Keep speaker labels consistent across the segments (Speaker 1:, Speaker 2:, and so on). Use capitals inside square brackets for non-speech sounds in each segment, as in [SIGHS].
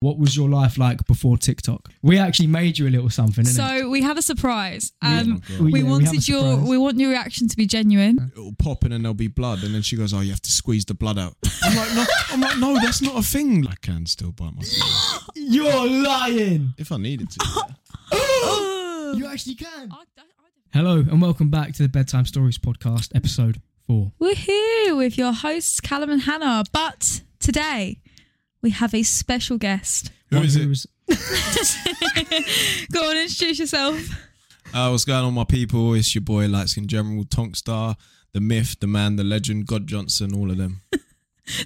Speaker 1: What was your life like before TikTok? We actually made you a little something. innit?
Speaker 2: So we had a surprise. Um,
Speaker 1: Oh,
Speaker 2: we
Speaker 1: yeah, we
Speaker 2: wanted
Speaker 1: have a
Speaker 2: your
Speaker 1: surprise.
Speaker 2: we want your reaction to be genuine.
Speaker 3: It'll pop and then there'll be blood, and then she goes, "Oh, you have to squeeze the blood out." [LAUGHS] I'm like, "No, I'm like, no, that's not a thing." I can still bite my finger
Speaker 1: You're lying.
Speaker 3: if I needed to. [LAUGHS] yeah.
Speaker 1: You actually can. Hello and welcome back to the Bedtime Stories podcast, episode four.
Speaker 2: We're here with your hosts Callum and Hannah, but today we have a special guest.
Speaker 3: Who
Speaker 1: One
Speaker 3: is it?
Speaker 1: was-
Speaker 2: Go on, introduce yourself. [LAUGHS]
Speaker 3: Uh, what's going on, my people? It's your boy, Lights in General, Tonkstar, the myth, the man, the legend, God Johnson, all of them.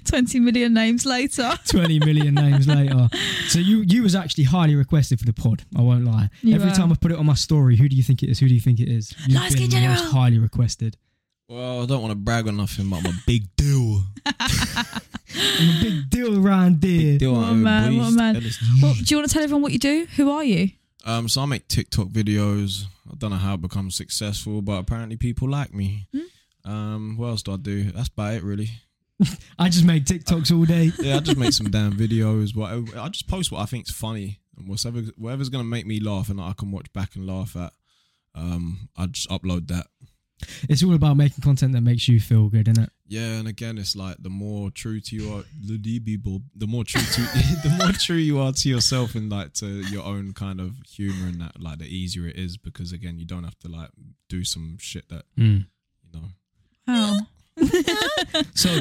Speaker 2: Twenty million names later.
Speaker 1: [LAUGHS] 20 million names later. So you you was actually highly requested for the pod. I won't lie.
Speaker 2: You
Speaker 1: Every
Speaker 2: were.
Speaker 1: time I put it on my story, who do you think it is? Who do you think it is? You've
Speaker 2: Light
Speaker 1: been
Speaker 2: Skin
Speaker 1: the most
Speaker 2: General.
Speaker 1: highly requested.
Speaker 3: Well, I don't want to brag on nothing, but I'm a big [LAUGHS] deal.
Speaker 1: I'm a big deal around here.
Speaker 3: Big deal
Speaker 2: What
Speaker 3: out
Speaker 2: a
Speaker 3: here,
Speaker 2: man, what a
Speaker 3: boys.
Speaker 2: man.
Speaker 3: That is-
Speaker 2: Well, do you want to tell everyone what you do? Who are you?
Speaker 3: Um, so I make TikTok videos. I don't know how I become successful, but apparently people like me.
Speaker 2: Hmm?
Speaker 3: Um, what else do I do? That's about it, really.
Speaker 1: I just make TikToks all day.
Speaker 3: Yeah, I just make some damn videos. What I just post what I think's funny and whatever whatever's gonna make me laugh and I can watch back and laugh at. Um, I just upload that.
Speaker 1: It's all about making content that makes you feel good, isn't it?
Speaker 3: Yeah, and again, it's like the more true to your the DB bulb, the more true to [LAUGHS] the more true you are to yourself and like to your own kind of humor and that, like the easier it is because again, you don't have to like do some shit that you know.
Speaker 2: Oh,
Speaker 1: So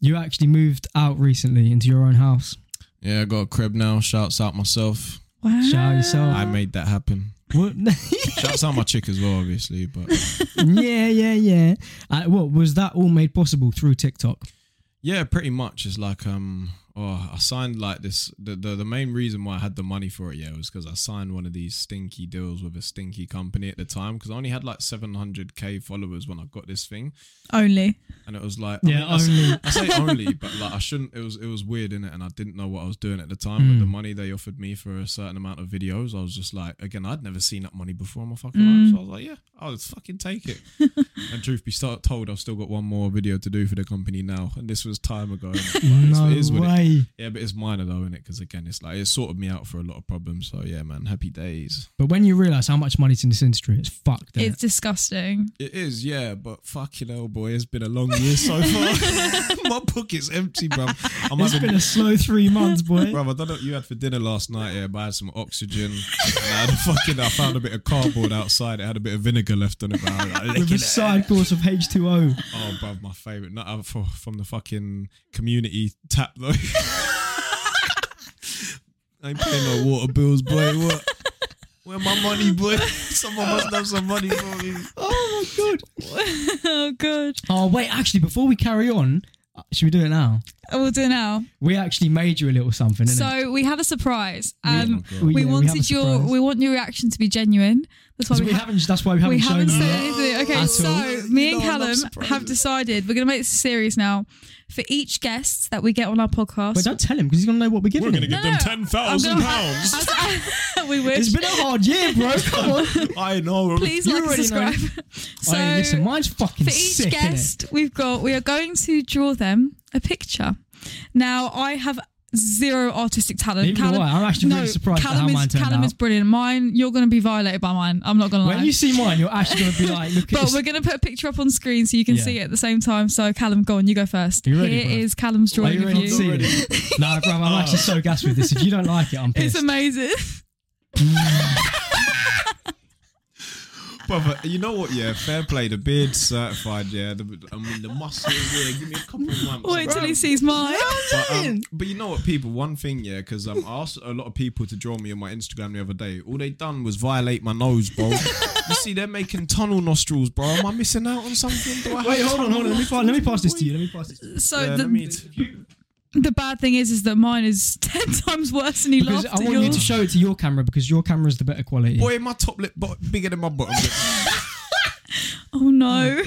Speaker 1: you actually moved out recently into your own house.
Speaker 3: Yeah, I got a crib now. Shouts out myself.
Speaker 2: wow.
Speaker 1: Shout yourself.
Speaker 3: I made that happen.
Speaker 1: What? [LAUGHS]
Speaker 3: Shouts out my chick as well, obviously. But
Speaker 1: yeah, yeah, yeah. Uh, what was that all made possible through TikTok?
Speaker 3: yeah, pretty much. It's like um, oh, I signed like this. The the, the main reason why I had the money for it, yeah, was because I signed one of these stinky deals with a stinky company at the time. Because I only had like seven hundred k followers when I got this thing,
Speaker 2: Only.
Speaker 3: and it was like I mean,
Speaker 1: Yeah,
Speaker 3: I s-
Speaker 1: only.
Speaker 3: I say only, but like I shouldn't. It was it was weird in it, and I didn't know what I was doing at the time. But the
Speaker 1: Hmm.
Speaker 3: money they offered me for a certain amount of videos, I was just like, again, I'd never seen that money before in my fucking life. So I
Speaker 1: Hmm.
Speaker 3: was like, yeah, I'll just fucking take it. [LAUGHS] and truth be start, told, I've still got one more video to do for the company now, and this was time ago.
Speaker 1: [LAUGHS]
Speaker 3: And
Speaker 1: No
Speaker 3: it is what it-
Speaker 1: way.
Speaker 3: yeah, but it's minor though, in it, because again, it's like it sorted me out for a lot of problems. So yeah, man, happy days.
Speaker 1: But when you realise how much money's in this industry, it's fucked. innit?
Speaker 2: It's disgusting. [LAUGHS]
Speaker 3: It is, yeah, but fucking hell, boy, it's been a long year
Speaker 1: [LAUGHS]
Speaker 3: so far. [LAUGHS] my book is empty, bro. I'm
Speaker 1: it's
Speaker 3: having
Speaker 1: been a slow three months, boy.
Speaker 3: Bro, I don't know what you had for dinner last night, yeah, but I had some oxygen. and I had a fucking, I found a bit of cardboard outside. It had a bit of vinegar left on it. Bro. I was like,
Speaker 1: With
Speaker 3: "Lick
Speaker 1: a
Speaker 3: it."
Speaker 1: side course of H2O.
Speaker 3: oh, bro, my favorite. Not uh, for, from the fucking community tap though. [LAUGHS] I ain't paying no water bills, boy. What? Where my money, boy? Someone must have some money for me.
Speaker 1: Oh my god.
Speaker 2: oh, God.
Speaker 1: Oh wait, actually, before we carry on, uh, should we do it now?
Speaker 2: We'll do it now.
Speaker 1: We actually made you a little something. innit?
Speaker 2: So we have a surprise. Um,
Speaker 3: Oh, God.
Speaker 1: We- yeah,
Speaker 2: we
Speaker 1: we have a
Speaker 2: wanted your
Speaker 1: surprise.
Speaker 2: we want your reaction to be genuine. That's why
Speaker 1: 'Cause
Speaker 2: we,
Speaker 1: we
Speaker 2: ha-
Speaker 1: haven't. That's why we haven't
Speaker 2: we
Speaker 1: shown
Speaker 2: haven't
Speaker 1: you.
Speaker 2: said
Speaker 3: yet.
Speaker 2: anything. Okay,
Speaker 1: At
Speaker 2: so
Speaker 3: all.
Speaker 2: me
Speaker 3: You
Speaker 2: and
Speaker 3: know I love
Speaker 2: Callum have
Speaker 3: surprises.
Speaker 2: decided we're gonna make this serious now. For each guest that we get on our podcast,
Speaker 1: Wait, don't tell him because he's gonna know what we're giving
Speaker 3: We're gonna
Speaker 1: him.
Speaker 3: give
Speaker 2: no,
Speaker 3: them ten thousand pounds.
Speaker 2: [LAUGHS] we wish.
Speaker 1: It's been a hard year,
Speaker 2: [LAUGHS]
Speaker 1: bro. Come on.
Speaker 3: I know.
Speaker 2: Please
Speaker 1: you
Speaker 2: like and
Speaker 1: already know.
Speaker 2: subscribe.
Speaker 1: [LAUGHS]
Speaker 2: so
Speaker 1: Hey, listen, mine's fucking
Speaker 2: for each
Speaker 1: sick. innit?
Speaker 2: guest we've got we are going to draw them a picture now i have zero artistic talent
Speaker 1: Neither do I. I'm actually really surprised at
Speaker 2: Callum
Speaker 1: how
Speaker 2: is,
Speaker 1: mine turned
Speaker 2: Callum
Speaker 1: out.
Speaker 2: is brilliant mine you're going to be violated by mine i'm not going to lie
Speaker 1: When you see mine, you're actually gonna be like, look at
Speaker 2: but
Speaker 1: this.
Speaker 2: we're going to put a picture up on screen so you can
Speaker 1: Yeah.
Speaker 2: see it at the same time so callum go on you go first
Speaker 1: You ready,
Speaker 2: Here
Speaker 1: bro?
Speaker 2: is callum's
Speaker 1: Are
Speaker 2: drawing
Speaker 1: you
Speaker 2: of
Speaker 1: ready to see
Speaker 2: you
Speaker 3: Already.
Speaker 1: it? Nah, bro, I'm actually so gassed with this. If you don't like it, I'm
Speaker 2: it's
Speaker 1: pissed.
Speaker 2: amazing [LAUGHS]
Speaker 3: Brother, you know what? Yeah, fair play. The beard certified. Yeah, the, I mean the muscles. Yeah, give me a couple of months.
Speaker 2: wait till
Speaker 3: bro.
Speaker 2: he sees
Speaker 3: [LAUGHS]
Speaker 2: mine
Speaker 3: But, um, but you know what, people? One thing, yeah, because um, I asked a lot of people to draw me on my Instagram the other day. All they done was violate my nose, bro. you see, they're making tunnel nostrils, bro. Am I missing out on something? Do I
Speaker 1: Wait, hold on, hold on. Let me, pa- let me pass this to you. Let me pass this to you.
Speaker 2: so
Speaker 3: Yeah,
Speaker 2: Uh, the,
Speaker 3: let me t-
Speaker 2: the bad thing is is that mine is [LAUGHS] 10 times worse than you
Speaker 1: Because
Speaker 2: laughed
Speaker 1: I
Speaker 2: at
Speaker 1: want you
Speaker 2: yours
Speaker 1: to show it to your camera because your camera's the better quality.
Speaker 3: Boy, my top lip bo- bigger than my bottom lip,
Speaker 2: [LAUGHS] oh no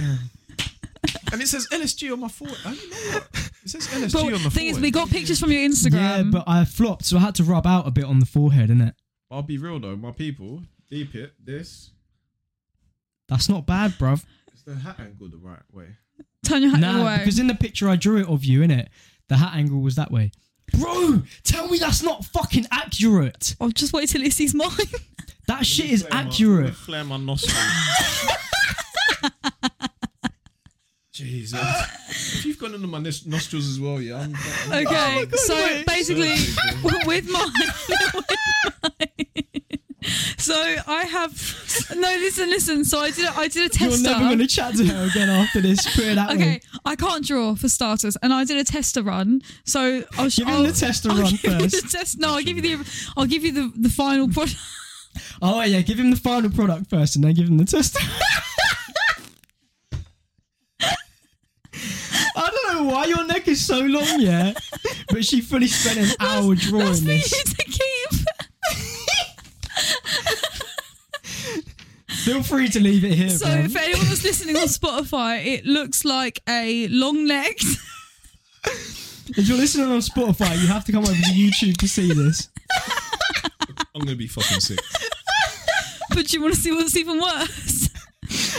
Speaker 3: and it says LSG on my forehead. I don't know what. It says LSG
Speaker 2: But
Speaker 3: on the
Speaker 2: the thing
Speaker 3: forehead.
Speaker 2: is, we got pictures from your Instagram.
Speaker 1: yeah, but I flopped, so I had to rub out a bit on the forehead, innit?
Speaker 3: I'll be real though, my people. Deep it. This.
Speaker 1: That's not bad,
Speaker 2: [LAUGHS]
Speaker 1: bruv.
Speaker 3: Is the hat angle the right way?
Speaker 2: turn your hat
Speaker 1: Nah,
Speaker 2: away.
Speaker 1: because in the picture I drew it of you, innit, the hat angle was that way. Bro, tell me that's not fucking accurate.
Speaker 2: I'll just wait till he
Speaker 1: [LAUGHS]
Speaker 2: sees mine.
Speaker 1: Oh That shit is
Speaker 3: Flare my-
Speaker 1: accurate.
Speaker 3: Flare my nostril. Jesus. If you've gone into my nos- nostrils as well, yeah. I'm, I'm
Speaker 2: Okay, so
Speaker 1: wait. [LAUGHS]
Speaker 2: basically, [LAUGHS]
Speaker 3: Sorry,
Speaker 2: with mine, [LAUGHS] so I have [LAUGHS] no. Listen, listen. So I did. A, I did a
Speaker 1: You're
Speaker 2: tester.
Speaker 1: never going to chat to her again after this. Put it that way.
Speaker 2: okay, I can't draw for starters, and I did a tester run. So I'll sh-
Speaker 1: Give him
Speaker 2: I'll-
Speaker 1: the tester
Speaker 2: I'll
Speaker 1: run
Speaker 2: give you
Speaker 1: first.
Speaker 2: the test. No, I'll give you the. I'll give you the the final product.
Speaker 1: Oh yeah, give him the final product first, and then give him the [LAUGHS] tester. I don't know why your neck is so long, yeah, but she fully spent an hour Oh, drawing
Speaker 2: That's for you
Speaker 1: this.
Speaker 2: to keep.
Speaker 1: Feel free to leave it here,
Speaker 2: So
Speaker 1: man.
Speaker 2: if anyone was listening on Spotify, it looks like a long necked.
Speaker 1: if you're listening on Spotify, you have to come over to YouTube to see this.
Speaker 3: I'm gonna be fucking sick.
Speaker 2: [LAUGHS] But do you want to see what's even worse? [LAUGHS]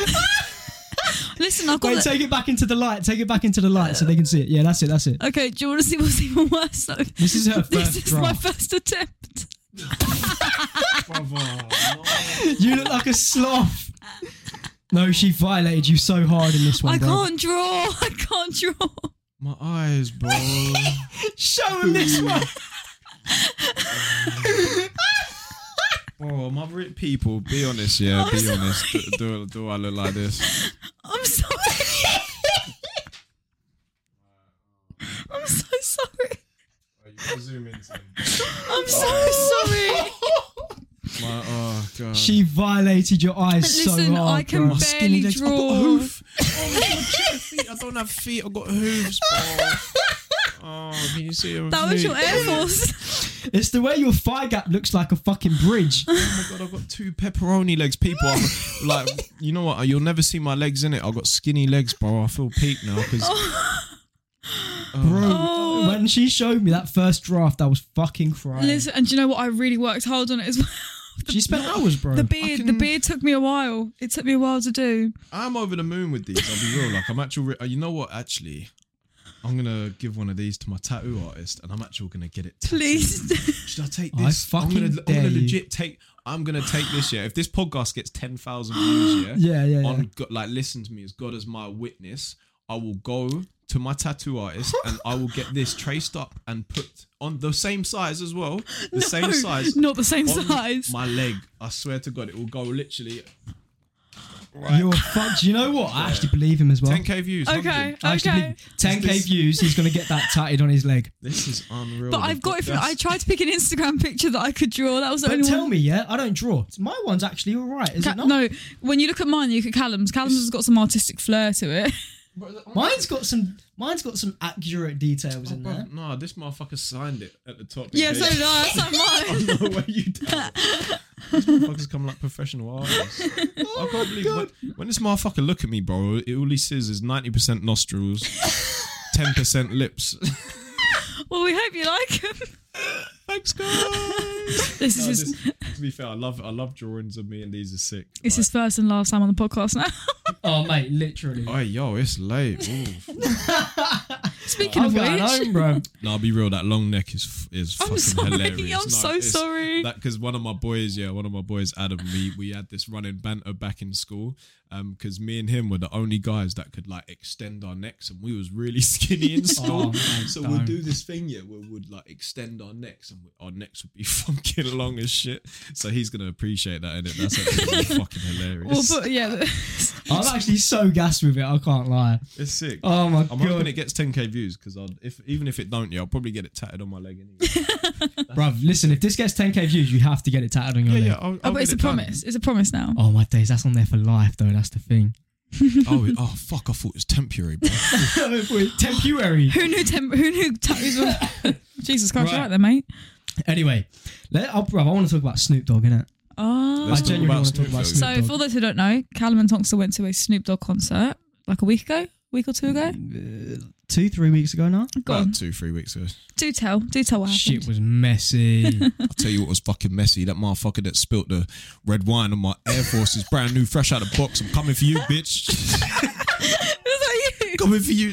Speaker 2: Listen, I've got.
Speaker 1: Wait,
Speaker 2: the-
Speaker 1: take it back into the light. Take it back into the light so they can see it. Yeah, that's it. That's it.
Speaker 2: okay, do you want to see what's even worse? Though?
Speaker 1: This is her
Speaker 2: [LAUGHS] This
Speaker 1: first
Speaker 2: is my
Speaker 1: draft.
Speaker 2: first attempt.
Speaker 1: you look like a sloth. No, she violated you so hard in this one.
Speaker 2: I
Speaker 1: bro.
Speaker 2: can't draw. I can't draw.
Speaker 3: My eyes, bro.
Speaker 1: Show him this one.
Speaker 3: Bro, my ri- people, be honest, yeah,
Speaker 2: I'm
Speaker 3: be
Speaker 2: sorry.
Speaker 3: honest. Do, do, do I look like this?
Speaker 2: I'm sorry. [LAUGHS] I'm so sorry. I'm so sorry.
Speaker 3: My, oh god.
Speaker 1: She violated your eyes so
Speaker 2: Listen,
Speaker 1: hard.
Speaker 2: I can
Speaker 1: bro.
Speaker 3: My
Speaker 2: barely
Speaker 3: skinny legs. I've got
Speaker 2: draw.
Speaker 3: a hoof. Oh my god, check the feet. I don't have feet. I've got hooves, bro. Oh, can you see Oh, them?
Speaker 2: That was your Air Force.
Speaker 1: It's the way your thigh gap looks like a fucking bridge.
Speaker 2: [LAUGHS]
Speaker 3: Oh my god, I've got two pepperoni legs. People, I'm like, you know what? You'll never see my legs in it. I've got skinny legs, bro. I feel peak now Oh. because.
Speaker 1: Bro,
Speaker 2: Oh.
Speaker 1: when she showed me that first draft, I was fucking crying.
Speaker 2: Listen, and do you know what? I really worked hard on it as well.
Speaker 1: she spent hours, bro.
Speaker 2: The beard, the
Speaker 3: can-
Speaker 2: beard took me a while. It took me a while to do.
Speaker 3: I'm over the moon with these. I'll be real. Like I'm actual. Re- you know what? Actually, I'm gonna give one of these to my tattoo artist, and I'm actually gonna get it. tattooed.
Speaker 2: Please, [LAUGHS]
Speaker 3: Should I take
Speaker 1: I
Speaker 3: this? I'm
Speaker 1: fucking
Speaker 3: gonna, I'm
Speaker 1: dare
Speaker 3: gonna
Speaker 1: you.
Speaker 3: legit take. I'm gonna take this. Yeah. If this podcast gets ten thousand views, yeah.
Speaker 1: yeah,
Speaker 2: [GASPS]
Speaker 1: yeah, yeah.
Speaker 3: On God, like, listen to me as God as my witness. I will go to my tattoo artist, and I will get this traced up and put on the same size
Speaker 2: [LAUGHS]
Speaker 3: as well. The same size.
Speaker 2: not the same
Speaker 3: on
Speaker 2: size.
Speaker 3: My leg. I swear to God, it will go literally.
Speaker 1: You're fucked. You know what? I actually believe him as well.
Speaker 3: 10k views.
Speaker 2: Okay,
Speaker 3: 100.
Speaker 1: I actually
Speaker 2: okay.
Speaker 1: believe 10k
Speaker 3: Is this-
Speaker 1: views, he's going to get that tatted on his leg.
Speaker 3: This is unreal.
Speaker 2: But I've got. If I tried to pick an Instagram picture that I could draw, that was the
Speaker 1: But
Speaker 2: only
Speaker 1: tell
Speaker 2: one.
Speaker 1: me, yeah, I don't draw. My one's actually all right, is
Speaker 2: Ca-
Speaker 1: it not?
Speaker 2: no, when you look at mine, you look at Callum's. Callum's has got some artistic flair to it.
Speaker 1: Mine's got some. Mine's got some accurate details in there.
Speaker 3: No, this motherfucker signed it at the top.
Speaker 2: yeah, [LAUGHS] so did I. So did mine.
Speaker 3: [LAUGHS] no way you did. This motherfucker's come like professional artists. I can't believe when, when this motherfucker look at me, bro. It, all he sees is ninety percent nostrils, ten percent lips. [LAUGHS]
Speaker 2: Well, we hope you like him.
Speaker 3: Thanks, [LAUGHS]
Speaker 2: [LAUGHS]
Speaker 3: guys.
Speaker 2: This is
Speaker 3: No,
Speaker 2: his.
Speaker 3: this- to be fair, I love I love drawings of me, and these are sick.
Speaker 2: It's his first and last time on the podcast now. [LAUGHS]
Speaker 1: Oh, mate, literally.
Speaker 3: Oh, yo, it's late. Ooh.
Speaker 2: Speaking
Speaker 1: I'm
Speaker 2: of which,
Speaker 1: going home, [LAUGHS] bro.
Speaker 3: No, I'll be real. That long neck is f- is
Speaker 2: I'm
Speaker 3: fucking
Speaker 2: sorry.
Speaker 3: hilarious.
Speaker 2: I'm
Speaker 3: No,
Speaker 2: so
Speaker 3: it's-
Speaker 2: sorry.
Speaker 3: That because one of my boys, yeah, one of my boys, Adam, we we had this running banter back in school, um, because me and him were the only guys that could like extend our necks, and we was really [LAUGHS] skinny in
Speaker 1: Oh,
Speaker 3: school.
Speaker 1: man,
Speaker 3: so we'd
Speaker 1: don't.
Speaker 3: do this thing, yeah, where we'd like extend our necks, and we, our necks would be [LAUGHS] fucking long as shit. So he's gonna appreciate that, and that's actually fucking
Speaker 2: well,
Speaker 3: hilarious.
Speaker 2: but yeah, Oh,
Speaker 1: I'm actually so gassed with it. I can't lie.
Speaker 3: it's sick.
Speaker 1: Oh my
Speaker 3: I'm hoping
Speaker 1: god,
Speaker 3: it gets 10k views because I'll if even if it don't, yeah, I'll probably get it tatted on my leg anyway.
Speaker 1: bruv. Listen, if this gets 10k views, you have to get it tatted on your
Speaker 3: yeah,
Speaker 1: leg.
Speaker 3: yeah. I'll,
Speaker 2: oh,
Speaker 3: I'll
Speaker 2: but
Speaker 3: get
Speaker 2: it's a
Speaker 3: it done.
Speaker 2: promise. It's a promise now.
Speaker 1: Oh my days, that's on there for life though. That's the thing.
Speaker 3: [LAUGHS] Oh, it- oh fuck! I thought it was
Speaker 1: [LAUGHS]
Speaker 3: temporary, bro.
Speaker 1: Temporary.
Speaker 2: Who knew? Tem- who knew tattoos were? Jesus Christ,
Speaker 1: Right.
Speaker 2: you're right there, mate.
Speaker 1: Anyway, let, oh, bruv, I want to talk about Snoop Dogg, innit?
Speaker 2: Oh,
Speaker 1: I
Speaker 3: Let's talk
Speaker 1: genuinely
Speaker 3: about
Speaker 1: want to talk
Speaker 3: Snoop
Speaker 1: about
Speaker 3: Dogg.
Speaker 1: Snoop
Speaker 2: So,
Speaker 1: Dogg.
Speaker 2: for those who don't know, Callum and Tonks went to a Snoop Dogg concert like a week ago, week or two ago.
Speaker 1: Two, three weeks ago now.
Speaker 2: Go on.
Speaker 3: About two, three weeks ago.
Speaker 2: Do tell. Do tell what happened. [LAUGHS]
Speaker 1: Shit was [LAUGHS] messy.
Speaker 3: I'll tell you what was fucking messy. That motherfucker that spilt the red
Speaker 1: [LAUGHS]
Speaker 3: wine on my Air Force is brand new, fresh out of the box. I'm coming for you, bitch.
Speaker 2: Was that
Speaker 3: Coming for you.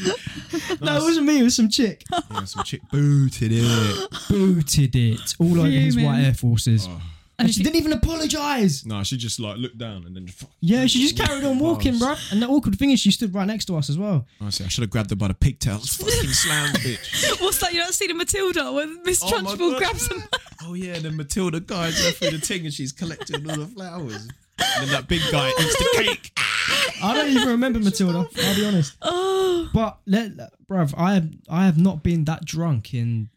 Speaker 1: No, it wasn't me. It was some
Speaker 2: [LAUGHS]
Speaker 1: chick.
Speaker 2: Oh.
Speaker 3: Yeah, some chick booted it.
Speaker 1: Booted it all over his
Speaker 2: Fuming.
Speaker 1: white Air Forces.
Speaker 3: Oh.
Speaker 2: And
Speaker 1: And she
Speaker 2: if you-
Speaker 1: didn't even apologise.
Speaker 3: No, she just like looked down and then. Fuck.
Speaker 1: Yeah, she just carried on walking,
Speaker 3: Past.
Speaker 1: bro. And the awkward thing is, she stood right next to us as well.
Speaker 3: Honestly, I should have grabbed her by the pigtails. Fucking
Speaker 1: [LAUGHS]
Speaker 3: slammed, bitch.
Speaker 2: What's that? You don't see the Matilda when Miss
Speaker 3: Oh my
Speaker 2: Trunchbull
Speaker 3: God.
Speaker 2: grabs him.
Speaker 3: [LAUGHS] Oh yeah, and then Matilda guides her through the thing and she's collecting all the flowers. And then that big guy eats the cake.
Speaker 1: I don't even
Speaker 3: [LAUGHS]
Speaker 1: remember Matilda. I'll be
Speaker 3: [GASPS]
Speaker 1: honest.
Speaker 2: Oh,
Speaker 1: But let, bruv, I have I have not been that drunk in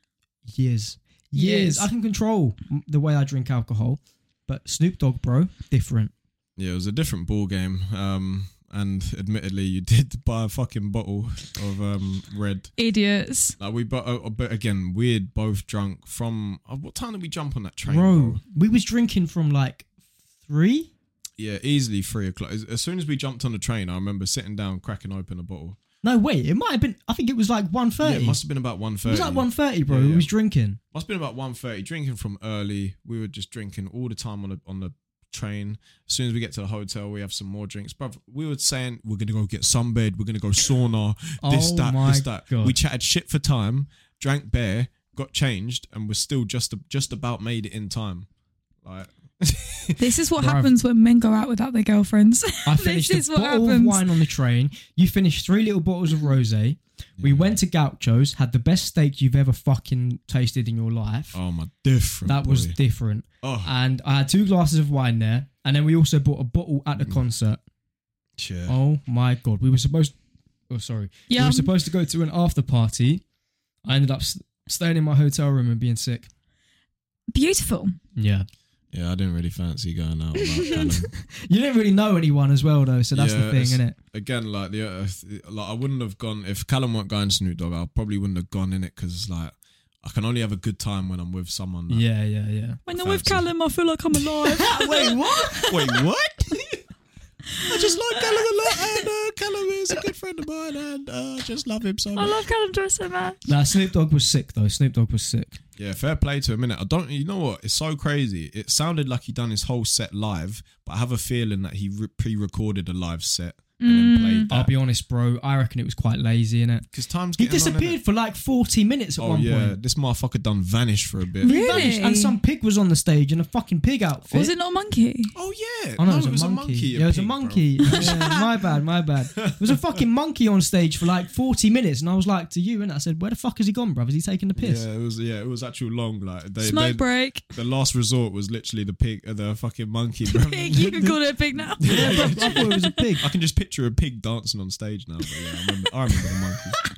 Speaker 1: years. Years.
Speaker 2: Years.
Speaker 1: I can control m- the way I drink alcohol, but Snoop Dogg, bro, different.
Speaker 3: Yeah, it was a different ball game. Um, and admittedly, you [LAUGHS] did buy a fucking bottle of um red.
Speaker 2: idiots.
Speaker 3: Like we, but, uh, but again, weird. Both drunk from uh, what time did we jump on that train?
Speaker 1: bro, we was drinking from like three.
Speaker 3: Yeah, easily three o'clock. As, as soon as we jumped on the train, I remember sitting down, cracking open a bottle.
Speaker 1: No, wait, it might have been. I think it was like one
Speaker 3: Yeah,
Speaker 1: thirty.
Speaker 3: it must have been about one
Speaker 1: it
Speaker 3: thirty.
Speaker 1: was like one thirty, bro.
Speaker 3: Yeah,
Speaker 1: We
Speaker 3: yeah.
Speaker 1: was drinking.
Speaker 3: Must have been about 1.30, drinking from early. We were just drinking all the time on the on the train. As soon as we get to the hotel, we have some more drinks. But we were saying we're gonna go get sunbed, we're gonna go sauna, this,
Speaker 1: Oh
Speaker 3: that,
Speaker 1: my
Speaker 3: this, that.
Speaker 1: God.
Speaker 3: We chatted shit for time, drank beer, got changed, and we're still just just about made it in time. Like
Speaker 2: This is what
Speaker 1: Bruv.
Speaker 2: happens when men go out without their girlfriends. [LAUGHS]
Speaker 1: I finished
Speaker 2: is
Speaker 1: a
Speaker 2: what
Speaker 1: bottle of
Speaker 2: happens.
Speaker 1: wine on the train. You finished three little bottles of rosé. We went to Gaucho's, had the best steak you've ever fucking tasted in your life.
Speaker 3: Oh my different
Speaker 1: that was
Speaker 3: boy.
Speaker 1: different.
Speaker 3: Oh
Speaker 1: and I had two glasses of wine there, and then we also bought a bottle at the
Speaker 3: Mm.
Speaker 1: concert.
Speaker 3: shit.
Speaker 1: Oh my god, we were supposed. Oh, sorry. We
Speaker 2: Yeah,
Speaker 1: were supposed to go to an after party. I ended up s- staying in my hotel room and being sick.
Speaker 2: beautiful.
Speaker 1: Yeah,
Speaker 3: Yeah, I didn't really fancy going out with
Speaker 1: [LAUGHS]
Speaker 3: that kind of
Speaker 1: you didn't really know anyone as well, though, so that's
Speaker 3: Yeah,
Speaker 1: the thing,
Speaker 3: it's-
Speaker 1: isn't it?
Speaker 3: again, like the earth, like I wouldn't have gone if Callum weren't going Snoop Dogg. I probably wouldn't have gone in it because like I can only have a good time when I'm with someone. That,
Speaker 1: Yeah, yeah, yeah.
Speaker 2: When
Speaker 3: I
Speaker 2: I'm with
Speaker 3: fancy.
Speaker 2: Callum, I feel like I'm alive.
Speaker 1: [LAUGHS] Wait, what?
Speaker 3: [LAUGHS] Wait, what? I just like Callum a lot, and uh, Callum is a good friend of mine, and uh, I just love him
Speaker 2: [LAUGHS]
Speaker 3: so
Speaker 2: I
Speaker 3: much.
Speaker 2: love Callum Joy so much.
Speaker 1: nah, Snoop Dogg was sick though. Snoop Dogg was sick.
Speaker 3: yeah, fair play to him. Minute, I don't. You know what? It's so crazy. It sounded like he done his whole set live, but I have a feeling that he re- pre-recorded a live set and then played
Speaker 1: I'll
Speaker 3: that.
Speaker 1: be honest, bro. I reckon it was quite lazy, innit?
Speaker 3: Because time's
Speaker 1: He
Speaker 3: getting on, innit?
Speaker 1: disappeared for like forty minutes at
Speaker 3: Oh
Speaker 1: one
Speaker 3: yeah,
Speaker 1: point.
Speaker 3: this motherfucker done vanished for a bit.
Speaker 1: He vanished,
Speaker 2: Really?
Speaker 1: And some pig was on the stage in a fucking pig outfit.
Speaker 2: Was it not a monkey?
Speaker 3: Oh yeah,
Speaker 1: Oh no,
Speaker 3: No,
Speaker 1: it was a monkey. yeah, it was a
Speaker 3: pig, bro.
Speaker 1: monkey. Yeah, my bad, my bad. It was a fucking monkey on stage for like 40 minutes, and I was like to you, and I said, "Where the fuck has he gone, bruv? Is he taking the piss?"
Speaker 3: [LAUGHS] Yeah, it was. Yeah, it was actual long. Like they,
Speaker 2: Smoke
Speaker 3: they
Speaker 1: [LAUGHS]
Speaker 2: break.
Speaker 3: the last resort was literally the pig, uh, the fucking monkey. bro.
Speaker 2: [LAUGHS] Pig, you can call it a pig now.
Speaker 1: Yeah, bruv, I thought it was a pig.
Speaker 3: I can just picture a pig dancing on stage now. But yeah, I remember, I remember the monkeys.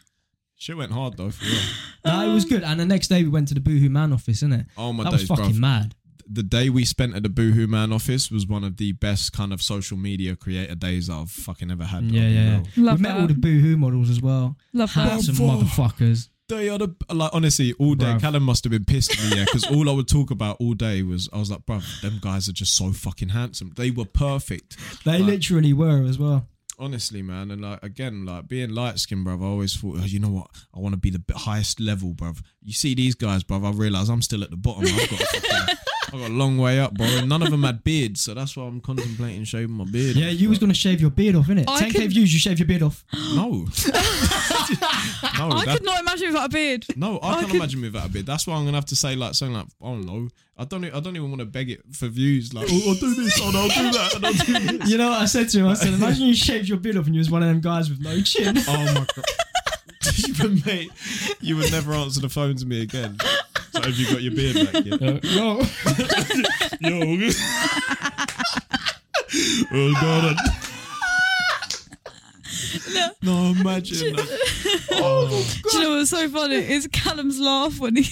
Speaker 3: Shit went hard though. For real.
Speaker 1: No, it was good. And the next day we went to the Boohoo Man office, innit?
Speaker 3: Oh my
Speaker 1: That was
Speaker 3: days,
Speaker 1: fucking
Speaker 3: bro.
Speaker 1: mad.
Speaker 3: The day we spent at the Boohoo Man office was one of the best kind of social media creator days I've fucking ever had.
Speaker 1: Yeah,
Speaker 3: I'll be
Speaker 1: yeah, yeah.
Speaker 3: real.
Speaker 2: Love
Speaker 1: we met
Speaker 2: that.
Speaker 1: all the Boohoo models as well.
Speaker 2: [LAUGHS] Love that.
Speaker 1: Handsome
Speaker 3: Bravo.
Speaker 1: motherfuckers.
Speaker 3: They are the like honestly all day.
Speaker 1: Bruv.
Speaker 3: Callum must have been pissed at me, yeah, because all I would talk about all day was I was like, bruv, them guys are just so fucking handsome. They were perfect.
Speaker 1: They
Speaker 3: Like-
Speaker 1: literally were as well.
Speaker 3: honestly, man, and like again, like being light skinned, bruv, I always thought, oh, you know what, I want to be the b- highest level, bruv. You see these guys, bruv, I realize I'm still at the bottom. I've got, a fucking- I've got a long way up, bro. And none of them had beards, so that's why I'm contemplating shaving my beard.
Speaker 1: Yeah, you was gonna shave your beard off, innit?
Speaker 2: I
Speaker 1: 10k
Speaker 2: could-
Speaker 1: views, you shave your beard
Speaker 2: [LAUGHS]
Speaker 1: off.
Speaker 3: no, [LAUGHS]
Speaker 1: Oh,
Speaker 3: no,
Speaker 2: I
Speaker 3: that-
Speaker 2: could not imagine without
Speaker 1: [LAUGHS]
Speaker 2: a beard.
Speaker 3: no, I,
Speaker 2: I
Speaker 3: can't
Speaker 2: could-
Speaker 3: imagine me without a beard. That's why I'm gonna have to say like something like, I don't know, I don't, e- I don't even want to beg it for views. Like, oh, I'll do this, oh, no, I'll do that, and I'll do this.
Speaker 1: You know what I said to him? I said, imagine you shaved your beard off and you was one of them guys with no
Speaker 3: [LAUGHS]
Speaker 1: chin.
Speaker 3: [LAUGHS] Oh my god. you would mate, you would never answer the phone to me again. So have you got your beard back yet?
Speaker 1: no.
Speaker 3: [LAUGHS]
Speaker 1: [LAUGHS]
Speaker 3: Yo. [LAUGHS] oh god. No,
Speaker 2: [LAUGHS]
Speaker 3: imagine that.
Speaker 2: Do you know what's so funny? Is Callum's laugh when he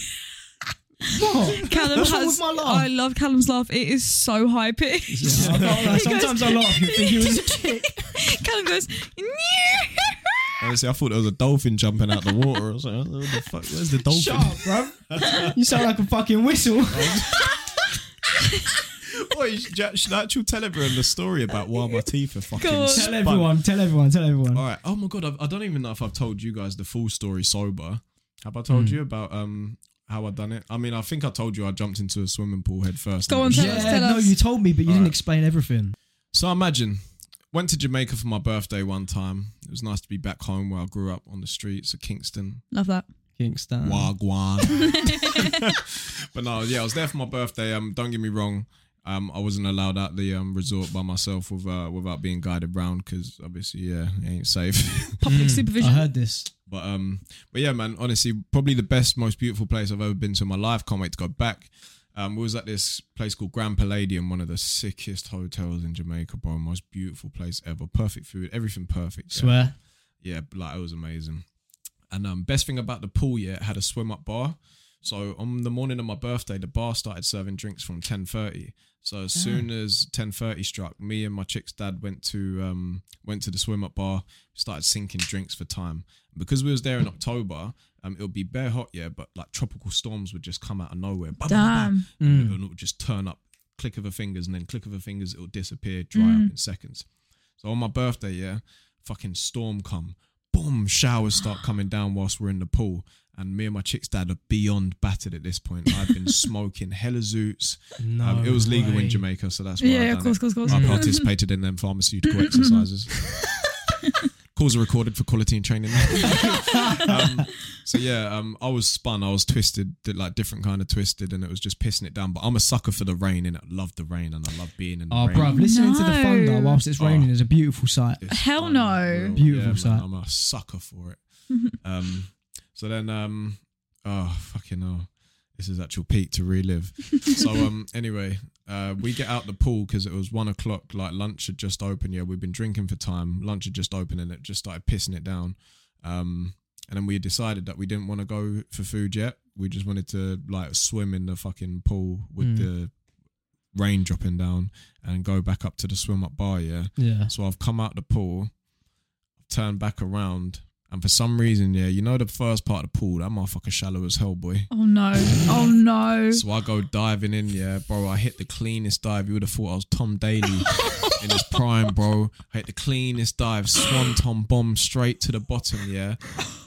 Speaker 1: What?
Speaker 2: Callum
Speaker 1: What's wrong
Speaker 2: has.
Speaker 1: with my laugh?
Speaker 2: I love Callum's laugh. It is so high pitched.
Speaker 1: Yeah, I can't lie, Sometimes I laugh. You [LAUGHS] think [LAUGHS] he was a chick.
Speaker 2: [LAUGHS] Callum goes. "Nyeh."
Speaker 3: Honestly, I thought there was a dolphin jumping out the water. I was like, what the fuck? Where's the dolphin?
Speaker 1: Shut up, bro. [LAUGHS] You sound like a fucking [LAUGHS] whistle.
Speaker 3: Oi, j- should I actually tell everyone the story about why my teeth are fucking
Speaker 2: Go on.
Speaker 1: tell
Speaker 3: spun?
Speaker 1: everyone. Tell everyone. Tell everyone.
Speaker 3: All right. Oh my god, I've, I don't even know if I've told you guys the full story sober. Have I told you about um how I done it? I mean, I think I told you I jumped into a swimming pool head first.
Speaker 2: Go on,
Speaker 3: and it was
Speaker 2: tell
Speaker 1: yeah,
Speaker 2: us, tell
Speaker 1: no,
Speaker 2: us.
Speaker 1: you told me, but you
Speaker 3: All
Speaker 1: didn't
Speaker 3: right.
Speaker 1: explain everything.
Speaker 3: So imagine Went to Jamaica for my birthday one time. It was nice to be back home where I grew up on the streets of Kingston.
Speaker 2: Love that.
Speaker 1: Kingston.
Speaker 3: Wagwan. [LAUGHS] but no, yeah, I was there for my birthday. Um, don't get me wrong. Um, I wasn't allowed at the um, resort by myself with, uh, without being guided round because obviously, yeah, it ain't safe.
Speaker 2: Public
Speaker 1: Hmm. I
Speaker 2: supervision.
Speaker 1: heard this.
Speaker 3: But um, but yeah, man. Honestly, probably the best, most beautiful place I've ever been to in my life. Can't wait to go back. Um, we was at this place called Grand Palladium, one of the sickest hotels in Jamaica, bro. Most beautiful place ever. Perfect food, everything perfect. yeah.
Speaker 1: Swear.
Speaker 3: Yeah, like it was amazing. And um, best thing about the pool, yeah, it had a swim up bar. So on the morning of my birthday, the bar started serving drinks from ten thirty. So as soon as ten thirty struck, me and my chick's dad went to um went to the swim up bar, started sinking drinks for time. Because we was there in October, um, it would be bare hot, yeah, but like tropical storms would just come out of nowhere. Bah, bah, bah, bah.
Speaker 2: Damn.
Speaker 3: And it would just turn up, click of her fingers, and then click of her fingers, it'll disappear, dry
Speaker 2: Mm.
Speaker 3: up in seconds. So on my birthday, yeah, fucking storm come, boom, showers
Speaker 2: [SIGHS]
Speaker 3: start coming down whilst we're in the pool. And me and my chick's dad are beyond battered at this point.
Speaker 2: [LAUGHS]
Speaker 3: I've been smoking hella zoots.
Speaker 1: No
Speaker 3: Um, it was legal
Speaker 1: way.
Speaker 3: in Jamaica, so that's why
Speaker 2: Yeah,
Speaker 3: I've
Speaker 2: yeah,
Speaker 3: done
Speaker 2: of course,
Speaker 3: it.
Speaker 2: course, course.
Speaker 3: I participated in them pharmaceutical
Speaker 1: Mm-hmm.
Speaker 3: exercises. Calls are recorded for quality and training. [LAUGHS] um, so yeah, um, I was spun, I was twisted, did like different kind of twisted, and it was just pissing it down. But I'm a sucker for the rain, and I love the rain, and I love being in the
Speaker 1: Oh,
Speaker 3: rain.
Speaker 1: bruv, listening to the
Speaker 2: No.
Speaker 1: thunder whilst it's
Speaker 3: Oh.
Speaker 1: raining is a beautiful sight.
Speaker 3: It's
Speaker 2: Hell no.
Speaker 3: unreal.
Speaker 1: Beautiful
Speaker 3: man,
Speaker 1: sight.
Speaker 3: I'm a sucker
Speaker 2: [LAUGHS]
Speaker 3: for it. um, so then, um, oh fucking hell. This is actual peak
Speaker 2: [LAUGHS]
Speaker 3: to relive. so um, anyway, uh, we get out the pool because it was one o'clock. Like lunch had just opened. Yeah, we've been drinking for time. Lunch had just opened, and it just started pissing it down. Um, and then we decided that we didn't want to go for food yet. We just wanted to like swim in the fucking pool
Speaker 1: Hmm.
Speaker 3: with the rain dropping down and go back up to the swim up bar. Yeah.
Speaker 1: Yeah.
Speaker 3: So I've come out the pool, I've turned back around, and for some reason, yeah, you know the first part of the pool, that motherfucker shallow as hell, boy.
Speaker 2: Oh no. Oh no.
Speaker 3: So I go diving in, yeah, bro. I hit the cleanest dive. You would have thought I was Tom Daly in his prime, bro. I hit the cleanest dive, swanton bomb straight to the bottom, yeah.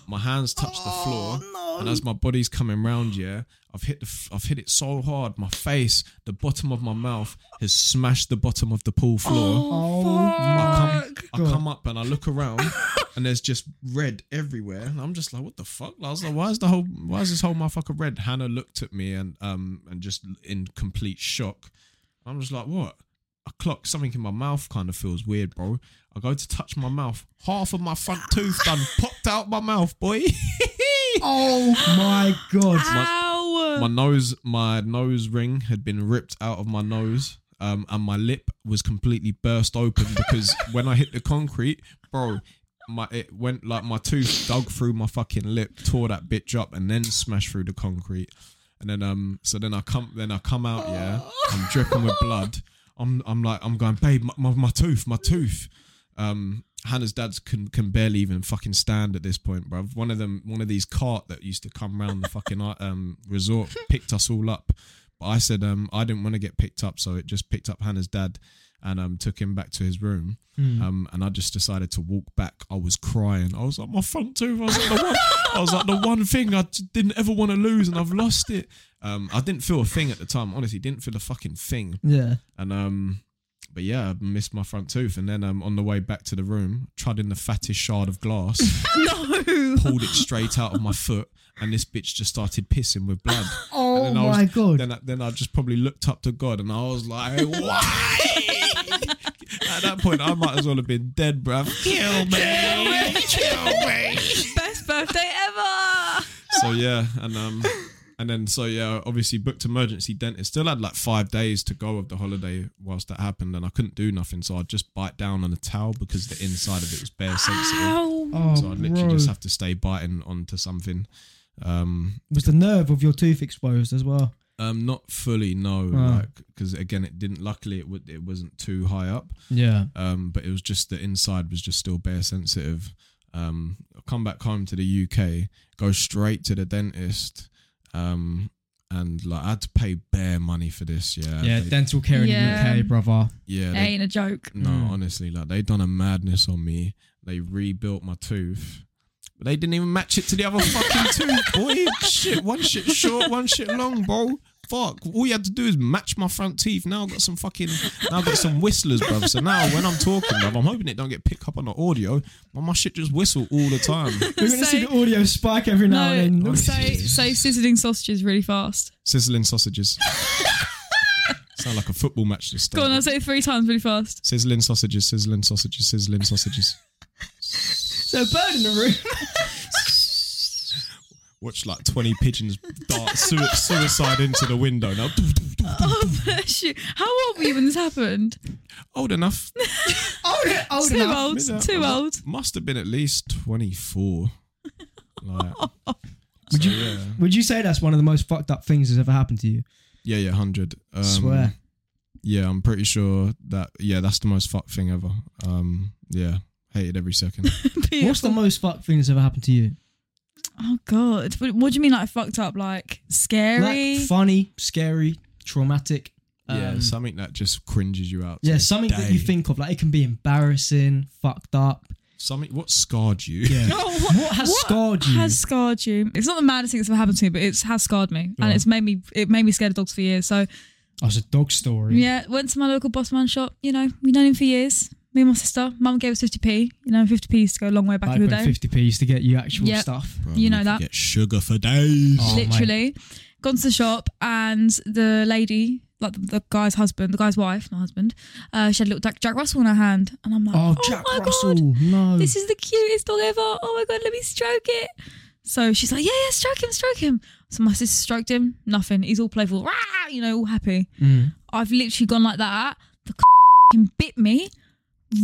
Speaker 3: My hands touch the floor, and as my body's coming round, yeah, I've hit the, f- I've hit it so hard, my face, the bottom of my mouth has smashed the bottom of the pool floor.
Speaker 2: Oh,
Speaker 1: Oh,
Speaker 3: I come, I come up and I look around and there's just red everywhere. And I'm just like, what the fuck? I was like, why is the whole why is this whole motherfucker red? Hannah looked at me and um and just in complete shock. I'm just like, what? A clock, something in my mouth kind of feels weird, bro. I go to touch my mouth, half of my front tooth done popped out my mouth, boy. [LAUGHS]
Speaker 1: Oh my god.
Speaker 2: Ow. [LAUGHS]
Speaker 3: my nose my nose ring had been ripped out of my nose um, and my lip was completely burst open because when I hit the concrete, bro, my it went like my tooth dug through my fucking lip, tore that bitch up, and then smashed through the concrete. And then um, so then I come then I come out, yeah, I'm dripping with blood. I'm I'm like I'm going, babe, my, my, my tooth, my tooth. Um, Hannah's dads can can barely even fucking stand at this point, bruv. One of them, one of these cart that used to come round the fucking uh, um resort picked us all up. But I said um I didn't want to get picked up, so it just picked up Hannah's dad and um took him back to his room. Um, and I just decided to walk back. I was crying. I was like my front tooth. I was like the one. I was like the one thing I j- didn't ever want to lose, and I've lost it. Um, I didn't feel a thing at the time. Honestly, didn't feel a fucking thing.
Speaker 1: Yeah.
Speaker 3: And um, but yeah, I missed my front tooth, and then um, on the way back to the room, trod in the fattest shard
Speaker 1: [LAUGHS]
Speaker 3: of glass,
Speaker 2: no.
Speaker 3: pulled it straight out of my foot, and this bitch just started pissing with blood.
Speaker 1: [LAUGHS] Oh
Speaker 3: and then I was-
Speaker 1: my god.
Speaker 3: Then I, then I just probably looked up to God, and I was like, why? [LAUGHS] At that point, I might as well have been dead, bruv. Kill me, kill me.
Speaker 2: Best birthday ever.
Speaker 3: so yeah, and um, and then so yeah, obviously booked emergency dentist. Still had like five days to go of the holiday whilst that happened, and I couldn't do nothing. So I'd just bite down on a towel because the inside of it was bare sensitive.
Speaker 2: Ow.
Speaker 1: oh,
Speaker 3: So I'd literally
Speaker 1: bro.
Speaker 3: just have to stay biting onto something. Um,
Speaker 1: was the nerve of your tooth exposed as well?
Speaker 3: um, not fully no,
Speaker 1: Wow.
Speaker 3: like because again, it didn't. Luckily, it w- it wasn't too high up.
Speaker 1: Yeah.
Speaker 3: um, but it was just the inside was just still bare sensitive. Um, I come back home to the UK, go straight to the dentist, um, and like I had to pay bare money for this. Yeah,
Speaker 1: Yeah,
Speaker 3: They-
Speaker 1: dental care in
Speaker 2: Yeah.
Speaker 1: the UK, brother.
Speaker 3: yeah. they-
Speaker 2: Ain't a joke.
Speaker 3: no,
Speaker 1: Mm.
Speaker 3: honestly, like they done a madness on me. They rebuilt my tooth.
Speaker 2: [LAUGHS]
Speaker 3: But they didn't even match it to the other fucking tooth, boy. Shit, one shit short, one shit long, bro. fuck? All you had to do is match my front teeth. Now I've got some fucking, now I've got some whistlers, bruv. So now when I'm talking, bruv, I'm hoping it don't get picked up on the audio, but my shit just whistle all the time.
Speaker 1: We're going to see the audio spike every now and
Speaker 2: No,
Speaker 1: then.
Speaker 3: [LAUGHS]
Speaker 2: so so sizzling sausages really fast.
Speaker 3: Sizzling sausages. Sound like a football match to
Speaker 2: Go on, I'll
Speaker 3: start.
Speaker 2: say it three times really fast.
Speaker 3: Sizzling sausages, sizzling sausages, sizzling sausages.
Speaker 1: So a bird in the
Speaker 2: [LAUGHS]
Speaker 1: room.
Speaker 3: Watch like 20 pigeons dart sui- suicide into the window. Now,
Speaker 2: Oh bless you. How old were you when this happened?
Speaker 3: old enough.
Speaker 1: Old, old
Speaker 2: Too
Speaker 1: enough.
Speaker 2: [LAUGHS] old.
Speaker 3: Mid-
Speaker 2: Too old. [LAUGHS]
Speaker 3: Must have been at least 24. Like,
Speaker 1: [LAUGHS] Would
Speaker 3: so
Speaker 1: you-
Speaker 3: yeah.
Speaker 1: Would you say that's one of the most fucked up things that's ever happened to you?
Speaker 3: yeah, yeah, 100. Um,
Speaker 1: Swear.
Speaker 3: Yeah, I'm pretty sure that, yeah, that's the most fucked thing ever. Um, yeah, hated
Speaker 1: [LAUGHS]
Speaker 3: every second.
Speaker 1: What's the most fucked thing that's ever happened to you?
Speaker 2: Oh god. What, what do you mean like fucked up? Like scary?
Speaker 1: Like funny, scary, traumatic.
Speaker 3: yeah,
Speaker 1: um,
Speaker 3: something that just cringes you out. to
Speaker 1: yeah,
Speaker 3: this
Speaker 1: something that
Speaker 3: day.
Speaker 1: you think of. Like it can be embarrassing, fucked up.
Speaker 3: Something, what scarred you? [LAUGHS]
Speaker 1: Yeah.
Speaker 2: Oh, what,
Speaker 1: what has scarred you?
Speaker 2: Has scarred you. It's not the maddest thing that's ever happened to me, but it's has scarred me, and
Speaker 1: on.
Speaker 2: it's made me. It made me scared of dogs for years. So
Speaker 1: Oh, it's a dog story.
Speaker 2: yeah, went to my local boss man shop. You know, we known him for years. Me and my sister. Mum gave us fifty p. You know, fifty p used to go a long way back
Speaker 1: Like
Speaker 2: in the
Speaker 1: when
Speaker 2: day.
Speaker 1: 50p used to get you actual
Speaker 2: Yeah.
Speaker 1: stuff.
Speaker 3: Bro,
Speaker 2: You know
Speaker 3: could
Speaker 2: that.
Speaker 3: Get sugar for days.
Speaker 1: Oh, mate.
Speaker 2: literally gone to the shop and the lady like the, the guy's husband the guy's wife not husband uh, she had a little jack, jack russell in her hand and i'm like
Speaker 1: Oh,
Speaker 2: oh,
Speaker 1: Jack
Speaker 2: my
Speaker 1: Russell.
Speaker 2: god
Speaker 1: No.
Speaker 2: this is the cutest dog ever oh my god let me stroke it so she's like yeah yeah stroke him stroke him so my sister stroked him nothing he's all playful rah, you know all happy
Speaker 1: Mm.
Speaker 2: i've literally gone like that the [LAUGHS] bit me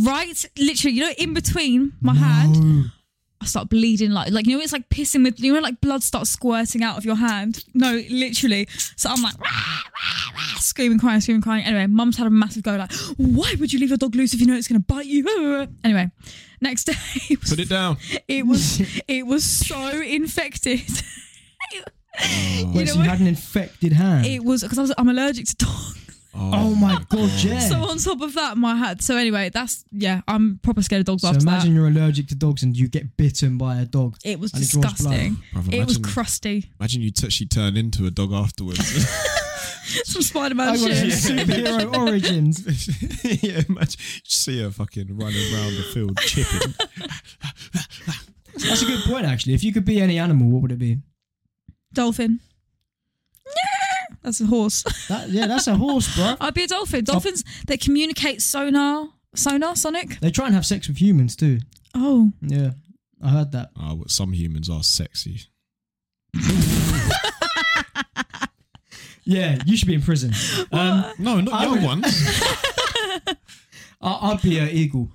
Speaker 2: right literally you know in between my hand
Speaker 1: No. [LAUGHS]
Speaker 2: I start bleeding like like you know it's like pissing with you know like blood starts squirting out of your hand. No, literally. So I'm like rah, rah, rah, screaming, crying, screaming, crying. Anyway, mum's had a massive go like, why would you leave your dog loose if you know it's gonna bite you? [LAUGHS] Anyway, next day [LAUGHS] it was
Speaker 3: Put it down.
Speaker 2: it was, it was so infected. [LAUGHS]
Speaker 1: Wait,
Speaker 2: know
Speaker 1: Oh, so you
Speaker 2: what?
Speaker 1: had an infected hand.
Speaker 2: It was because I was I'm allergic to dogs.
Speaker 1: [LAUGHS]
Speaker 2: [LAUGHS]
Speaker 1: oh my god, yeah.
Speaker 2: So
Speaker 1: So,
Speaker 2: on top of that, my hat. So anyway, that's yeah, I'm proper scared of dogs after
Speaker 1: imagine
Speaker 2: that.
Speaker 1: you're allergic to dogs and you get bitten by a dog.
Speaker 2: It was
Speaker 1: and it draws blood.
Speaker 2: disgusting.
Speaker 3: Bruv,
Speaker 2: It was
Speaker 3: imagine-
Speaker 2: crusty. [LAUGHS]
Speaker 3: Imagine you t- she turned into a
Speaker 1: [LAUGHS]
Speaker 3: dog afterwards.
Speaker 2: Some
Speaker 1: I
Speaker 2: Spider-Man
Speaker 1: want to
Speaker 2: shit.
Speaker 1: see superhero
Speaker 2: [LAUGHS]
Speaker 1: origins.
Speaker 3: [LAUGHS] yeah, imagine you see her fucking running around the
Speaker 2: [LAUGHS]
Speaker 3: field chipping.
Speaker 1: That's a good point, actually. If you could be any animal, what would it be?
Speaker 2: Dolphin. Yeah, that's a horse.
Speaker 1: That, yeah, that's a horse, bro.
Speaker 2: [LAUGHS] I'd be a dolphin. Dolphins they communicate sonar, sonar, sonic.
Speaker 1: They try and have sex with humans too.
Speaker 2: Oh,
Speaker 1: Yeah, I heard that.
Speaker 3: Oh, but some humans are sexy.
Speaker 1: Yeah, you should be in prison. Um,
Speaker 3: No, not
Speaker 1: I
Speaker 3: young
Speaker 1: would-
Speaker 3: ones.
Speaker 1: I, I'd be an eagle.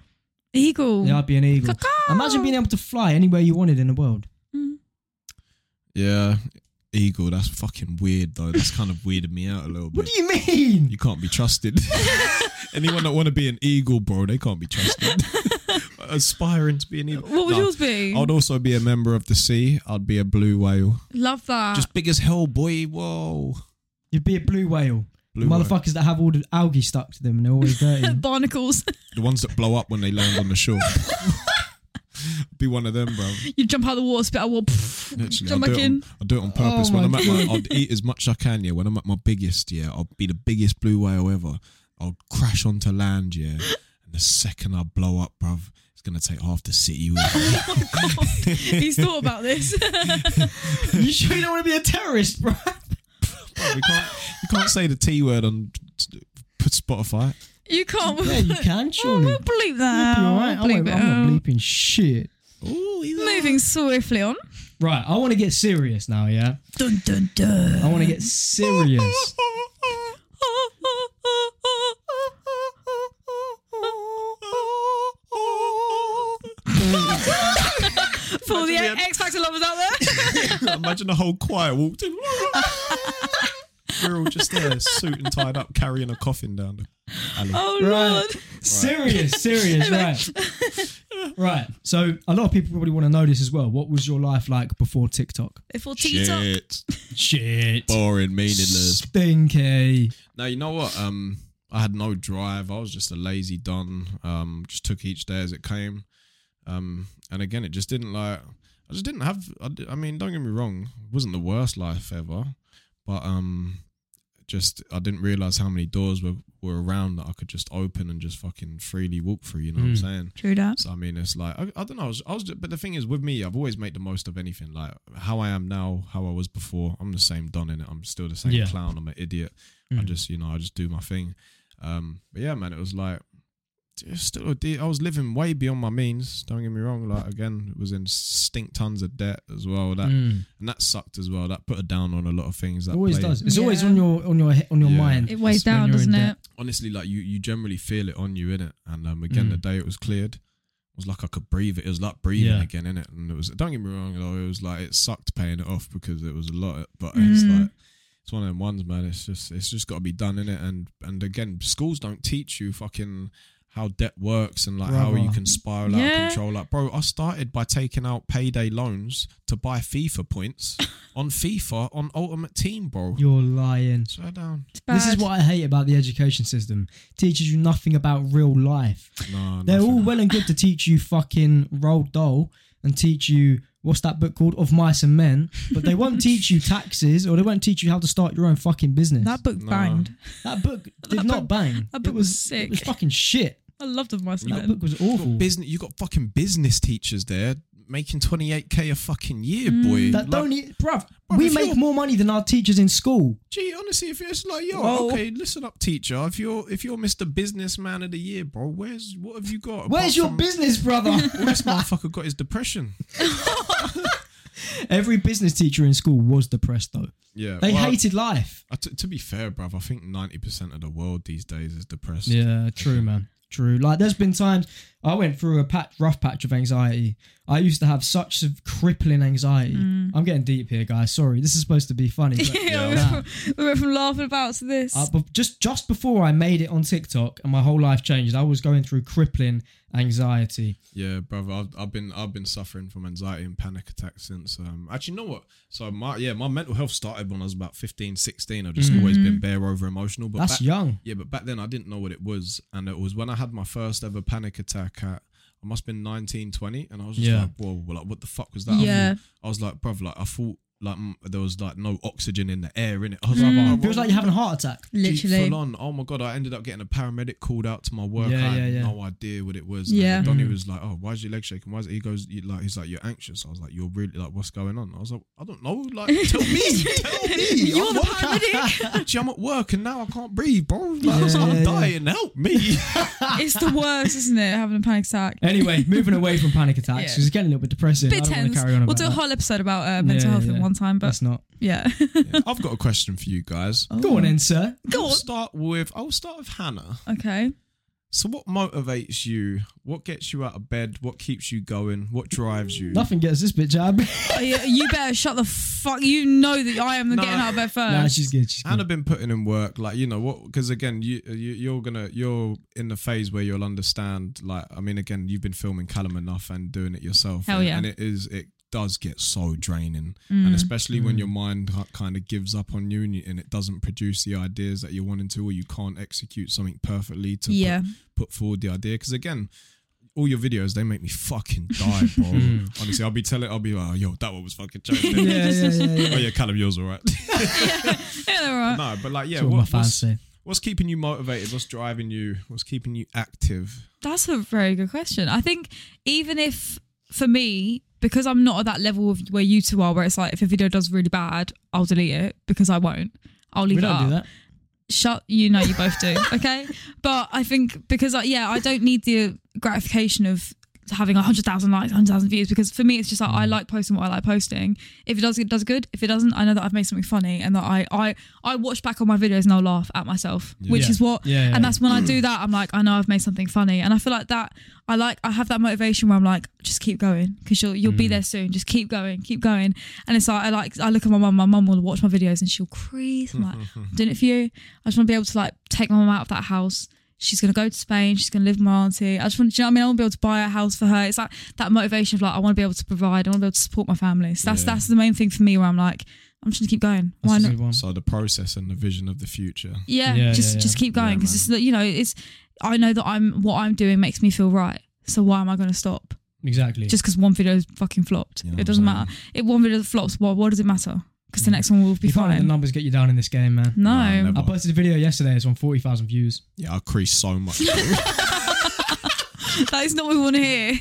Speaker 2: eagle.
Speaker 1: Yeah, I'd be an eagle.
Speaker 2: Caw-caw.
Speaker 1: Imagine being able to fly anywhere you wanted in the world.
Speaker 2: Mm.
Speaker 3: Yeah, eagle. That's fucking weird though. That's kind of weirded me out a little
Speaker 1: What
Speaker 3: bit.
Speaker 1: do you mean?
Speaker 3: You can't be trusted. [LAUGHS] Anyone that want to be an eagle, bro, they can't
Speaker 2: [LAUGHS]
Speaker 3: be trusted. Aspiring to be an eagle.
Speaker 2: What would
Speaker 3: Nah.
Speaker 2: yours be?
Speaker 1: Oh,
Speaker 3: I'd also be a member of the sea. I'd be a blue whale.
Speaker 2: Love that.
Speaker 3: Just big as hell, boy. Whoa.
Speaker 1: You'd be a blue whale.
Speaker 3: Blue
Speaker 1: the
Speaker 3: whale.
Speaker 1: motherfuckers that have all the algae stuck to them and they're always dirty.
Speaker 2: [LAUGHS] Barnacles. [LAUGHS]
Speaker 3: The ones that blow up when they land on the shore. Be one of them, bro.
Speaker 2: you jump out of the water, spit out water, [LAUGHS] pff,
Speaker 3: Literally,
Speaker 2: jump
Speaker 3: I do,
Speaker 2: back
Speaker 3: it on,
Speaker 2: in.
Speaker 3: I do it on purpose.
Speaker 1: Oh
Speaker 3: when I'm
Speaker 1: my
Speaker 3: at my,
Speaker 2: [LAUGHS]
Speaker 3: I'll eat as much as I can. Yeah, when I'm at my biggest, yeah, I'll be the biggest blue whale ever. I'll crash onto land, yeah, and the second I blow up, bruv, it's gonna take half the city with me. [LAUGHS]
Speaker 2: He's thought about this.
Speaker 1: [LAUGHS]
Speaker 2: [LAUGHS]
Speaker 1: you sure you don't want to be a terrorist, bro?
Speaker 3: Bruv, you can't, you can't say the T word on Spotify.
Speaker 2: you can't.
Speaker 1: Yeah, you
Speaker 2: [LAUGHS]
Speaker 1: can,
Speaker 2: We'll,
Speaker 1: surely.
Speaker 2: we'll bleep
Speaker 1: You'll
Speaker 2: that.
Speaker 1: be
Speaker 2: out.
Speaker 1: alright.
Speaker 2: We'll
Speaker 1: I'm,
Speaker 2: Oh, bleep
Speaker 1: not-
Speaker 2: it
Speaker 1: I'm
Speaker 2: out.
Speaker 1: not bleeping shit.
Speaker 3: Ooh, either.
Speaker 2: Moving swiftly on.
Speaker 1: Right, I want to get serious now, yeah?
Speaker 2: Dun dun dun.
Speaker 1: I want to get
Speaker 2: [LAUGHS]
Speaker 1: serious.
Speaker 2: For all the
Speaker 3: Imagine we had-
Speaker 2: X Factor lovers out there.
Speaker 3: Imagine the whole choir walked in. [LAUGHS] We're all just there, suit and tied up, carrying a coffin down the alley.
Speaker 2: Oh
Speaker 1: right.
Speaker 2: lord.
Speaker 1: Serious, serious,
Speaker 2: [LAUGHS]
Speaker 1: right. right. So a lot of people probably want to know this as well. What was your life like before TikTok?
Speaker 2: Before TikTok.
Speaker 1: Shit.
Speaker 3: boring, meaningless.
Speaker 1: Stinky.
Speaker 3: Now you know what? Um, I had no drive. I was just a lazy don. Um, just took each day as it came. Um, and again, it just didn't like. I just didn't have. I, d- I mean, don't get me wrong. It wasn't the worst life ever, but um, just I didn't realize how many doors were, were around that I could just open and just fucking freely walk through. You know what I'm
Speaker 1: Mm.
Speaker 3: saying?
Speaker 2: True that.
Speaker 3: So I mean, it's like I, I don't know. I was, I was, but the thing is, with me, I've always made the most of anything. Like how I am now, how I was before. I'm the same Don in it. I'm still the same
Speaker 1: Yeah.
Speaker 3: clown. I'm an idiot. I
Speaker 1: Mm.
Speaker 3: just, you know, I just do my thing. Um, but yeah, man, it was like it's still a de- I was living way beyond my means. Don't get me wrong. Like again, it was in stink tons of debt as well. That
Speaker 1: Mm.
Speaker 3: and that sucked as well. That put a down on a lot of things. That
Speaker 1: always
Speaker 3: played-
Speaker 1: does. It's always
Speaker 2: Yeah.
Speaker 1: on your on your he- on your
Speaker 3: Yeah.
Speaker 1: mind.
Speaker 2: It weighs
Speaker 1: It's when
Speaker 2: down,
Speaker 1: you're in
Speaker 2: doesn't it?
Speaker 1: debt.
Speaker 3: honestly like you you generally feel it on you in it and um again the
Speaker 1: Mm.
Speaker 3: day it was cleared it was like I could breathe it. It was like breathing
Speaker 1: Yeah.
Speaker 3: again in it, and it was. Don't get me wrong, though. It was like it sucked paying it off because it was a lot. But it's
Speaker 2: Mm.
Speaker 3: like it's one of them ones, man. It's just it's just got to be done in it. And and again, schools don't teach you fucking how debt works and like how you
Speaker 1: Brother.
Speaker 3: can spiral out
Speaker 2: Yeah.
Speaker 3: of control. Like, bro, I started by taking out payday loans to buy FIFA points on FIFA on Ultimate Team, bro.
Speaker 1: You're lying.
Speaker 3: Swear down.
Speaker 2: It's bad.
Speaker 1: This is what I hate about the education system. Teaches you nothing about real life.
Speaker 3: Nah,
Speaker 1: They're
Speaker 3: nothing.
Speaker 1: all well and good to teach you fucking roll doll and teach you what's that book called of mice and men, but they won't teach
Speaker 3: [LAUGHS]
Speaker 1: you taxes or they won't teach you how to start your own fucking business. That,
Speaker 2: that book
Speaker 3: No.
Speaker 2: banged.
Speaker 1: book did
Speaker 2: that
Speaker 1: not
Speaker 2: book-
Speaker 1: bang.
Speaker 2: that
Speaker 1: it
Speaker 2: book
Speaker 1: was,
Speaker 2: was
Speaker 1: It was
Speaker 2: sick.
Speaker 1: fucking shit.
Speaker 2: I loved them myself.
Speaker 1: That book was awful.
Speaker 3: got business. You got fucking business teachers there making twenty eight k a fucking year, boy.
Speaker 1: That
Speaker 3: Like,
Speaker 1: don't, e- bruv.
Speaker 3: Bruv,
Speaker 1: we
Speaker 3: if
Speaker 1: make
Speaker 3: you're-
Speaker 1: more money than our teachers in school.
Speaker 3: Gee, honestly, if it's like, yo,
Speaker 1: Well-
Speaker 3: okay, listen up, teacher. If you're if you're Mr. Businessman of the Year, bro, where's what have you got?
Speaker 1: Where's
Speaker 3: apart
Speaker 1: your
Speaker 3: from-
Speaker 1: business, brother?
Speaker 3: [LAUGHS] All this motherfucker got is depression.
Speaker 1: Every business teacher in school was depressed though.
Speaker 3: Yeah,
Speaker 1: They
Speaker 3: well,
Speaker 1: hated life.
Speaker 3: I- to- to be fair, bro, I think ninety percent of the world these days is depressed.
Speaker 1: Yeah, true, man. True. Like, there's been times I went through a patch, rough patch of anxiety. I used to have such a crippling anxiety.
Speaker 2: Mm.
Speaker 1: I'm getting deep here, guys. Sorry, this is supposed to be funny. But
Speaker 2: [LAUGHS] [LAUGHS] Yeah, we, went
Speaker 1: Nah.
Speaker 2: from, we went from laughing about to this.
Speaker 1: Uh, but just just before I made it on TikTok and my whole life changed, I was going through crippling anxiety.
Speaker 3: Yeah, brother, I've, I've been I've been suffering from anxiety and panic attacks since. Um, actually, you know what? So my yeah, my mental health started when I was about 15, 16. I've just always been bare over emotional. But
Speaker 1: Mm. That's
Speaker 3: back-
Speaker 1: young.
Speaker 3: Yeah, but back then I didn't know what it was, and it was when I had my first ever panic attack at. I must have been 19, 20, and I was just
Speaker 1: Yeah.
Speaker 3: like, whoa, well, like, what the fuck was that? I thought-
Speaker 2: Yeah.
Speaker 3: I, was like, bruv, like, I thought, like, mm, there was, like, no oxygen in the air, in it. I was
Speaker 2: Mm.
Speaker 3: like,
Speaker 1: Feels like you're having a heart attack.
Speaker 2: Literally.
Speaker 3: Full on. Oh my god! I ended up getting a paramedic called out to my work.
Speaker 1: Yeah,
Speaker 3: I had
Speaker 1: yeah, yeah.
Speaker 3: no idea what it was.
Speaker 2: Yeah.
Speaker 3: And then Donny
Speaker 1: Mm.
Speaker 3: was like, "Oh, why's your leg shaking? Why is it?" He goes, you, "Like he's like you're anxious." I was like, "You're really like what's going on?" I was like, "I don't know. Like tell me, tell me.
Speaker 2: You're
Speaker 3: I'm
Speaker 2: the
Speaker 3: working- Gee, I'm at work and now I can't breathe, bro. Like, I was like,
Speaker 1: Yeah,
Speaker 3: I'm
Speaker 1: yeah, yeah.
Speaker 3: dying. Help me."
Speaker 2: it's the worst, isn't it? Having a panic attack. [LAUGHS]
Speaker 1: Anyway, moving away from panic attacks,
Speaker 2: Yeah.
Speaker 1: it's getting a little bit depressing. I
Speaker 2: Bit
Speaker 1: don't want
Speaker 2: tense.
Speaker 1: to carry on about
Speaker 2: We'll do a
Speaker 1: that.
Speaker 2: whole episode about uh, mental
Speaker 1: Yeah,
Speaker 2: health
Speaker 1: yeah.
Speaker 2: in one time, but Oh.
Speaker 1: That's not.
Speaker 2: yeah. [LAUGHS]
Speaker 3: I've got a question for you guys.
Speaker 1: Go on then, sir.
Speaker 2: Go
Speaker 3: I'll
Speaker 2: on.
Speaker 3: Start with I'll start with Hannah.
Speaker 2: Okay.
Speaker 3: So, what motivates you? What gets you out of bed? What keeps you going? What drives you?
Speaker 1: Nothing gets this bitch out of
Speaker 2: [LAUGHS]
Speaker 1: bed.
Speaker 2: Uh, you, you better shut the fuck. You know that I am
Speaker 3: No.
Speaker 2: getting out of bed first.
Speaker 1: Nah, she's good. She's good.
Speaker 3: Hannah been putting in work, like you know what? Because again, you, you you're gonna you're in the phase where you'll understand. Like I mean, again, you've been filming Callum enough and doing it yourself.
Speaker 2: Hell
Speaker 3: and,
Speaker 2: yeah.
Speaker 3: and it is it does get so draining,
Speaker 2: Mm.
Speaker 3: and especially
Speaker 1: Mm.
Speaker 3: when your mind kind of gives up on you and, you and it doesn't produce the ideas that you're wanting to, or you can't execute something perfectly to put-
Speaker 2: Yeah.
Speaker 3: put, forward the idea. Because again. All your videos, they make me fucking die,
Speaker 1: [LAUGHS]
Speaker 3: bro.
Speaker 1: Mm.
Speaker 3: Honestly, I'll be telling, I'll be like, oh, yo, that one was fucking [LAUGHS] joking.
Speaker 2: [LAUGHS]
Speaker 1: yeah, yeah, yeah, yeah.
Speaker 3: Oh yeah, Callum, yours all right.
Speaker 2: Yeah, they're
Speaker 3: [LAUGHS]
Speaker 2: all right.
Speaker 3: no, but like, yeah,
Speaker 1: That's what my
Speaker 3: what,
Speaker 1: fans
Speaker 3: what's,
Speaker 1: say.
Speaker 3: What's keeping you motivated? What's driving you? What's keeping you active?
Speaker 2: That's a very good question. I think even if for me, because I'm not at that level of where you two are, where it's like if a video does really bad, I'll delete it because I won't. I'll leave
Speaker 1: We
Speaker 2: it
Speaker 1: don't
Speaker 2: up.
Speaker 1: do that.
Speaker 2: Shut you know you both do. Okay. But I think because I, yeah, I don't need the gratification of having 100,000 likes, 100,000 views because for me it's just like
Speaker 1: Mm.
Speaker 2: I like posting what I like posting. If it does it does good. If it doesn't, I know that I've made something funny and that I I I watch back on my videos and I'll laugh at myself, which
Speaker 1: Yeah.
Speaker 2: is what
Speaker 1: Yeah, yeah,
Speaker 2: and that's when I do that I'm like I know I've made something funny and I feel like that I like I have that motivation where I'm like just keep going because you'll you'll be there soon. Just keep going, keep going. And it's like I like I look at my mum, my mum will watch my videos and she'll crease. I'm like I'm doing it for you. I just want to be able to like take my mum out of that house. She's gonna go to Spain. She's gonna live with my auntie. I just want, do you know what I mean? I want to be able to buy a house for her. It's like that motivation of like I want to be able to provide. I want to be able to support my family. So that's
Speaker 3: Yeah.
Speaker 2: that's the main thing for me where I'm like I'm just gonna keep going. Why
Speaker 1: That's a
Speaker 2: not?
Speaker 1: good one.
Speaker 3: So the process and the vision of the future.
Speaker 2: Yeah,
Speaker 1: Yeah,
Speaker 2: just
Speaker 1: yeah,
Speaker 2: just
Speaker 1: yeah.
Speaker 2: keep going
Speaker 3: Yeah,
Speaker 2: because it's you know it's I know that I'm what I'm doing makes me feel right. So why am I gonna stop?
Speaker 1: Exactly.
Speaker 2: Just because one video's fucking flopped,
Speaker 3: You know what
Speaker 2: it
Speaker 3: I'm
Speaker 2: doesn't
Speaker 3: saying?
Speaker 2: matter. It one video flops. What what does it matter? because the next one will be
Speaker 1: You can't let the
Speaker 2: fine. Mm.
Speaker 1: numbers get you down in this game, man.
Speaker 2: No, [LAUGHS]
Speaker 3: Nah, never.
Speaker 1: I posted a video yesterday. It's on forty thousand views.
Speaker 3: Yeah, I crease so much.
Speaker 2: [LAUGHS] that is not what we want to hear.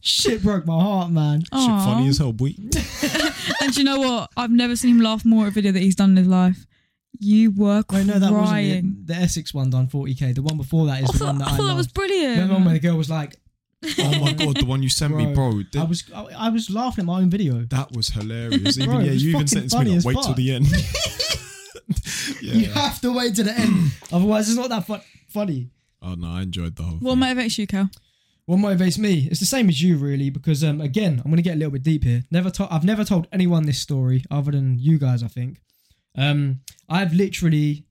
Speaker 1: Shit broke my heart, man.
Speaker 2: Aw.
Speaker 3: funny as hell, boy.
Speaker 2: And do you know what? I've never seen him laugh more at a video that he's done in his life. You were
Speaker 1: Wait,
Speaker 2: crying.
Speaker 1: no, that wasn't the, the Essex one done forty k. The one before that is
Speaker 2: [LAUGHS] I
Speaker 1: the
Speaker 2: thought,
Speaker 1: one that
Speaker 2: I
Speaker 1: I,
Speaker 2: thought that was
Speaker 1: loved. The
Speaker 2: brilliant.
Speaker 1: one where the girl was like,
Speaker 3: Oh my god, the one you sent me,
Speaker 1: Bro,
Speaker 3: bro.
Speaker 1: I
Speaker 3: That,
Speaker 1: was, I, I was laughing at my own video.
Speaker 3: that was hilarious. Even
Speaker 1: Bro, it
Speaker 3: yeah,
Speaker 1: was
Speaker 3: you
Speaker 1: fucking
Speaker 3: even sentenced
Speaker 1: funny
Speaker 3: me.
Speaker 1: as
Speaker 3: Like, Wait till
Speaker 1: fuck."
Speaker 3: the
Speaker 2: [LAUGHS]
Speaker 3: end. yeah.
Speaker 1: You have to wait to the
Speaker 2: [CLEARS THROAT]
Speaker 1: end, otherwise it's not that fu- funny.
Speaker 3: Oh no, I enjoyed the whole.
Speaker 2: What
Speaker 3: thing.
Speaker 2: motivates you, Kel?
Speaker 1: What motivates me? It's the same as you, really, because um, again, I'm gonna get a little bit deep here. Never, to- I've never told anyone this story other than you guys. I think, um, I've literally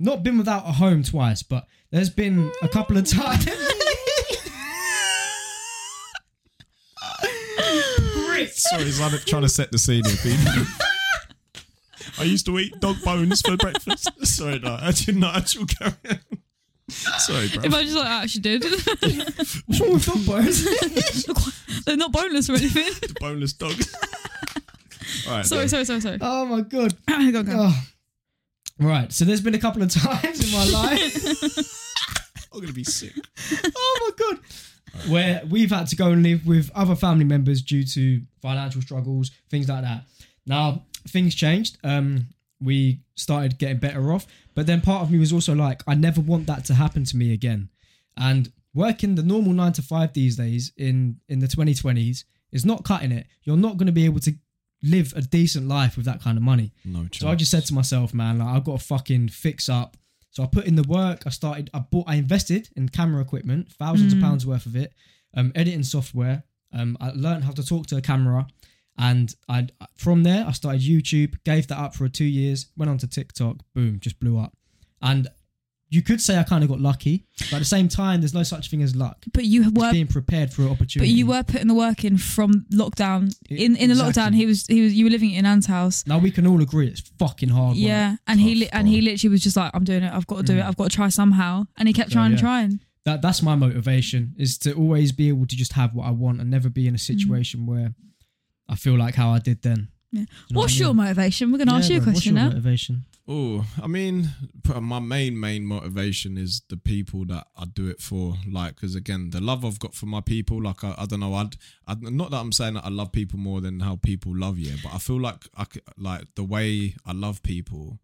Speaker 1: not been without a home twice, but there's been a couple of times.
Speaker 3: Sorry, so I'm trying to set the scene here, people.
Speaker 2: [LAUGHS]
Speaker 3: I used to eat dog bones for breakfast. [LAUGHS] Sorry, no, I did not actually carry on. Sorry, bro.
Speaker 2: If I just like, I actually did. [LAUGHS]
Speaker 1: What's wrong with dog bones?
Speaker 2: They're not boneless or anything.
Speaker 3: The boneless dog. [LAUGHS] All right,
Speaker 2: sorry,
Speaker 3: then.
Speaker 2: sorry, sorry, sorry.
Speaker 1: [LAUGHS] oh my god.
Speaker 2: [COUGHS] Go, go.
Speaker 1: Oh. Right, so there's been a couple of times in my life,
Speaker 3: I'm gonna be sick.
Speaker 1: oh my god, where we've had to go and live with other family members due to financial struggles, things like that. Now things changed. Um, we started getting better off, but then part of me was also like, I never want that to happen to me again. And working the normal nine to five these days in in the 2020s is not cutting it. You're not going to be able to live a decent life with that kind of money.
Speaker 3: [LAUGHS] No chance.
Speaker 1: So I just said to myself, man, like I've got to fucking fix up. So I put in the work. I started. I bought. I invested in camera equipment, thousands
Speaker 2: Mm.
Speaker 1: of pounds worth of it. Um, editing software. Um, I learned how to talk to a camera, and I from there I started YouTube. Gave that up for two years. Went on to TikTok. Boom, just blew up. And you could say I kind of got lucky, but at the same time, there's no such thing as luck.
Speaker 2: But you
Speaker 1: It's
Speaker 2: were,
Speaker 1: being prepared for an opportunity.
Speaker 2: but you were putting the work in from lockdown.
Speaker 1: It-
Speaker 2: In in the
Speaker 1: exactly.
Speaker 2: lockdown, he was he was you were living in Anne's house.
Speaker 1: Now we can all agree it's fucking hard. work.
Speaker 2: Yeah, and he
Speaker 3: Tough,
Speaker 2: li- and he
Speaker 3: bro.
Speaker 2: literally was just like, "I'm doing it. I've got to do it. I've got to try somehow." And he kept
Speaker 1: So,
Speaker 2: trying and
Speaker 1: yeah.
Speaker 2: trying.
Speaker 1: that that's my motivation is to always be able to just have what I want and never be in a
Speaker 2: Mm-hmm.
Speaker 1: situation where I feel like how I did then.
Speaker 2: Yeah.
Speaker 1: Do you know
Speaker 2: what's
Speaker 1: what I mean?
Speaker 2: your motivation? We're gonna ask
Speaker 1: Yeah,
Speaker 2: you a
Speaker 1: bro,
Speaker 2: question
Speaker 1: what's your
Speaker 2: now.
Speaker 1: motivation?
Speaker 3: Oh, I mean, p- my main main motivation is the people that I do it for. Like, because again, the love I've got for my people. Like, I, I don't know. I'd, I'd not that I'm saying that I love people more than how people love you, but I feel like I c- like the way I love people.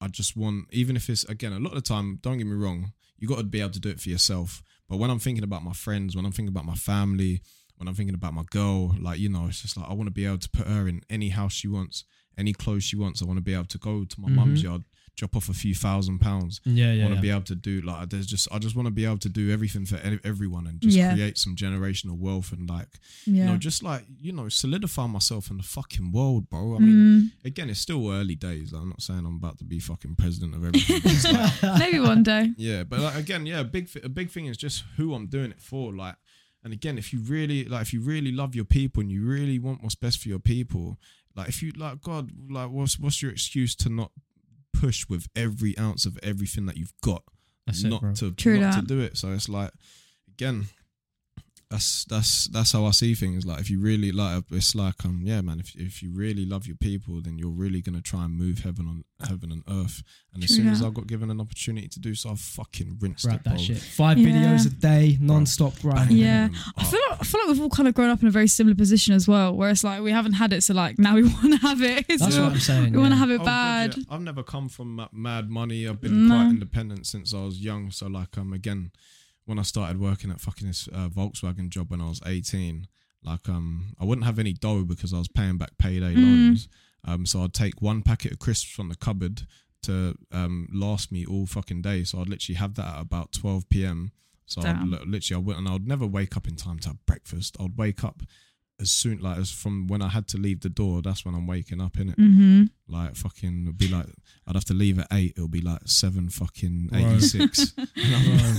Speaker 3: I just want, even if it's again, a lot of the time. Don't get me wrong. You got to be able to do it for yourself. But when I'm thinking about my friends, when I'm thinking about my family, when I'm thinking about my girl, like you know, it's just like I want to be able to put her in any house she wants, any clothes she wants. I want to be able to go to my mum's yard, drop off a few thousand pounds.
Speaker 1: Yeah,
Speaker 3: I
Speaker 1: yeah.
Speaker 3: want to
Speaker 1: yeah.
Speaker 3: be able to do like there's just I just want to be able to do everything for ev- everyone and just
Speaker 2: Yeah.
Speaker 3: create some generational wealth and like you
Speaker 2: Yeah,
Speaker 3: know just like you know solidify myself in the fucking world, bro. I mean, again, it's still early days. I'm not saying I'm about to be fucking president of everything. but it's like,
Speaker 2: maybe
Speaker 1: [LAUGHS]
Speaker 2: one day.
Speaker 3: yeah, but like, again, yeah, a big thi- a big thing is just who I'm doing it for. Like, and again, if you really like, if you really love your people and you really want what's best for your people, like, if you like, God, like, what's what's your excuse to not push with every ounce of everything that you've got,
Speaker 1: That's it,
Speaker 3: not
Speaker 1: bro.
Speaker 3: to
Speaker 2: True
Speaker 3: not to
Speaker 2: that.
Speaker 3: do it? So it's like, again. That's that's that's how I see things. Like if you really like, it's like um yeah, man. If if you really love your people, then you're really gonna try and move heaven on heaven and earth. And as
Speaker 2: True
Speaker 3: soon as
Speaker 2: that.
Speaker 3: I got given an opportunity to do so, I fucking rinsed
Speaker 1: Wrap
Speaker 3: it,
Speaker 1: that
Speaker 3: bro.
Speaker 1: shit. Five
Speaker 2: Yeah.
Speaker 1: videos a day, non-stop grind.
Speaker 3: Banging
Speaker 2: Yeah.
Speaker 3: them
Speaker 2: I
Speaker 3: up.
Speaker 2: feel like I feel like we've all kind of grown up in a very similar position as well, where it's like we haven't had it, so like now we [LAUGHS] want to have it. It's
Speaker 1: That's
Speaker 2: all-
Speaker 1: what I'm saying.
Speaker 2: we want to
Speaker 1: yeah. [LAUGHS]
Speaker 2: have it
Speaker 3: Oh, God,
Speaker 2: bad.
Speaker 3: yeah. I've never come from ma- mad money. I've been quite independent since I was young. So like um again, when I started working at fucking this uh, Volkswagen job when I was eighteen, like um I wouldn't have any dough because I was paying back payday
Speaker 2: Mm.
Speaker 3: loans. Um, so I'd take one packet of crisps from the cupboard to um last me all fucking day. So I'd literally have that at about twelve p.m. So I'd
Speaker 2: Damn.
Speaker 3: li- literally I would and I'd never wake up in time to have breakfast. I'd wake up as soon like as from when I had to leave the door. That's when I'm waking up in it.
Speaker 2: Mm-hmm.
Speaker 1: [LAUGHS]
Speaker 3: Like fucking, it'd be like I'd have to leave at eight. It'll be like seven fucking
Speaker 1: Right.
Speaker 3: eighty
Speaker 1: [LAUGHS]
Speaker 3: six.
Speaker 1: Bro,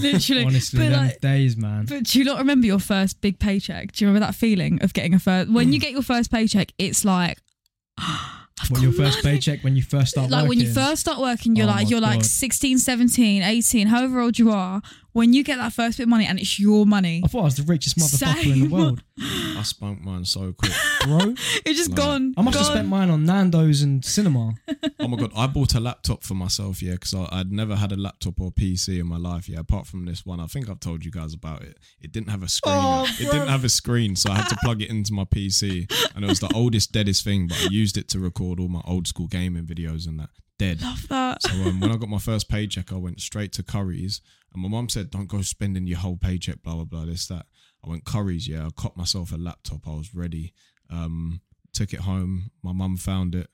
Speaker 2: Literally,
Speaker 1: Honestly,
Speaker 2: but
Speaker 1: them
Speaker 2: [LAUGHS] like,
Speaker 1: days, man.
Speaker 2: But do you not remember your first big paycheck? Do you remember that feeling of getting a first? When
Speaker 1: Hmm.
Speaker 2: you get your first paycheck, it's like, [GASPS] I've
Speaker 1: What
Speaker 2: got
Speaker 1: your first
Speaker 2: money.
Speaker 1: paycheck when you first start
Speaker 2: like
Speaker 1: working.
Speaker 2: when you first start working, you're
Speaker 1: Oh
Speaker 2: like
Speaker 1: my
Speaker 2: you're like
Speaker 1: God.
Speaker 2: 16, 17, 18, however old you are. When you get that first bit of money and it's your money,
Speaker 1: I thought I was the richest motherfucker in
Speaker 2: Same.
Speaker 1: the world.
Speaker 3: I spunk mine so quick.
Speaker 1: bro.
Speaker 2: [LAUGHS] It's just
Speaker 3: Love it.
Speaker 2: gone.
Speaker 1: Oh, I must have
Speaker 2: gone.
Speaker 1: spent mine on Nando's and
Speaker 2: [LAUGHS]
Speaker 1: cinema.
Speaker 3: Oh my god, I bought a laptop for myself, yeah, because I'd never had a laptop or PC in my life, yeah. Apart from this one, I think I've told you guys about it. It didn't have a screen.
Speaker 1: Oh,
Speaker 3: it
Speaker 1: bro.
Speaker 3: didn't have a screen, so I had to plug it into my PC, and it was the oldest, deadest thing. But I used it to record all my old school gaming videos and that. Dead.
Speaker 2: Love
Speaker 1: [LAUGHS]
Speaker 2: that.
Speaker 3: So um, when I got my first paycheck, I went straight to Curry's, and my mum said, "Don't go spending your whole paycheck, blah blah blah, this that." I went Curry's, yeah. I copped myself a laptop. I was ready. Um, took it home. My mum found it,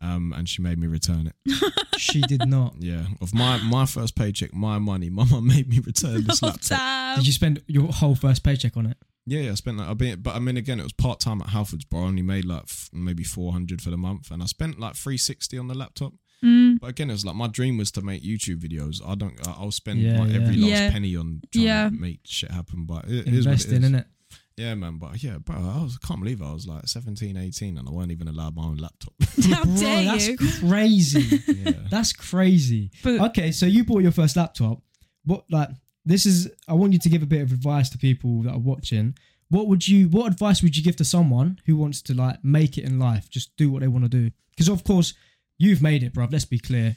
Speaker 3: um, and she made me return it.
Speaker 1: She did not.
Speaker 3: Yeah, of my my first paycheck, my money. My mum [LAUGHS] made me return this
Speaker 2: Oh,
Speaker 3: laptop.
Speaker 2: damn.
Speaker 1: Did you spend your whole first paycheck on it?
Speaker 3: Yeah, yeah, I spent like I mean, but I mean again, it was part time at Halfords, but I only made like f- maybe four hundred for the month, and I spent like three sixty on the laptop.
Speaker 2: Mm. [LAUGHS]
Speaker 3: But again, it's like my dream was to make YouTube videos. I don't. I- I'll spend
Speaker 1: Yeah,
Speaker 3: my
Speaker 1: yeah.
Speaker 3: every last
Speaker 2: Yeah.
Speaker 3: penny on trying
Speaker 2: Yeah.
Speaker 3: to make shit happen. But it, it is what it
Speaker 1: Investing
Speaker 3: is.
Speaker 1: in it.
Speaker 3: Yeah, man. But yeah, bro, I, was, I can't believe I was like 17, 18 and I weren't even allowed my own laptop.
Speaker 2: [LAUGHS]
Speaker 3: [LAUGHS]
Speaker 2: How
Speaker 1: Bro,
Speaker 2: dare
Speaker 1: that's
Speaker 2: you?
Speaker 1: crazy.
Speaker 3: yeah.
Speaker 1: That's crazy.
Speaker 2: But-
Speaker 1: okay, so you bought your first laptop. What like this is? I want you to give a bit of advice to people that are watching. What would you? What advice would you give to someone who wants to like make it in life? Just do what they want to do. Because of course, you've made it, bruv. Let's be clear.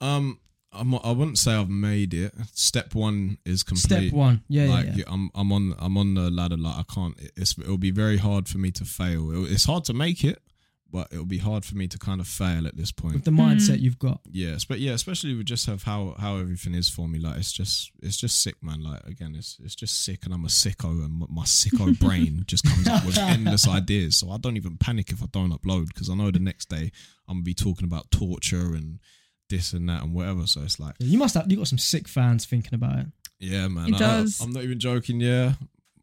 Speaker 3: Um, I'm, I wouldn't say I've made it. Step one is complete.
Speaker 1: Step one. Yeah,
Speaker 3: like
Speaker 1: yeah. yeah.
Speaker 3: you- I'm, I'm on, I'm on the ladder. Like I can't. it- It's, it'll be very hard for me to fail. It'll, it's hard to make it, but it'll be hard for me to kind of fail at this point.
Speaker 1: With the mindset
Speaker 2: Mm.
Speaker 1: you've got.
Speaker 3: yeah, but yeah, especially with just of how how everything is for me. Like it's just it's just sick, man. Like again, it's it's just sick, and I'm a sicko, and my-
Speaker 1: [LAUGHS]
Speaker 3: my sicko brain just comes up with endless ideas. So I don't even panic if I don't upload because I know the next day I'm gonna be talking about torture and this and that and whatever. So it's like,
Speaker 1: Yeah, You must have. You got some sick fans thinking about it.
Speaker 3: yeah, man.
Speaker 2: It
Speaker 3: I,
Speaker 2: does.
Speaker 3: I'm not even jojoking. Yeah,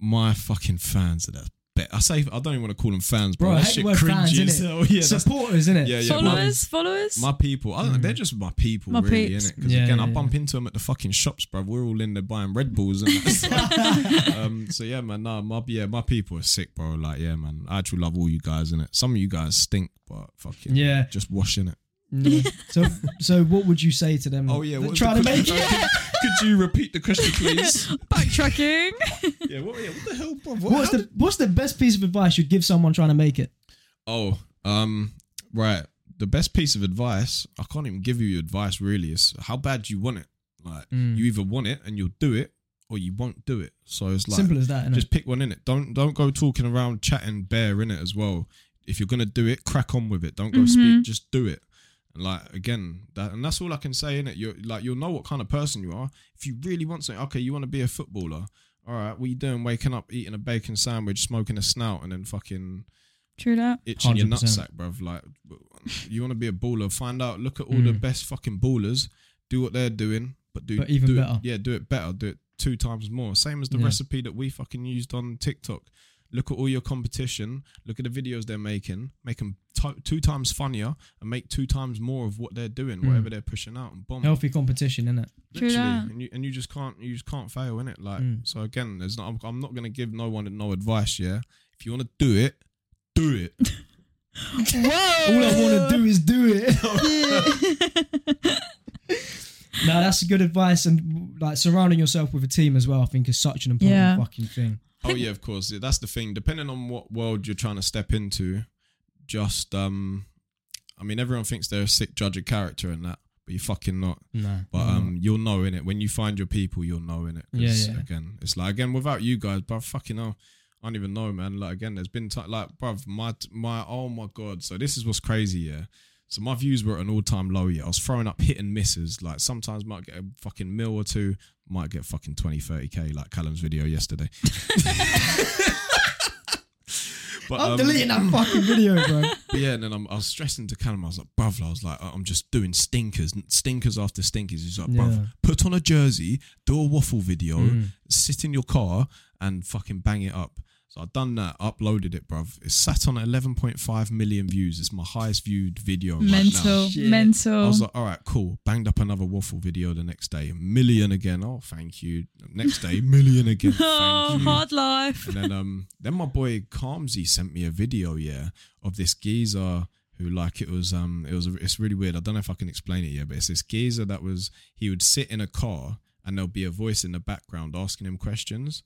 Speaker 3: my fucking fans are that. Bet. I say I don't even want to call them fans, bro.
Speaker 1: Bro, I
Speaker 3: that
Speaker 1: hate
Speaker 3: shit
Speaker 1: the word fans,
Speaker 3: cringy. as [LAUGHS]
Speaker 1: innit?
Speaker 3: hell. Yeah, that's
Speaker 1: Supporters, innit?
Speaker 3: Yeah, yeah.
Speaker 2: Followers? Followers?
Speaker 3: My people, I don't know, they're just my people,
Speaker 2: My
Speaker 3: really,
Speaker 2: peeps.
Speaker 3: innit? Because
Speaker 1: Yeah,
Speaker 3: again, I
Speaker 1: Mm. yeah,
Speaker 3: bump into them at the fucking shops, bro. We're all in there buying Red Bulls and that.
Speaker 1: [LAUGHS]
Speaker 3: [LAUGHS] so, um, so yeah, man, nah, my yeah, my people are sick, bro. Like, yeah, man, I actually love all you guys, innit? Some of you guys stink, but fucking
Speaker 1: Yeah.
Speaker 3: just washing it.
Speaker 1: No. Mm. So, so what would you say to them?
Speaker 3: Oh yeah,
Speaker 1: that
Speaker 3: what's
Speaker 1: Mm. try
Speaker 3: the
Speaker 1: to make
Speaker 3: question?
Speaker 1: it.
Speaker 3: Could, [LAUGHS] could you repeat the question,
Speaker 1: [LAUGHS]
Speaker 3: please?
Speaker 2: Backtracking.
Speaker 3: yeah, what, yeah, what the hell, bro? What-
Speaker 1: What's
Speaker 3: how
Speaker 1: the What's the best piece of advice you'd give someone trying to make it?
Speaker 3: Oh, um, right. The best piece of advice I can't even give you advice really is how bad you want it. Like
Speaker 1: Mm.
Speaker 3: you either want it and you'll do it, or you won't do it. So it's like
Speaker 1: Simple as that. innit?
Speaker 3: just pick one in it. Don't don't go talking around chatting bare in it as well. If you're gonna do it, crack on with it. Don't go
Speaker 1: Mm-hmm.
Speaker 3: speak. Just do it. And like again, that and that's all I can say in it. You're like you'll know what kind of person you are. If you really want something, okay, you want to be a footballer. All right, what you doing? Waking up, eating a bacon sandwich, smoking a snout, and then fucking
Speaker 2: True that.
Speaker 3: itching your
Speaker 1: 100%.
Speaker 3: nutsack, bruv. Like, you want to be a baller? Find out. Look at all the
Speaker 1: Mm.
Speaker 3: best fucking ballers. Do what they're doing, but do
Speaker 1: But even
Speaker 3: do it-
Speaker 1: better.
Speaker 3: yeah, do it better. Do it two times more. Same as the
Speaker 1: Yeah.
Speaker 3: recipe that we fucking used on TikTok. Look at all your competition. Look at the videos they're making. Make them two times funnier and make two times more of what they're doing,
Speaker 1: Mm.
Speaker 3: whatever they're pushing out, and bomb.
Speaker 1: Healthy competition, innit?
Speaker 2: True
Speaker 3: Literally,
Speaker 2: that.
Speaker 3: and you and you just can't you just can't fail in it. Like
Speaker 1: Mm.
Speaker 3: so again, there's not. I'm, I'm not gonna give no one no advice. Yeah, if you want to do it, do it. Oh!
Speaker 2: Whoa!
Speaker 1: All I want to do is do
Speaker 3: [LAUGHS]
Speaker 1: it. [LAUGHS] no, that's good advice, and like surrounding yourself with a team as well, I think is such an important
Speaker 2: Yeah.
Speaker 1: fucking thing.
Speaker 3: Oh yeah, of course. Yeah, That's the thing. Depending on what world you're trying to step into, just um, I mean, everyone thinks they're a sick judge of character and that, but you're fucking not.
Speaker 1: No,
Speaker 3: But um, you'll know in it when you find your people. You'll know in it.
Speaker 1: Mm-hmm. Yeah, yeah.
Speaker 3: Again, it's like again without you guys, but fucking hell, I don't even know, man. Like again, there's been ti like, bruv, my my oh my god. So this is what's crazy, yeah. So my views were at an all time low. Yeah, I was throwing up hit and misses. Like sometimes might get a fucking mil or two, might get fucking 20, 30 k, like Callum's video
Speaker 1: [LAUGHS]
Speaker 3: yesterday. [LAUGHS] but,
Speaker 1: I'm
Speaker 3: um,
Speaker 1: deleting that fucking video,
Speaker 2: [LAUGHS]
Speaker 1: bro.
Speaker 3: but yeah, and then I'm, I was stressing to Callum. I was like, bruv, I was like, I'm just doing stinkers, stinkers after stinkers. He's like, bruv,
Speaker 1: Yeah.
Speaker 3: put on a jersey, do a waffle video,
Speaker 1: Mm.
Speaker 3: sit in your car, and fucking bang it up. So I've done that, uploaded it, bruv. It's sat on 11.5 million views. It's my highest viewed video right now.
Speaker 2: mental.
Speaker 1: Oh Shit.
Speaker 2: mental.
Speaker 3: I was like, all right, cool. Banged up another waffle video the next day, million again. Oh, thank you. Next day,
Speaker 1: [LAUGHS]
Speaker 3: million again.
Speaker 2: [LAUGHS] oh,
Speaker 3: Thank you.
Speaker 2: hard life.
Speaker 3: And then um [LAUGHS] then my boy Calmsy sent me a video, yeah, of this geezer who like it was um it was it's really weird. I don't know if I can explain it yet, but it's this geezer that was he would sit in a car and there'll be a voice in the background asking him questions.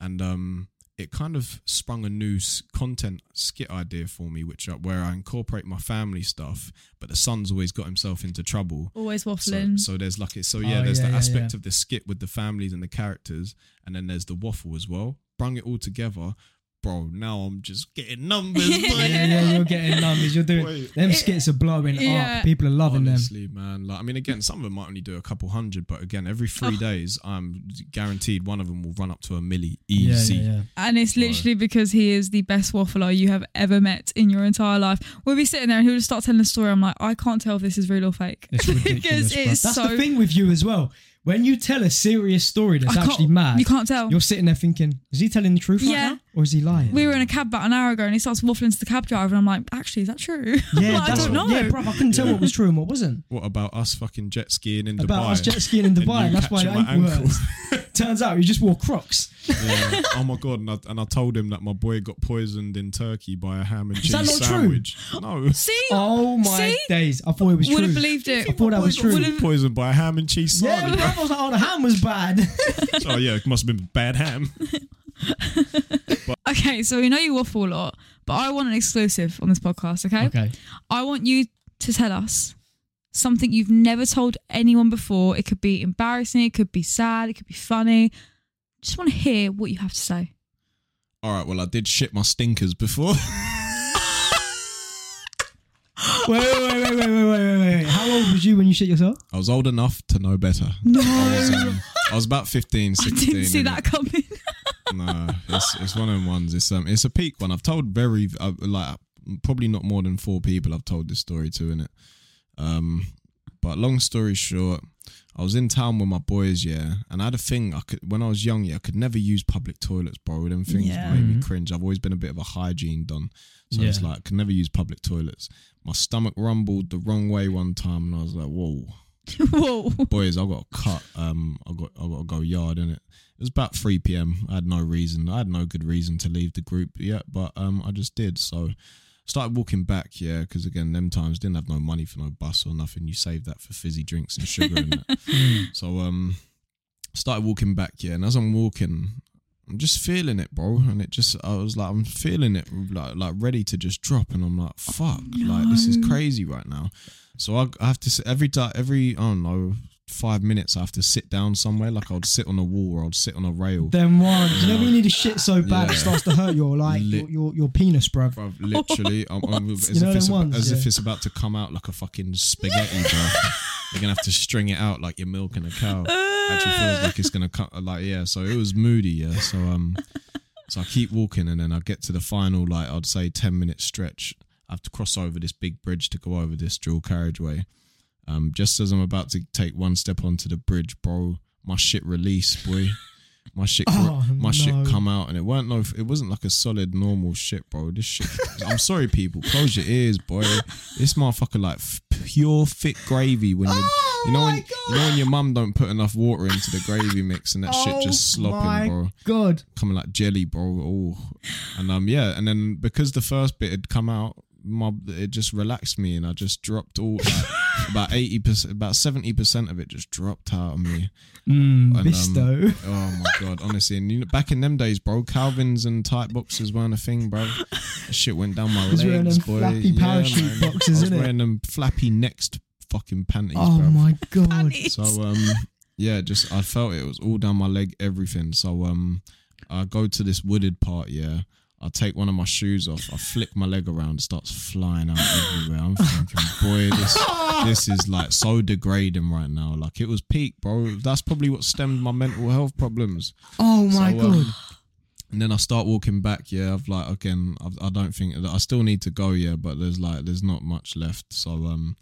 Speaker 3: And um it kind of sprung a new s- content skit idea for me, which I, where I incorporate my family stuff, but the son's always got himself into trouble.
Speaker 2: Always
Speaker 3: So,
Speaker 2: waffling.
Speaker 3: so there's like it. So yeah,
Speaker 1: Oh,
Speaker 3: there's
Speaker 1: yeah,
Speaker 3: the
Speaker 1: yeah,
Speaker 3: aspect
Speaker 1: yeah.
Speaker 3: of the skit with the families and the characters, and then there's the waffle as well. Brung it all together, bro. Now I'm just getting
Speaker 1: [LAUGHS]
Speaker 3: numbers.
Speaker 1: yeah,
Speaker 3: boy.
Speaker 1: yeah, you're getting numbers. You're doing
Speaker 3: Wait.
Speaker 1: them skits are blowing
Speaker 2: Yeah.
Speaker 1: up. People are loving
Speaker 3: Honestly, man. Like, I mean, again, some of them might only do a couple hundred, but again, every
Speaker 1: Oh.
Speaker 3: three days, I'm guaranteed one of them will run up to a milli
Speaker 1: them.
Speaker 3: easy.
Speaker 1: Yeah, yeah, yeah.
Speaker 2: and it's literally because he is the best waffler you have ever met in your entire life. We'll be sitting there and he'll just start telling a story. I'm like, I can't tell if this is real or fake. [LAUGHS]
Speaker 1: It's ridiculous. bruv.
Speaker 2: it's
Speaker 1: That's
Speaker 2: so-
Speaker 1: the thing with you as well. When you tell a serious story that's
Speaker 2: I can't-
Speaker 1: actually mad,
Speaker 2: You can't tell.
Speaker 1: you're sitting there thinking, is he telling the truth
Speaker 2: Oh. Yeah.
Speaker 1: right now? Or is he lying?
Speaker 2: we were in a cab about an hour ago and he starts waffling to the cab driver and I'm like, actually, is that true? [LAUGHS]
Speaker 1: yeah,
Speaker 2: Well, I
Speaker 1: that's
Speaker 2: don't
Speaker 1: what-
Speaker 2: know.
Speaker 1: Yeah, bruv, I couldn't tell what was true and what wasn't.
Speaker 3: What about us fucking jet skiing in
Speaker 1: About
Speaker 3: Dubai?
Speaker 1: us jet
Speaker 3: [LAUGHS]
Speaker 1: skiing in
Speaker 3: And
Speaker 1: Dubai,
Speaker 3: you
Speaker 1: and that's why
Speaker 3: catching
Speaker 1: your
Speaker 3: my
Speaker 1: ankle
Speaker 3: ankle.
Speaker 1: hurts. Turns out you just wore Crocs.
Speaker 3: [LAUGHS] Yeah. Oh my god! And I, and I told him that my boy got poisoned in Turkey by a ham and
Speaker 1: Is
Speaker 3: cheese
Speaker 1: that not true? [GASPS]
Speaker 3: sandwich. No, it
Speaker 2: [LAUGHS]
Speaker 3: was
Speaker 2: See?
Speaker 1: Oh my
Speaker 2: See?
Speaker 1: days! I thought it was
Speaker 2: Would
Speaker 1: true.
Speaker 2: have believed
Speaker 1: I
Speaker 2: it.
Speaker 1: thought that was
Speaker 3: Boy
Speaker 1: true.
Speaker 3: got Poisoned by a ham and cheese
Speaker 1: yeah,
Speaker 3: sandwich.
Speaker 1: bruv, I was like, oh, the ham was bad.
Speaker 3: oh yeah, it must have been bad ham.
Speaker 2: Okay, so we know you waffle a lot, but I want an exclusive on this podcast, [LAUGHS] okay? I want you to tell us something you've never told anyone before. It could be embarrassing, it could be sad, it could be funny. Just want to hear what you have to say.
Speaker 3: [LAUGHS] All right, well I did shit my stinkers before. [LAUGHS]
Speaker 1: Wait, wait, wait, wait, wait, wait, wait, wait, wait. How old was you when you shit yourself?
Speaker 3: I was old enough to
Speaker 1: [LAUGHS]
Speaker 3: know better.
Speaker 2: [LAUGHS] No,
Speaker 3: I was, um, I was about 15,
Speaker 2: I
Speaker 3: 16.
Speaker 2: didn't see
Speaker 3: and
Speaker 2: that coming. [LAUGHS]
Speaker 3: no, it's it's one of them ones. It's um, it's a peak one. I've told very uh, like probably not more than four people. I've told this story to in it. Um, but long story short, I was in town with my boys, yeah, and I had a thing. I could when I was young, yeah, I could never use public toilets, bro. Them things
Speaker 2: Yeah.
Speaker 3: made me cringe. I've always been a bit of a hygiene don, so it's
Speaker 1: Yeah.
Speaker 3: like I could never use public toilets. My stomach rumbled the wrong way one time, and I was like, whoa
Speaker 2: Whoa.
Speaker 3: boys, I got a cut. Um, I got I got to go yard in it. It was about three p.m. I had no reason. I had no good reason to leave the group yet, but um, I just did. So started walking back. Yeah, because again, them times didn't have no money for no bus or nothing. You save that for fizzy drinks and sugar. and that. So um, started walking back. Yeah, and as I'm walking. I'm just feeling it, bro, and it just I was like I'm feeling it, like like ready to just drop, and I'm like, fuck, like this is crazy right now. So I, I have to sit every time, every, I don't know, five minutes, I have to sit down somewhere. Like I'd sit on a wall or I'd sit on a rail.
Speaker 1: Them ones. You know when you need a shit so bad it
Speaker 3: Yeah.
Speaker 1: starts to hurt your like
Speaker 3: Lit-
Speaker 1: your, your your penis, bruv.
Speaker 3: Bruv, literally, I'm, I'm, as,
Speaker 1: You know
Speaker 3: if, it's
Speaker 1: them
Speaker 3: ab-
Speaker 1: ones,
Speaker 3: as if
Speaker 1: yeah.
Speaker 3: it's about to come out like a fucking spaghetti, bro. You're gonna have to string it out like you're milking a cow. Actually, feels like it's gonna cut. Like yeah, so it was moody. Yeah, so um, so I keep walking and then I get to the final like I'd say ten minute stretch. I have to cross over this big bridge to go over this dual carriageway. Um, just as I'm about to take one step onto the bridge, bro, my shit release, boy. My shit,
Speaker 1: [LAUGHS] Oh,
Speaker 3: my
Speaker 1: no.
Speaker 3: shit come out, and it weren't no, it wasn't like a solid normal shit, bro. This shit, I'm sorry, people, close your ears, boy. This motherfucker like f- pure thick gravy when you, you
Speaker 1: Oh
Speaker 3: know when, you know when your mum don't put enough water into the gravy mix, and that
Speaker 1: Oh
Speaker 3: shit just
Speaker 2: Oh
Speaker 3: slopping, bro
Speaker 1: God.
Speaker 3: coming like jelly, bro. Oh, and um, yeah, and then because the first bit had come out, my it just relaxed me, and I just dropped all like, about eighty percent, about seventy percent of it just dropped out of me.
Speaker 1: Mm,
Speaker 3: And, um,
Speaker 1: Bisto.
Speaker 3: oh my god, honestly, and you know, back in them days, bro, Calvin's and tight boxes weren't a thing, bro. That shit went down my
Speaker 1: Was
Speaker 3: legs,
Speaker 1: wearing them
Speaker 3: boy.
Speaker 1: flappy parachute
Speaker 3: man.
Speaker 1: boxes,
Speaker 3: I was
Speaker 1: innit?
Speaker 3: wearing them flappy next fucking panties,
Speaker 1: oh
Speaker 3: bro.
Speaker 1: my god.
Speaker 2: [LAUGHS]
Speaker 3: So um, yeah, just I felt it, it was all down my leg, everything. So um, I go to this wooded part, yeah. I take one of my shoes off. I flick my leg around. It starts flying out everywhere. I'm thinking, boy, this this is like so degrading right now. Like it was peak, bro. That's probably what stemmed my mental health problems.
Speaker 1: Oh my
Speaker 3: So,
Speaker 1: god.
Speaker 3: um, and then I start walking back. Yeah, I've like again. I've, I don't think I still need to go. Yeah, but there's like there's not much left. So um,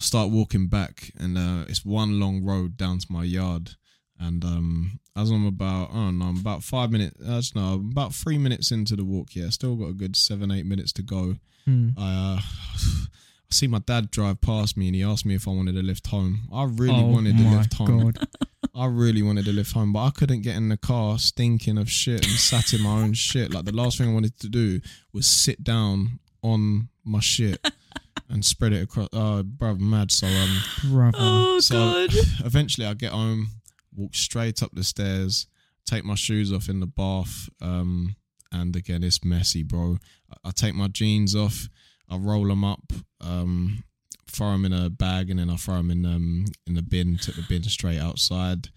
Speaker 3: I start walking back, and uh, it's one long road down to my yard. And um, as I'm about, I don't know, I'm about five minutes. I just know, I'm about three minutes into the walk. Yeah, still got a good seven, eight minutes to go.
Speaker 1: Hmm.
Speaker 3: I, uh, [SIGHS] I see my dad drive past me, and he asked me if I wanted a lift home. I really
Speaker 1: oh
Speaker 3: wanted a
Speaker 1: my
Speaker 3: lift home.
Speaker 1: god.
Speaker 3: I really wanted to live home, but I couldn't get in the car stinking of shit and sat in my own shit. Like the last thing I wanted to do was sit down on my shit and spread it across. Oh, bruv, mad. So um,
Speaker 1: Brother.
Speaker 2: [LAUGHS] Oh,
Speaker 3: so
Speaker 2: God.
Speaker 3: eventually I get home, walk straight up the stairs, take my shoes off in the bath, um, and again, it's messy, bro. I, I take my jeans off, I roll them up, um, throw them in a bag, and then I throw them in um in the bin. Took the bin straight outside.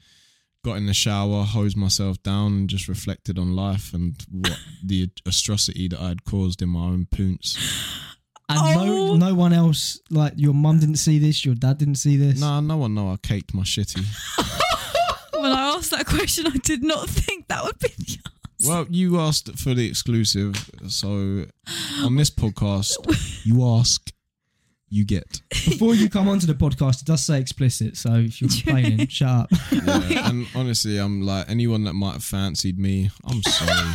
Speaker 3: Got in the shower, hosed myself down, and just reflected on life and what the atrocity that I had caused in my own poons.
Speaker 1: And
Speaker 2: Oh.
Speaker 1: no, no one else. Like your mum didn't see this. Your dad didn't see this.
Speaker 3: Nah, no one know I caked my shitty.
Speaker 2: When I asked that question, I did not think that would be the [LAUGHS]
Speaker 3: Well, you asked for the exclusive, so on this podcast, you ask, you get.
Speaker 1: Before you come onto the podcast, it does say explicit. So if
Speaker 2: [LAUGHS]
Speaker 1: you're complaining, shut up.
Speaker 3: Yeah, and honestly, I'm like anyone that might have fancied me. I'm sorry.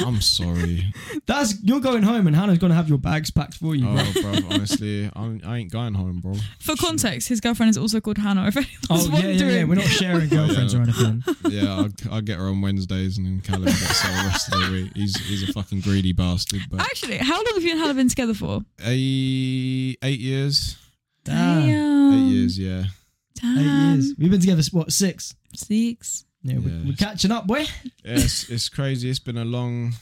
Speaker 3: I'm sorry.
Speaker 1: That's you're going home, and Hannah's gonna have your bags packed for you. bro.
Speaker 3: Oh, bro. Honestly, I'm, I ain't going home, bro.
Speaker 2: For context, his girlfriend is also called Hannah. If [LAUGHS] anyone's
Speaker 1: Oh, yeah,
Speaker 2: wondering,
Speaker 1: yeah, yeah. We're not sharing girlfriends
Speaker 3: [LAUGHS] Yeah.
Speaker 1: or anything.
Speaker 3: Yeah, I, I get her on Wednesdays, and then Callum gets her the rest of the week. He's he's a fucking greedy bastard. But
Speaker 2: actually, how long have you and Hannah been together for?
Speaker 3: eight eight years,
Speaker 1: Damn.
Speaker 2: Damn.
Speaker 3: eight years, yeah.
Speaker 1: Eight
Speaker 2: Damn.
Speaker 1: years. We've been together what six?
Speaker 2: Six.
Speaker 1: Yeah, we-
Speaker 3: Yeah.
Speaker 1: we're catching up, boy.
Speaker 3: Yeah, it's, it's crazy. It's been a long,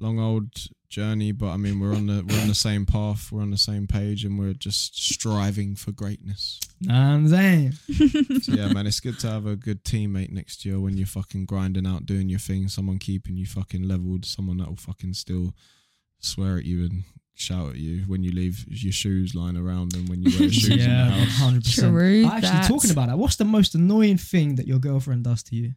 Speaker 3: long old journey, but I mean, we're on the we're on the same path, we're on the same page, and we're just striving for greatness.
Speaker 1: Nah, I'm saying.
Speaker 3: So yeah, man, it's good to have a good teammate next year when you're fucking grinding out, doing your thing. Someone keeping you fucking leveled. Someone that'll fucking still swear at you and shout at you when you leave your shoes lying around and when you
Speaker 1: [LAUGHS]
Speaker 3: wear your shoes
Speaker 1: Yeah,
Speaker 3: in the
Speaker 1: one
Speaker 3: house.
Speaker 1: hundred percent.
Speaker 2: True
Speaker 1: Actually,
Speaker 2: that.
Speaker 1: talking about that, what's the most annoying thing that your girlfriend does to you?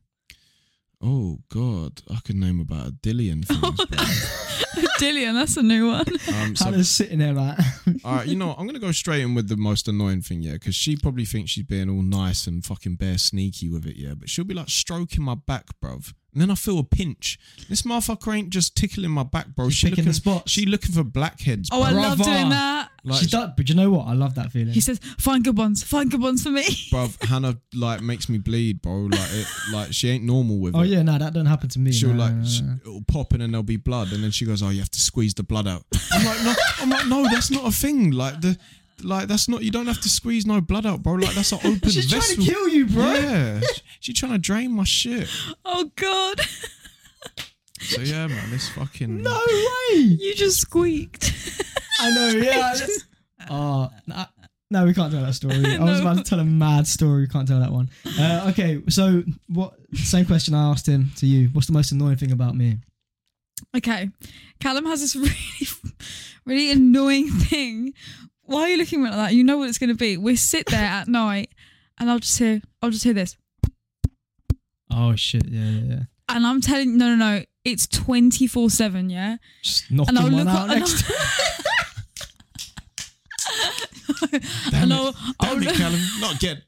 Speaker 3: Oh god, I could name about a dillion things. bro.
Speaker 2: Dillion, that's a new one.
Speaker 3: um, so
Speaker 1: Hannah's sitting there like, [LAUGHS]
Speaker 3: All right, you know, what? I'm going to go straight in with the most annoying thing, yeah, because she probably thinks she's being all nice and fucking bare sneaky with it, yeah, but she'll be like stroking my back, bruv. And then I feel a pinch. This motherfucker ain't just tickling my back, bro.
Speaker 1: She's
Speaker 3: she
Speaker 1: picking
Speaker 3: looking,
Speaker 1: the spots.
Speaker 3: she looking for blackheads.
Speaker 2: Oh, I
Speaker 3: bruv.
Speaker 2: love
Speaker 1: Brother.
Speaker 2: doing that.
Speaker 3: like,
Speaker 1: she does, but you know what? I love that feeling.
Speaker 2: He says, find good ones, find good ones for me. [LAUGHS]
Speaker 3: bruv, Hannah like makes me bleed, bro. Like, it, like she ain't normal with
Speaker 1: Oh
Speaker 3: it.
Speaker 1: yeah, no, that don't happen to me.
Speaker 3: She'll
Speaker 1: no,
Speaker 3: like
Speaker 1: no, no,
Speaker 3: sh-
Speaker 1: no.
Speaker 3: it'll pop and then there'll be blood, and then she goes, "Oh, you have to squeeze the blood out." I'm like, "No, I'm like, no, that's not a thing. Like the, like that's not. You don't have to squeeze no blood out, bro. Like
Speaker 1: [LAUGHS]
Speaker 3: that's an open
Speaker 1: She's trying to
Speaker 3: vessel.
Speaker 1: kill you, bro.
Speaker 3: Yeah, she's trying to drain my shit.
Speaker 2: Oh, God.
Speaker 3: So yeah, man, this fucking
Speaker 1: No way.
Speaker 2: You just squeaked.
Speaker 1: I know.
Speaker 2: [LAUGHS]
Speaker 1: Yeah. that's- Oh, no, no, we can't tell that story. I was
Speaker 2: No.
Speaker 1: about to tell a mad story. We can't tell that one. Uh, okay, so what? Same question I asked him to you. What's the most annoying thing about me?
Speaker 2: Okay. Callum has this [LAUGHS] really, really annoying thing. Why are you looking at me like that? You know what it's going to be. We sit there at night and I'll just hear, I'll just hear this.
Speaker 1: Oh shit! Yeah, yeah, yeah.
Speaker 2: And I'm telling, no, no, no. It's 24 7, yeah?
Speaker 1: Just knocking
Speaker 2: And I'll
Speaker 1: one
Speaker 2: look
Speaker 1: out
Speaker 2: up. And
Speaker 1: next.
Speaker 2: I'll, and I'll, I'll
Speaker 3: Damn
Speaker 1: Oh,
Speaker 3: it,
Speaker 2: look-
Speaker 3: Callum,
Speaker 1: [LAUGHS]
Speaker 3: not again.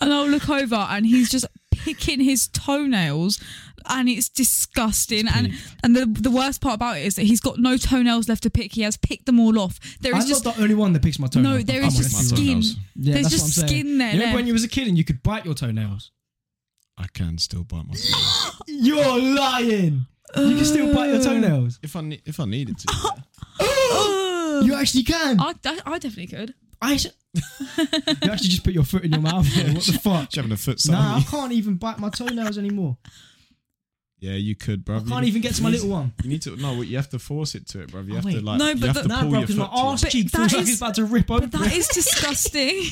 Speaker 2: and I'll look over and he's just picking his toenails and it's disgusting and and the the worst part about it is that he's got no toenails left to pick he has picked them all off there is
Speaker 1: I'm
Speaker 2: just
Speaker 1: not the only one that picks my toenails.
Speaker 2: no there
Speaker 1: I'm
Speaker 2: is
Speaker 1: honest
Speaker 2: just
Speaker 1: with you.
Speaker 2: skin [GASPS]
Speaker 3: Toenails.
Speaker 1: Yeah,
Speaker 2: there's
Speaker 1: that's
Speaker 2: just
Speaker 1: what I'm saying.
Speaker 2: skin there
Speaker 1: You remember
Speaker 2: left.
Speaker 1: when you was a kid and you could bite your
Speaker 2: [LAUGHS]
Speaker 1: toenails?
Speaker 3: I can still bite my.
Speaker 1: You're lying. You can still bite
Speaker 2: Uh.
Speaker 1: your toenails.
Speaker 3: if I ne- if I needed
Speaker 1: [LAUGHS]
Speaker 3: to.
Speaker 1: Oh,
Speaker 3: yeah.
Speaker 1: You actually can.
Speaker 2: I, I, I definitely could
Speaker 1: I sh- [LAUGHS] you actually just put your foot in your
Speaker 2: [LAUGHS]
Speaker 1: mouth. there. What the fuck?
Speaker 3: She's having a foot
Speaker 1: Nah, I
Speaker 3: solemnly.
Speaker 1: can't even bite my toenails anymore.
Speaker 3: Yeah, you could, bro.
Speaker 1: I can't even get to my little one. Oh,
Speaker 3: You need to no. You have to force it to it, bro. You have to
Speaker 1: wait.
Speaker 3: like.
Speaker 2: No,
Speaker 3: you
Speaker 2: but
Speaker 3: have
Speaker 2: the-
Speaker 3: to
Speaker 1: Nah,
Speaker 3: pull
Speaker 1: bro,
Speaker 3: your
Speaker 1: because
Speaker 3: foot
Speaker 1: my
Speaker 3: to it.
Speaker 1: arse cheek
Speaker 2: But
Speaker 1: feels
Speaker 2: that
Speaker 1: like
Speaker 2: is-
Speaker 1: it's about to rip open.
Speaker 2: but that
Speaker 1: [LAUGHS]
Speaker 2: is disgusting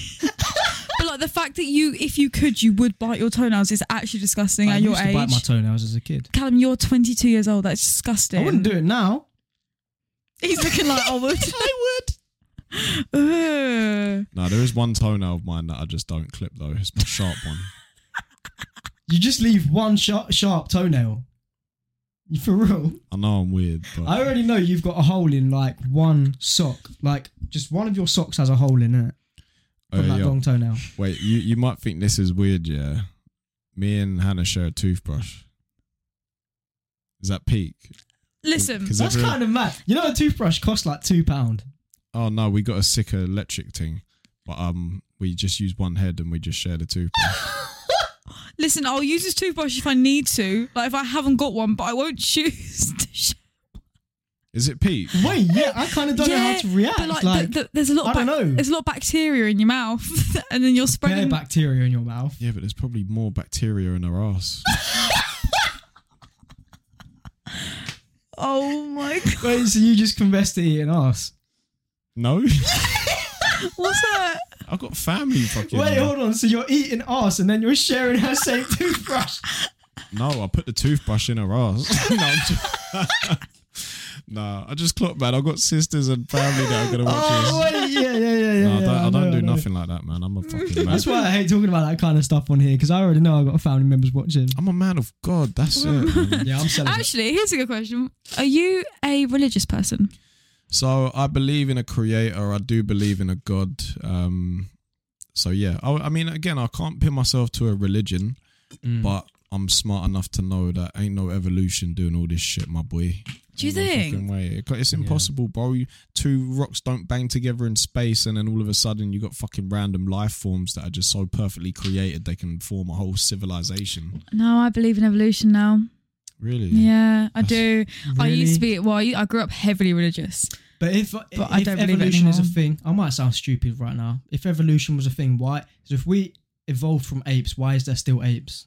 Speaker 2: but like the fact that you if you could you would bite your toenails is actually disgusting
Speaker 1: I
Speaker 2: at your
Speaker 1: used to bite my
Speaker 2: age
Speaker 1: toenails as a kid.
Speaker 2: Callum you're 22 years old that's disgusting
Speaker 1: I wouldn't do it now.
Speaker 2: he's looking like I would
Speaker 1: [LAUGHS]
Speaker 2: I would [LAUGHS] Ugh.
Speaker 3: No, there is one toenail of mine that I just don't clip though. It's my sharp one.
Speaker 1: You just leave one sharp, sharp toenail. You- For real.
Speaker 3: I know I'm weird, but
Speaker 1: I already know you've got a hole in like one sock. Like just one of your socks has a hole in it
Speaker 3: Oh,
Speaker 1: from that
Speaker 3: yeah.
Speaker 1: long toenail.
Speaker 3: wait, you you might think this is weird, yeah. Me and Hannah share a toothbrush. Is that peak?
Speaker 2: listen
Speaker 3: Because
Speaker 1: That's
Speaker 3: everyone-
Speaker 1: kind of mad. You know, a toothbrush costs like two pound.
Speaker 3: oh no, we got a sicker electric thing, but um, we just use one head and we just share the toothbrush.
Speaker 2: Listen, I'll use this toothbrush if I need to. Like if I haven't got one, but I won't [LAUGHS] choose to sh-
Speaker 3: is it peak?
Speaker 1: Wait, yeah, I kind of don't know how to react.
Speaker 2: But like,
Speaker 1: Like,
Speaker 2: the, the, there's a lot. Of
Speaker 1: I don't know.
Speaker 2: There's a lot of bacteria in your mouth, [LAUGHS] and then you're
Speaker 1: bare
Speaker 2: spreading.
Speaker 1: bacteria in your mouth.
Speaker 3: Yeah, but there's probably more bacteria in her ass.
Speaker 2: Oh my [LAUGHS] god.
Speaker 1: Wait, so you just confessed to eating ass?
Speaker 3: No, [LAUGHS]
Speaker 2: What's that?
Speaker 3: I've got family fucking.
Speaker 1: Wait, hold on. So you're eating ass and then you're sharing her
Speaker 2: [LAUGHS]
Speaker 1: same
Speaker 3: [LAUGHS]
Speaker 1: toothbrush.
Speaker 3: No, I put the toothbrush in her ass. [LAUGHS] no, I'm just- [LAUGHS] Nah, I just clocked, man. I've got sisters and family that are gonna watch
Speaker 1: Oh,
Speaker 3: this.
Speaker 1: wait, yeah, yeah, yeah, yeah.
Speaker 3: No, I
Speaker 1: yeah,
Speaker 3: don't, I
Speaker 1: know,
Speaker 3: don't do
Speaker 1: know.
Speaker 3: nothing like that, man. I'm a fucking man.
Speaker 1: That's why I hate talking about that kind of stuff on here because I already know I've got family members
Speaker 2: [LAUGHS]
Speaker 1: watching.
Speaker 3: I'm a man of God. That's it. [LAUGHS] man.
Speaker 1: Yeah, I'm celibate.
Speaker 2: Actually, here's a good question. Are you a religious person?
Speaker 3: So I believe in a creator. I do believe in a God. Um, so yeah, I, I mean, again, I can't pin myself to a religion, but I'm smart enough to know that ain't no evolution doing all this shit, my boy.
Speaker 2: Do you
Speaker 3: Ain't no
Speaker 2: think?
Speaker 3: fucking way. It- It's impossible, bro. You- Two rocks don't bang together in space, and then all of a sudden you got fucking random life forms that are just so perfectly created they can form a whole civilization.
Speaker 2: No, I believe in evolution now.
Speaker 3: Really?
Speaker 2: Yeah, I do. I used to
Speaker 1: Really?
Speaker 2: be, well, I I grew up heavily religious.
Speaker 1: But if, if
Speaker 2: I don't believe it
Speaker 1: evolution is a
Speaker 2: anymore.
Speaker 1: thing, I might sound stupid right now. If evolution was a thing, why? 'cause if we evolved from apes, why is there still apes?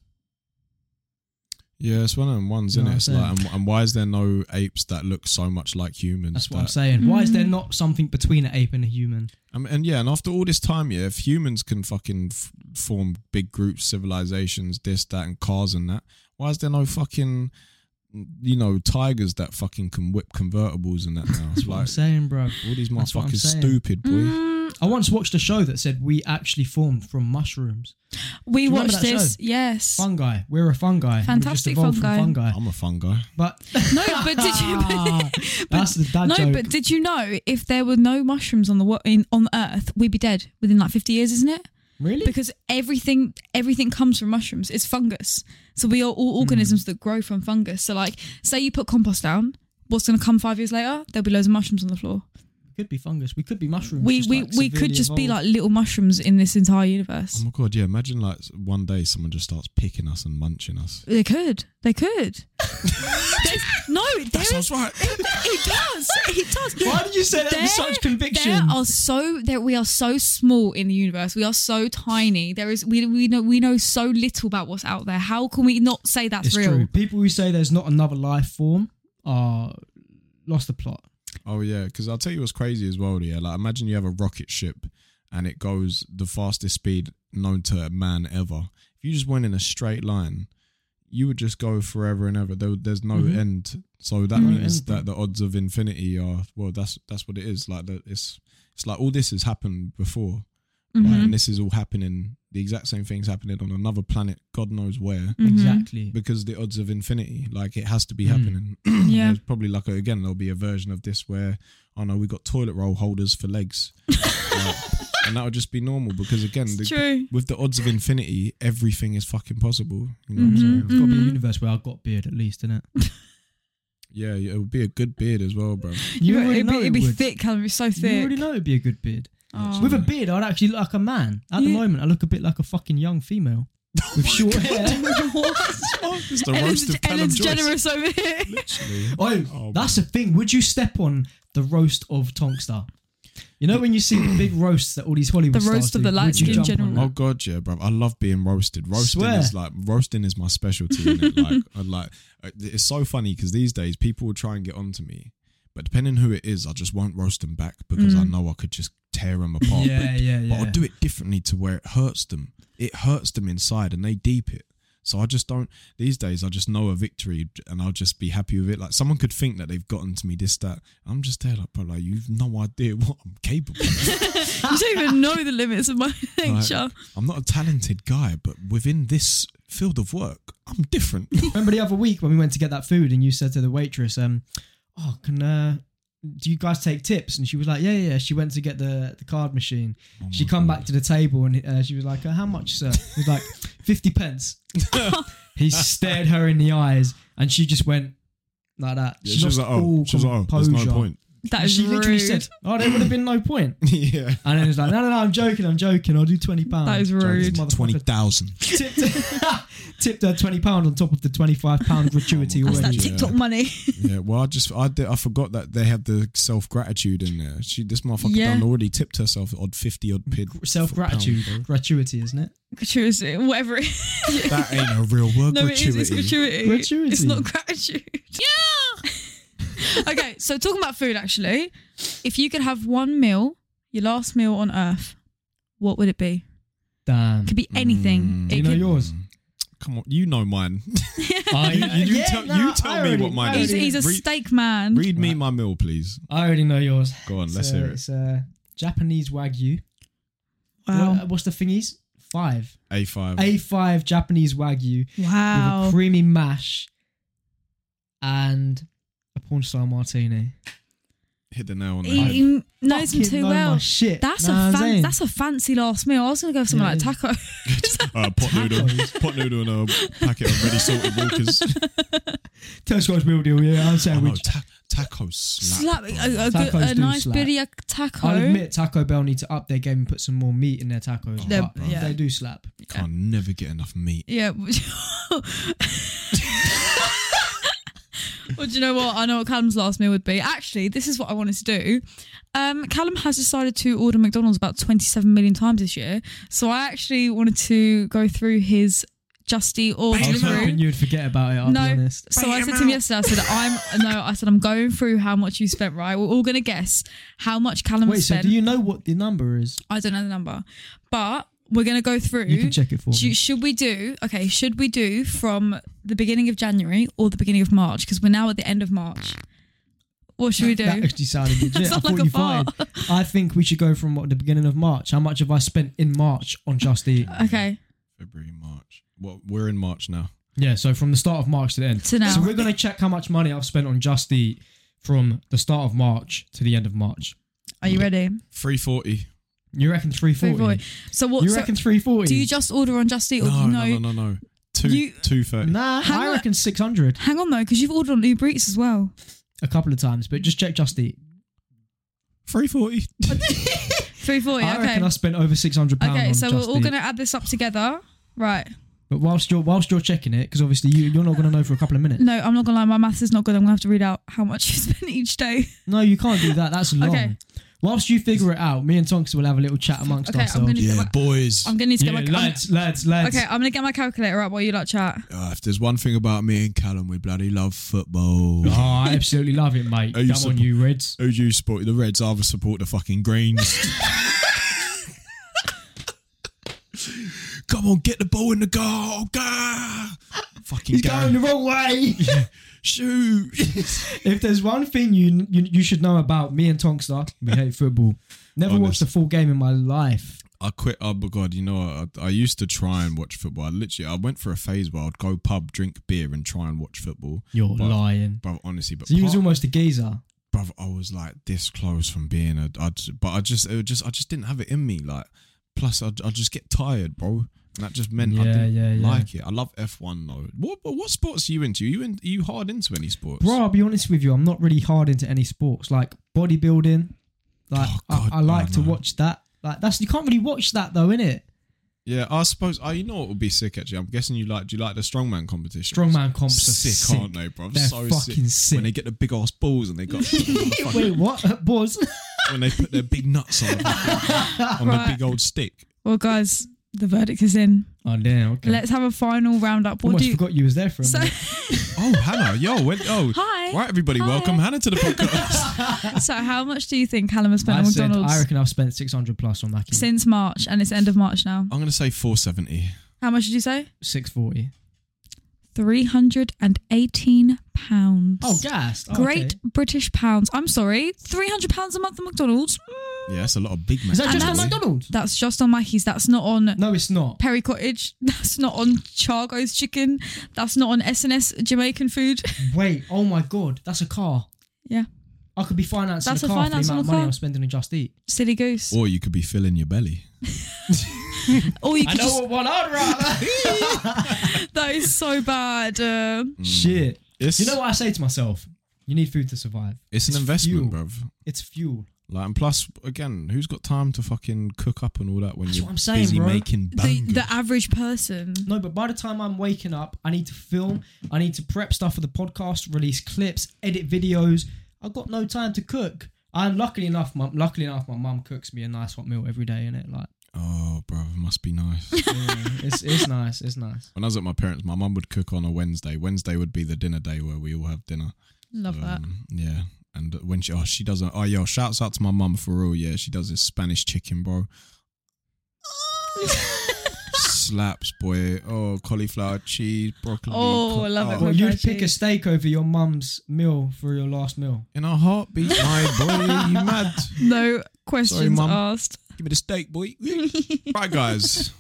Speaker 3: Yeah, it's one of them ones,
Speaker 1: You
Speaker 3: isn't
Speaker 1: know
Speaker 3: it?
Speaker 1: what
Speaker 3: It's
Speaker 1: I'm
Speaker 3: like, and, and why is there no apes that look so much like humans?
Speaker 1: That's what
Speaker 3: that-
Speaker 1: I'm saying. Why
Speaker 2: Mm.
Speaker 1: is there not something between an ape and a human?
Speaker 3: Um, and yeah, and after all this time, yeah, if humans can fucking f- form big groups, civilizations, this, that, and cars and that, why is there no fucking, you know, tigers that fucking can whip convertibles and that
Speaker 1: [LAUGHS]
Speaker 3: now? It's
Speaker 1: That's what I'm
Speaker 3: like,
Speaker 1: saying, bro.
Speaker 3: all these
Speaker 1: That's what I'm
Speaker 3: motherfuckers
Speaker 1: saying.
Speaker 3: stupid, boy.
Speaker 2: Mm,
Speaker 1: I once watched a show that said we actually formed from mushrooms.
Speaker 2: we
Speaker 1: you remember
Speaker 2: watched
Speaker 1: that
Speaker 2: this. Yes.
Speaker 1: Fungi. We're a fungi. We just
Speaker 2: Fantastic
Speaker 1: evolved from
Speaker 2: fungi.
Speaker 1: fungi.
Speaker 3: I'm a fun guy.
Speaker 1: But
Speaker 2: No, but [LAUGHS]
Speaker 1: [LAUGHS]
Speaker 2: did you?
Speaker 1: that's the dad
Speaker 2: no,
Speaker 1: joke.
Speaker 2: but did you know if there were no mushrooms on the wo- in, on Earth, we'd be dead within like fifty years, isn't it?
Speaker 1: really?
Speaker 2: Because everything everything comes from mushrooms. It's fungus, so we are all organisms
Speaker 1: Hmm.
Speaker 2: that grow from fungus. So, like, say you put compost down, what's going to come five years later? There'll be loads of mushrooms on the floor.
Speaker 1: could be fungus. We could be mushrooms.
Speaker 2: We
Speaker 1: just,
Speaker 2: we,
Speaker 1: like,
Speaker 2: we could
Speaker 1: severely
Speaker 2: just be
Speaker 1: evolved.
Speaker 2: like little mushrooms in this entire universe.
Speaker 3: Oh my god, yeah. Imagine like one day someone just starts picking us and munching us.
Speaker 2: They could.
Speaker 1: [LAUGHS]
Speaker 2: They could. There's- no, there is.
Speaker 3: right.
Speaker 2: It does. It does.
Speaker 1: Why did you say that with such conviction?
Speaker 2: There are so there we are so small in the universe. We are so tiny. There is we we know we know so little about what's out there. How can we not say that's
Speaker 1: it's
Speaker 2: real?
Speaker 1: true. People who say there's not another life form are lost the plot.
Speaker 3: Oh yeah, because I'll tell you what's crazy as well. Yeah, like imagine you have a rocket ship and it goes the fastest speed known to man ever. If you just went in a straight line, you would just go forever and ever. There, there's no
Speaker 1: Mhm.
Speaker 3: end. So that
Speaker 1: No
Speaker 3: means
Speaker 1: end.
Speaker 3: that the odds of infinity are well. That's that's what it is. Like that, it's it's like all this has happened before,
Speaker 2: Mhm.
Speaker 1: Mm-hmm.
Speaker 3: like, and this is all happening. The exact same thing's happening on another planet, God knows where
Speaker 2: Mhm.
Speaker 1: Exactly.
Speaker 3: because the odds of infinity, like it has to be
Speaker 1: Mm.
Speaker 3: happening.
Speaker 2: Yeah.
Speaker 3: There's probably like a, again, there'll be a version of this where oh no, we got toilet roll holders for
Speaker 2: [LAUGHS]
Speaker 3: legs, Like, and that would just be normal because again,
Speaker 2: It's
Speaker 3: the,
Speaker 2: true.
Speaker 3: with the odds of infinity, everything is fucking possible. You know what I'm
Speaker 1: There's
Speaker 3: saying?
Speaker 1: got to be a
Speaker 2: Mhm.
Speaker 1: universe where I've got beard at least, innit?
Speaker 3: Yeah, it would be a good beard as well, bro.
Speaker 1: You already
Speaker 2: it'd
Speaker 1: know
Speaker 2: be,
Speaker 1: it
Speaker 2: it'd be
Speaker 1: would.
Speaker 2: thick, Callum. It'd be so
Speaker 1: You
Speaker 2: thick.
Speaker 1: already know it'd be a good beard.
Speaker 2: Oh. [LAUGHS]
Speaker 1: With a [LAUGHS] beard, I'd actually look like a man. At the
Speaker 2: Yeah. Oh
Speaker 1: moment, I look a bit like a fucking young female
Speaker 2: [LAUGHS]
Speaker 1: with short hair.
Speaker 3: It's the
Speaker 2: Ellen's,
Speaker 3: roast of Callum
Speaker 2: Ellen's
Speaker 3: Joyce.
Speaker 2: generous over here. [LAUGHS]
Speaker 3: Literally.
Speaker 1: Oh,
Speaker 3: Oh,
Speaker 1: that's the thing. Would you step on the roast of Tonkstar? You know when you see the big roasts that all these Hollywood
Speaker 2: The
Speaker 1: stars
Speaker 2: roast of
Speaker 1: do,
Speaker 2: the light
Speaker 1: would you
Speaker 2: skin
Speaker 1: jump on
Speaker 2: general.
Speaker 1: that?
Speaker 3: Oh god, yeah, bro. I love being roasted. Roasting
Speaker 1: Swear.
Speaker 3: is like roasting is my specialty.
Speaker 2: [LAUGHS]
Speaker 3: innit? Like, I like uh, it's so funny because these days people will try and get onto me, but depending who it is, I just won't roast them back because
Speaker 2: Mm.
Speaker 3: I know I could just tear them apart.
Speaker 1: Yeah, yeah,
Speaker 3: but,
Speaker 1: yeah.
Speaker 3: Oh, But I do it differently to where it hurts them. It hurts them inside, and they deep it. So I just don't. These days, I just know a victory, and I'll just be happy with it. Like someone could think that they've gotten to me this that. I'm just there, like, bro, like you've no idea [LAUGHS] what I'm capable. of.
Speaker 2: you
Speaker 1: [LAUGHS]
Speaker 2: don't even know the limits of my nature.
Speaker 3: I'm not a talented guy, but within this field of work, I'm different.
Speaker 1: Remember the other week when we went to get that food and you said to the waitress, um, "Oh, can uh, do you guys take tips?" And she was like, "Yeah, yeah." yeah." She went to get the the card machine. [LAUGHS] she come back to the table and uh, she was like, uh, "How much, sir?" He was like, 50 pence." he stared her in the eyes and she just went like that.
Speaker 3: Yeah,
Speaker 1: she,
Speaker 3: she was
Speaker 1: lost
Speaker 3: like,
Speaker 1: all
Speaker 3: oh, she was like, oh, there's
Speaker 1: composure.
Speaker 3: no point. [LAUGHS]
Speaker 2: That
Speaker 1: And
Speaker 2: is
Speaker 1: she literally
Speaker 2: rude.
Speaker 1: said, "Oh, there would have been no point."
Speaker 3: yeah.
Speaker 1: And then it's like, "No, no, no, I'm joking. I'm joking. I'll do twenty pounds."
Speaker 2: That is rude.
Speaker 1: Motherfucker.
Speaker 3: 20,000.
Speaker 1: [LAUGHS] tipped, tipped her [LAUGHS] twenty pound on top of the twenty five pound gratuity
Speaker 2: That's that
Speaker 1: already.
Speaker 3: Yeah.
Speaker 2: TikTok money. [LAUGHS]
Speaker 3: yeah, well, I just, I, did, I forgot that they had the self gratitude in there. She, this motherfucker
Speaker 2: Yeah.
Speaker 3: done already tipped herself odd 50 odd pid.
Speaker 1: Self gratitude,
Speaker 3: pound,
Speaker 1: gratuity, isn't it?
Speaker 2: gratuity, whatever it is.
Speaker 1: [LAUGHS]
Speaker 3: bro.
Speaker 2: [LAUGHS]
Speaker 3: That ain't a real word.
Speaker 2: No, it
Speaker 3: gratuity.
Speaker 2: is. It's gratuity.
Speaker 1: Gratuity.
Speaker 2: It's not gratitude. Yeah. [LAUGHS] okay, so talking about food, actually, if you could have one meal, your last meal on Earth, what would it be?
Speaker 1: Damn.
Speaker 2: It could be anything.
Speaker 3: Mm.
Speaker 1: Hmm. Do
Speaker 2: it
Speaker 1: you know
Speaker 2: could,
Speaker 1: yours?
Speaker 3: Come on, you
Speaker 2: [LAUGHS]
Speaker 3: know mine.
Speaker 1: [LAUGHS]
Speaker 3: [LAUGHS]
Speaker 1: I,
Speaker 3: You, you
Speaker 1: Yeah,
Speaker 3: tell,
Speaker 1: nah,
Speaker 3: you tell
Speaker 1: I
Speaker 3: me
Speaker 1: already-
Speaker 3: what mine
Speaker 1: I
Speaker 2: he's,
Speaker 3: is.
Speaker 1: already-
Speaker 2: he's a
Speaker 3: Read-
Speaker 2: steak man.
Speaker 3: Read me
Speaker 1: Right.
Speaker 3: my meal, please.
Speaker 1: I already know yours.
Speaker 3: Go on,
Speaker 1: it's,
Speaker 3: let's hear
Speaker 1: uh,
Speaker 3: it.
Speaker 1: It's a Japanese Wagyu.
Speaker 2: wow.
Speaker 1: What- uh, what's the thingies? Five.
Speaker 3: A5.
Speaker 1: A5 Japanese Wagyu with a
Speaker 2: wow.
Speaker 1: creamy mash and a porn star martini.
Speaker 3: Hit the nail on the
Speaker 2: He,
Speaker 3: head.
Speaker 2: he knows
Speaker 1: Fucking
Speaker 2: him too
Speaker 1: know my
Speaker 2: well.
Speaker 1: Shit.
Speaker 2: That's
Speaker 1: Know what
Speaker 2: a
Speaker 1: I'm
Speaker 2: fan,
Speaker 1: saying?
Speaker 2: that's a fancy last meal. I was gonna go for something
Speaker 1: Yeah, it
Speaker 2: like taco.
Speaker 3: Uh, pot noodle,
Speaker 1: Tacos.
Speaker 3: pot noodle, and a packet of ready salted
Speaker 1: [LAUGHS]
Speaker 3: Walkers.
Speaker 1: Tell Scottish meal deal. Yeah, I'm
Speaker 3: Oh,
Speaker 1: saying.
Speaker 3: no,
Speaker 1: we-
Speaker 3: ta- taco
Speaker 2: [LAUGHS]
Speaker 3: slap.
Speaker 2: slap
Speaker 3: bro.
Speaker 2: a, a, good,
Speaker 1: Tacos
Speaker 2: a
Speaker 1: do
Speaker 2: nice
Speaker 1: slap.
Speaker 2: bitty taco.
Speaker 1: I'll admit Taco Bell need to up their game and put some more meat in their tacos.
Speaker 2: They're-
Speaker 1: but
Speaker 2: yeah.
Speaker 1: They do slap.
Speaker 2: Oh,
Speaker 3: Can't never get enough meat.
Speaker 2: Yeah. [LAUGHS] well, do you know what? I know what Callum's last meal would be. Actually, this is what I wanted to do. Um, Callum has decided to order McDonald's about 27 million times this year. So I actually wanted to go through his just eat or
Speaker 1: I was
Speaker 2: Deliveroo.
Speaker 1: hoping you'd forget about it, I'll
Speaker 2: No.
Speaker 1: be honest.
Speaker 2: So I said to him yesterday, I said, I'm no, I said I'm going through how much you spent, right? We're all gonna guess how much Callum
Speaker 1: Wait, so
Speaker 2: spent.
Speaker 1: do you know what the number is?
Speaker 2: I don't know the number. But we're gonna go through
Speaker 1: You can check it for
Speaker 2: do,
Speaker 1: me.
Speaker 2: you- should we do okay? Should we do from the beginning of January or the beginning of March? Because we're now at the end of March. What should we do?
Speaker 1: That actually sounded legit. I
Speaker 2: [LAUGHS] sounds
Speaker 1: thought
Speaker 2: like a
Speaker 1: you fired.
Speaker 2: [LAUGHS]
Speaker 1: I think we should go from what the beginning of March. How much have I spent in March on Just Eat?
Speaker 2: okay,
Speaker 3: February, March. Well, we're in March now.
Speaker 1: Yeah, so from the start of March to the end.
Speaker 2: to now.
Speaker 1: So we're gonna check how much money I've spent on Just Eat from the start of March to the end of March.
Speaker 2: Are you ready?
Speaker 3: 340.
Speaker 1: You reckon three
Speaker 2: Three
Speaker 1: forty?
Speaker 2: forty. So what?
Speaker 1: You
Speaker 2: so
Speaker 1: reckon three forty?
Speaker 2: do you just order on Just Eat or no?
Speaker 3: No, no, no, no, no. Two,
Speaker 2: You-
Speaker 3: 230.
Speaker 1: Nah,
Speaker 2: Hang
Speaker 1: I
Speaker 2: on.
Speaker 1: reckon six hundred
Speaker 2: Hang on though, because you've ordered on Uber Eats as well.
Speaker 1: a couple of times, but just check Just Eat.
Speaker 3: 340.
Speaker 2: Three forty.
Speaker 1: I reckon
Speaker 2: Okay.
Speaker 1: I spent over six hundred pounds.
Speaker 2: Okay.
Speaker 1: on
Speaker 2: So
Speaker 1: Just
Speaker 2: we're all
Speaker 1: Eat.
Speaker 2: gonna add this up together, right?
Speaker 1: But whilst you're whilst you're checking it, because obviously you you're not gonna know for a couple of minutes.
Speaker 2: No, I'm not gonna lie. My maths is not good. I'm gonna have to read out how much [LAUGHS] you spend each day.
Speaker 1: No, you can't do that.
Speaker 2: [LAUGHS]
Speaker 1: That's long.
Speaker 2: Okay.
Speaker 1: Whilst you figure it out, me and Tonks will have a little chat amongst
Speaker 2: Okay, I'm
Speaker 1: ourselves.
Speaker 2: gonna- Yeah,
Speaker 3: boys.
Speaker 2: I'm gonna need to
Speaker 1: yeah,
Speaker 2: get my.
Speaker 1: lads, lads, lads.
Speaker 2: okay, I'm gonna get my calculator out while you like chat.
Speaker 3: Uh, if there's one thing about me and Callum, we bloody love football. [LAUGHS]
Speaker 1: Oh, I absolutely love it, [LAUGHS] mate.
Speaker 3: Are you
Speaker 1: Come on,
Speaker 3: suppo-
Speaker 1: you Reds.
Speaker 3: Who do you support? The Reds. I would support the fucking [LAUGHS] Greens. Come on, get the ball in the goal. Gah!
Speaker 1: [LAUGHS]
Speaker 3: Fucking
Speaker 1: He's
Speaker 3: Gary.
Speaker 1: going the wrong way.
Speaker 3: Shoot.
Speaker 1: [LAUGHS]
Speaker 3: [LAUGHS]
Speaker 1: if there's one thing you, you you should know about me and Tonkster, [LAUGHS] we hate football. Never watched
Speaker 3: Honest.
Speaker 1: a full game in my life.
Speaker 3: I quit. Oh my god! You know, I, I used to try and watch football. I literally, I went for a phase where I'd go pub, drink beer, and try and watch football.
Speaker 1: You're
Speaker 3: But-
Speaker 1: lying.
Speaker 3: Bro, honestly, but
Speaker 1: So you was
Speaker 3: part-
Speaker 1: almost a geezer.
Speaker 3: bruv, I was like this close from being a, I just, but I just, it was just, I just didn't have it in me. Like, plus, I, I just get tired, bro, and that just meant
Speaker 1: Yeah,
Speaker 3: I didn't
Speaker 1: yeah, yeah.
Speaker 3: like it. I love F one though. What, what, what sports are you into? you in, are you hard into any sports?
Speaker 1: Bro, I'll be honest with you, I'm not really hard into any sports like bodybuilding. Like
Speaker 3: Oh,
Speaker 1: I-
Speaker 3: God,
Speaker 1: I, like
Speaker 3: no,
Speaker 1: to
Speaker 3: no.
Speaker 1: watch that. Like that's you can't really watch that though, innit?
Speaker 3: Yeah, I suppose. Oh, you know what would be sick actually. I'm guessing you like. Do you like the strongman competition?
Speaker 1: Strongman comps are
Speaker 3: sick,
Speaker 1: sick,
Speaker 3: aren't they, bro?
Speaker 1: They're
Speaker 3: so
Speaker 1: fucking sick.
Speaker 3: When they get the big ass balls and
Speaker 1: [LAUGHS]
Speaker 3: they got
Speaker 1: Wait, [LAUGHS] what? Boys,
Speaker 3: when they put their big nuts
Speaker 1: [LAUGHS]
Speaker 3: on, on
Speaker 2: Right.
Speaker 3: the big old stick.
Speaker 2: Well, guys, the verdict is in.
Speaker 1: Oh damn. Okay.
Speaker 2: Let's have a final roundup. What
Speaker 1: Almost
Speaker 2: do you?
Speaker 1: forgot you was there for a
Speaker 2: So, [LAUGHS]
Speaker 1: minute.
Speaker 3: Oh, Hannah, yo, when, oh,
Speaker 2: Hi.
Speaker 3: right, everybody,
Speaker 2: Hi.
Speaker 3: welcome Hannah to
Speaker 2: [LAUGHS]
Speaker 3: the podcast.
Speaker 2: so how much do you think Callum has spent
Speaker 1: I
Speaker 2: on
Speaker 1: said
Speaker 2: McDonald's
Speaker 1: I reckon I've spent 600 plus on that. game.
Speaker 2: since March, and it's end of March now?
Speaker 3: I'm gonna say 470.
Speaker 2: How much did you say?
Speaker 1: 640.
Speaker 2: Three hundred and eighteen pounds.
Speaker 1: Oh, gassed. Oh,
Speaker 2: Great
Speaker 1: okay.
Speaker 2: British pounds. I'm sorry, three hundred pounds a month at McDonald's.
Speaker 3: Yeah, that's a lot of Big
Speaker 1: Is
Speaker 3: Macs.
Speaker 1: that
Speaker 2: And
Speaker 1: just on
Speaker 2: that's-
Speaker 1: McDonald's?
Speaker 2: That's just on Mackey's. That's not on
Speaker 1: No, it's not.
Speaker 2: Perry Cottage. [LAUGHS] That's not on Chargo's Chicken. That's not on S&S Jamaican food. [LAUGHS]
Speaker 1: Wait. Oh my god. That's a car.
Speaker 2: yeah,
Speaker 1: I could be financing
Speaker 2: That's
Speaker 1: a
Speaker 2: a
Speaker 1: car
Speaker 2: finance
Speaker 1: for the
Speaker 2: on
Speaker 1: amount of
Speaker 2: a
Speaker 1: money
Speaker 2: car.
Speaker 1: I'm spending on Just Eat.
Speaker 2: silly goose.
Speaker 3: Or you could be filling your belly.
Speaker 2: Or Oh, you could just
Speaker 1: what one I'd rather.
Speaker 2: That is so bad. Uh,
Speaker 1: [LAUGHS] Shit.
Speaker 3: It's,
Speaker 1: You know what I say to myself? You need food to survive.
Speaker 3: It's an
Speaker 1: fuel.
Speaker 3: investment, bruv.
Speaker 1: It's fuel.
Speaker 3: Like, and plus, again, who's got time to fucking cook up and all that when
Speaker 1: That's
Speaker 3: you're
Speaker 1: what I'm saying,
Speaker 3: busy
Speaker 1: bro.
Speaker 3: making
Speaker 2: the,
Speaker 3: bangers?
Speaker 2: the average person.
Speaker 1: No, but by the time I'm waking up, I need to film. I need to prep stuff for the podcast, release clips, edit videos. I've got no time to cook. And luckily enough, my, luckily enough, my mum cooks me a nice hot meal every day, innit?
Speaker 3: [LAUGHS]
Speaker 1: Like,
Speaker 3: oh, bruv, must
Speaker 1: [LAUGHS]
Speaker 3: be nice.
Speaker 1: yeah, it's, it's nice. It's nice.
Speaker 3: when I was at my parents, my mum would cook on a Wednesday. Wednesday would be the dinner day where we all have dinner.
Speaker 2: Love
Speaker 1: Mm.
Speaker 2: that.
Speaker 3: Um, yeah. And when she, oh, she doesn't. Oh, yo, shouts out to my mum for real. Yeah, she does this Spanish
Speaker 1: [LAUGHS]
Speaker 3: chicken, bro. Slaps, boy. Oh, cauliflower, cheese, broccoli.
Speaker 2: Oh,
Speaker 3: co-
Speaker 2: I love it.
Speaker 1: Well,
Speaker 2: Oh,
Speaker 1: you'd
Speaker 2: God,
Speaker 1: pick a
Speaker 2: geez.
Speaker 1: steak over your mum's meal for your last meal.
Speaker 3: In a heartbeat, my boy. You mad?
Speaker 2: No questions
Speaker 3: Mum.
Speaker 2: asked.
Speaker 3: Give me the
Speaker 1: [LAUGHS]
Speaker 3: steak, boy. right, guys.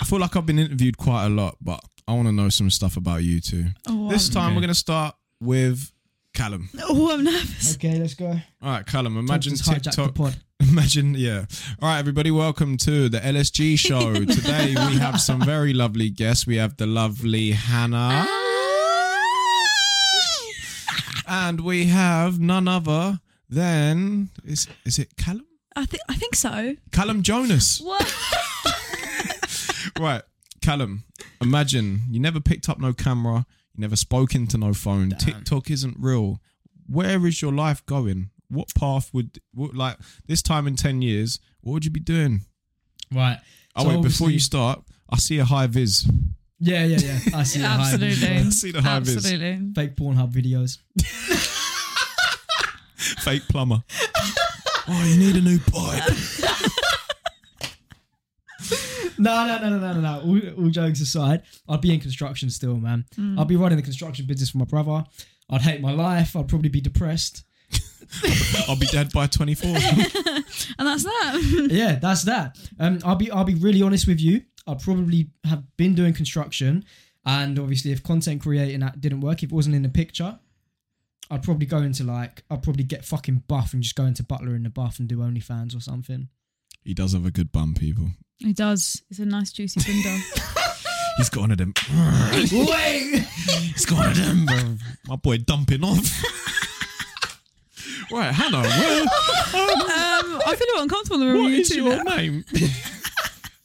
Speaker 3: I feel like I've been interviewed quite a lot, but I want to know some stuff about you two.
Speaker 2: Oh,
Speaker 3: This
Speaker 2: I'm-
Speaker 3: time,
Speaker 1: Okay.
Speaker 3: we're going to start with Callum.
Speaker 2: [LAUGHS] oh, I'm nervous.
Speaker 1: Okay, let's go.
Speaker 3: All right, Callum, imagine
Speaker 1: Just hijack the
Speaker 3: TikTok.
Speaker 1: pod.
Speaker 3: [LAUGHS] Imagine, yeah. All right, everybody, welcome to the LSG
Speaker 1: [LAUGHS]
Speaker 3: show. Today, we have some very lovely guests. We have the lovely Hannah, and we have none other than, is, is it Callum?
Speaker 2: I think I think so.
Speaker 3: Callum Jonas.
Speaker 2: What?
Speaker 3: Right, Callum, imagine you never picked up no camera, you never spoken to no phone. TikTok isn't real. Where is your life going? What path would, what, like, this time in 10 years, what would you be doing?
Speaker 1: Right.
Speaker 3: Oh
Speaker 1: So
Speaker 3: wait, before
Speaker 1: obviously-
Speaker 3: you start, I see a high viz.
Speaker 1: Yeah, yeah, yeah. I see.
Speaker 3: [LAUGHS]
Speaker 1: the hype.
Speaker 2: Absolutely.
Speaker 3: I see the high viz.
Speaker 2: Absolutely.
Speaker 1: [LAUGHS] Fake Pornhub videos.
Speaker 3: Fake
Speaker 1: [LAUGHS]
Speaker 3: plumber. oh, you need a new pipe.
Speaker 1: No, no, no, no, no, no. no. All, all jokes aside, I'd be in construction still, man.
Speaker 2: Hmm.
Speaker 1: I'd be running the construction business for my brother. I'd hate my life. I'd probably be
Speaker 2: [LAUGHS]
Speaker 1: depressed.
Speaker 3: I'll be dead by 24.
Speaker 2: And that's that.
Speaker 1: yeah, that's that. Um, I'll be I'll be really honest with you. I probably have been doing construction, and obviously, if content creating that didn't work, if it wasn't in the picture, I'd probably go into like I'd probably get fucking buff and just go into Butler in the buff and do OnlyFans or
Speaker 2: [LAUGHS]
Speaker 1: something.
Speaker 3: [LAUGHS] he does have a good bum, people.
Speaker 2: He does. It's a nice juicy bundle.
Speaker 3: He's got one of them.
Speaker 1: Wait,
Speaker 3: He's got one of them. bro. My boy dumping off. [LAUGHS] right, Hannah,
Speaker 2: [LAUGHS]
Speaker 3: where,
Speaker 2: um, I feel a bit uncomfortable in the
Speaker 3: what
Speaker 2: room.
Speaker 3: is
Speaker 2: too.
Speaker 3: your name?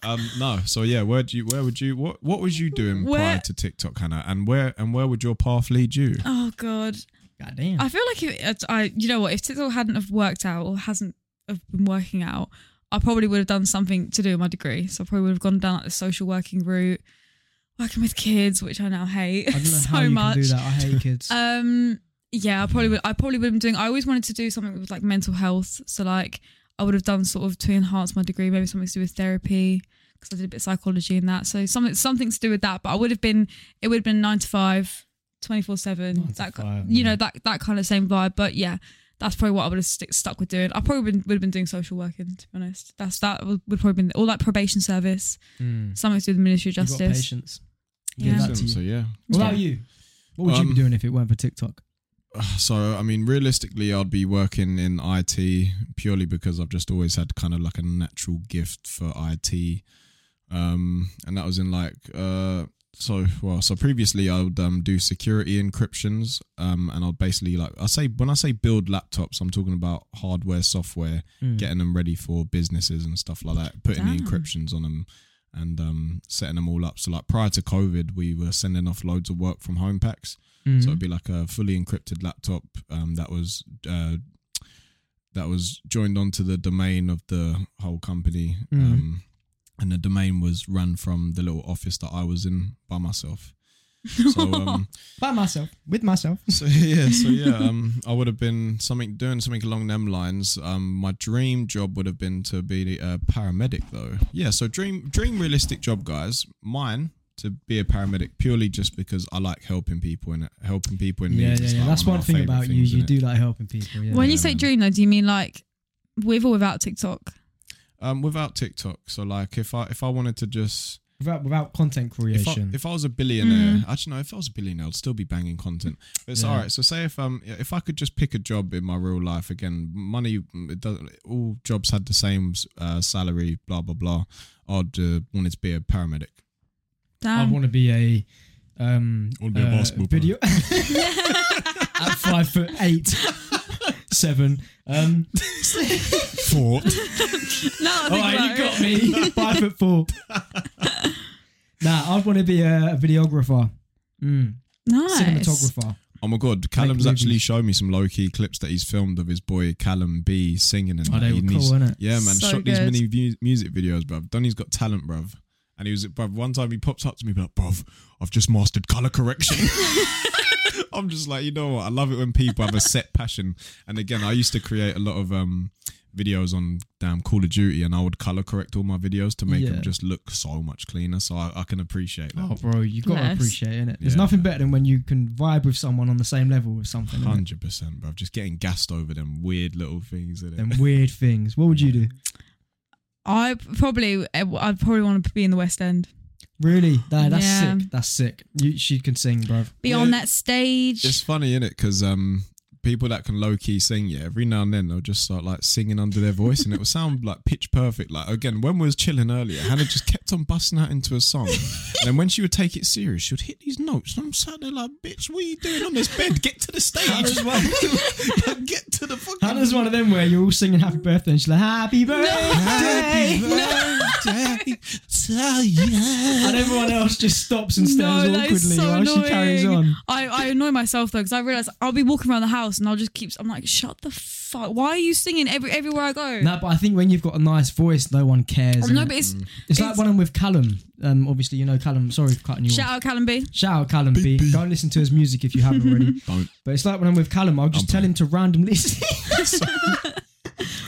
Speaker 3: um, no. So yeah, where do you? Where would you? What What was you doing prior
Speaker 2: Where-
Speaker 3: to TikTok, Hannah? And where? And where would your path lead you?
Speaker 2: Oh God,
Speaker 1: goddamn.
Speaker 2: I feel like if I, you know what, if TikTok hadn't have worked out or hasn't have been working out, I probably would have done something to do with my degree. So I probably would have gone down like the social working route, working with kids, which I now hate
Speaker 1: I don't know
Speaker 2: [LAUGHS] so
Speaker 1: how you
Speaker 2: much.
Speaker 1: can do that. I hate kids.
Speaker 2: Um, yeah, I probably would. I probably would have been doing. I always wanted to do something with like mental health. So like, I would have done sort of to enhance my degree, maybe something to do with therapy because I did a bit of psychology and that. So something something to do with that. But I would have been. It would have been nine to five, 24 seven. That ki-
Speaker 1: five,
Speaker 2: you know that that kind of same vibe. But yeah. That's probably what I would have stick, stuck with doing. I probably would have been doing social working, to be honest. That's that would, would probably been all that probation service,
Speaker 1: Mm.
Speaker 2: something to do with the Ministry of
Speaker 1: You've got
Speaker 2: Justice.
Speaker 1: patience.
Speaker 2: Yeah.
Speaker 1: Give that to
Speaker 3: So
Speaker 1: you.
Speaker 3: yeah.
Speaker 1: What about you? What would you
Speaker 3: Um,
Speaker 1: be doing if it weren't for TikTok?
Speaker 3: So, I mean, realistically, I'd be working in IT purely because I've just always had kind of like a natural gift for IT. Um, and that was in like, uh, so, well, so previously I would um, do security encryptions. Um, and I'd basically like, I say, when I say build laptops, I'm talking about hardware, software,
Speaker 1: Mm.
Speaker 3: getting them ready for businesses and stuff like that, putting the
Speaker 2: Damn.
Speaker 3: encryptions on them and um, setting them all up. So, like, prior to COVID, we were sending off loads of work from home packs. So
Speaker 1: Mm.
Speaker 3: it'd be like a fully encrypted laptop um, that was uh, that was joined onto the domain of the whole company, um, and the domain was run from the little office that I was in by myself. So, um,
Speaker 1: By myself, with myself.
Speaker 3: so [LAUGHS] yeah, so yeah, um, I would have been something doing something along them lines. Um, my dream job would have been to be a paramedic, though. Yeah, so dream dream realistic job, guys. Mine to be a paramedic purely just because I like helping people and helping people in need.
Speaker 1: Yeah, yeah,
Speaker 3: is
Speaker 1: yeah.
Speaker 3: like
Speaker 1: That's
Speaker 3: of
Speaker 1: one
Speaker 3: my
Speaker 1: thing
Speaker 3: favourite
Speaker 1: about you.
Speaker 3: things,
Speaker 1: You
Speaker 3: innit?
Speaker 1: do like helping people. Yeah.
Speaker 2: When
Speaker 3: Yeah,
Speaker 2: you say
Speaker 3: man.
Speaker 2: dream though, do you mean like with or without TikTok?
Speaker 3: um, without TikTok. So like, if I if I wanted to just
Speaker 1: without, without content
Speaker 3: if I,
Speaker 1: creation.
Speaker 3: if I was a billionaire, actually no, if I was a billionaire, I'd still be banging content. But it's
Speaker 1: Yeah.
Speaker 3: all right. So say if um if I could just pick a job in my real life again, money it doesn't. All jobs had the same uh, salary, blah blah blah. I'd uh, wanted to be a paramedic.
Speaker 1: I
Speaker 2: Damn.
Speaker 1: want to be a um
Speaker 3: I wanna be a basketball player. [LAUGHS]
Speaker 1: video at five foot eight, [LAUGHS] seven. Um, [LAUGHS]
Speaker 3: Four.
Speaker 2: no, I
Speaker 1: all
Speaker 2: think
Speaker 1: right, you
Speaker 2: about
Speaker 1: got
Speaker 2: it.
Speaker 1: me five foot four. nah, I'd want to be a, a videographer, mm.
Speaker 2: Nice.
Speaker 1: cinematographer.
Speaker 3: oh my god, Callum's actually
Speaker 1: movies.
Speaker 3: showed me some low key clips that he's filmed of his boy Callum B singing and
Speaker 1: Oh, they
Speaker 3: that. He
Speaker 1: were
Speaker 3: needs-
Speaker 1: cool, innit?
Speaker 3: Yeah, man,
Speaker 2: So
Speaker 3: shot these
Speaker 2: good.
Speaker 3: mini mu- music videos, bruv. Donny's got talent, bruv. And he was, bruv, one time he pops up to me, be like, bruv, I've just mastered color correction.
Speaker 2: [LAUGHS]
Speaker 3: [LAUGHS] I'm just like, you know what? I love it when people have a set passion. And again, I used to create a lot of um, videos on damn Call of Duty and I would color correct all my videos to make
Speaker 1: Yeah.
Speaker 3: them just look so much cleaner. So I, I can appreciate that.
Speaker 1: Oh, bro, you got to
Speaker 2: Bless.
Speaker 1: appreciate it. innit? There's
Speaker 3: Yeah.
Speaker 1: nothing better than when you can vibe with someone on the same level with something. innit?
Speaker 3: Hundred percent, bruv. Just getting gassed over them weird little things. innit?
Speaker 1: Them weird things. What would you do?
Speaker 2: I probably, I'd probably want to be in the West End,
Speaker 1: Really? Nah, that's
Speaker 2: Yeah.
Speaker 1: sick. That's sick. You, she can sing, bruv.
Speaker 2: be
Speaker 3: Yeah.
Speaker 2: on that stage.
Speaker 3: It's funny, innit? Because um, people that can low key sing, yeah, every now and then they'll just start like singing under their voice, and it will sound like pitch perfect. Like again, when we was chilling earlier, Hannah just kept on busting out into a song, and then when she would take it serious, she would hit these notes, and I'm sat there like, "Bitch, what are you doing on this bed? Get to the stage,
Speaker 1: Hannah's one- [LAUGHS]
Speaker 3: Like, [LAUGHS] get to the fucking."
Speaker 1: Hannah's one of them where you're all singing happy birthday and she's like, happy birthday.
Speaker 3: [LAUGHS]
Speaker 1: [LAUGHS]
Speaker 3: Happy birthday to you.
Speaker 1: And everyone else just stops and stares
Speaker 2: no, that
Speaker 1: awkwardly
Speaker 2: is so
Speaker 1: while
Speaker 2: annoying.
Speaker 1: she carries on.
Speaker 2: I, I annoy myself though because I realize I'll be walking around the house and I'll just keep. I'm like, shut the fuck. Why are you singing every everywhere I go?
Speaker 1: Nah, but I think when you've got a nice voice, no one cares.
Speaker 2: no,
Speaker 1: innit?
Speaker 2: but it's
Speaker 1: it's, like
Speaker 2: it's-
Speaker 1: one I'm with Callum. Um, obviously, you know Callum. Sorry for cutting you off.
Speaker 2: [LAUGHS] shout out Callum B.
Speaker 1: Shout out Callum B. Don't listen to his music if you haven't already.
Speaker 3: [LAUGHS] Don't.
Speaker 1: But it's like when I'm with Callum, I'll just
Speaker 3: I'm
Speaker 1: tell him to randomly [LAUGHS] sing.
Speaker 2: I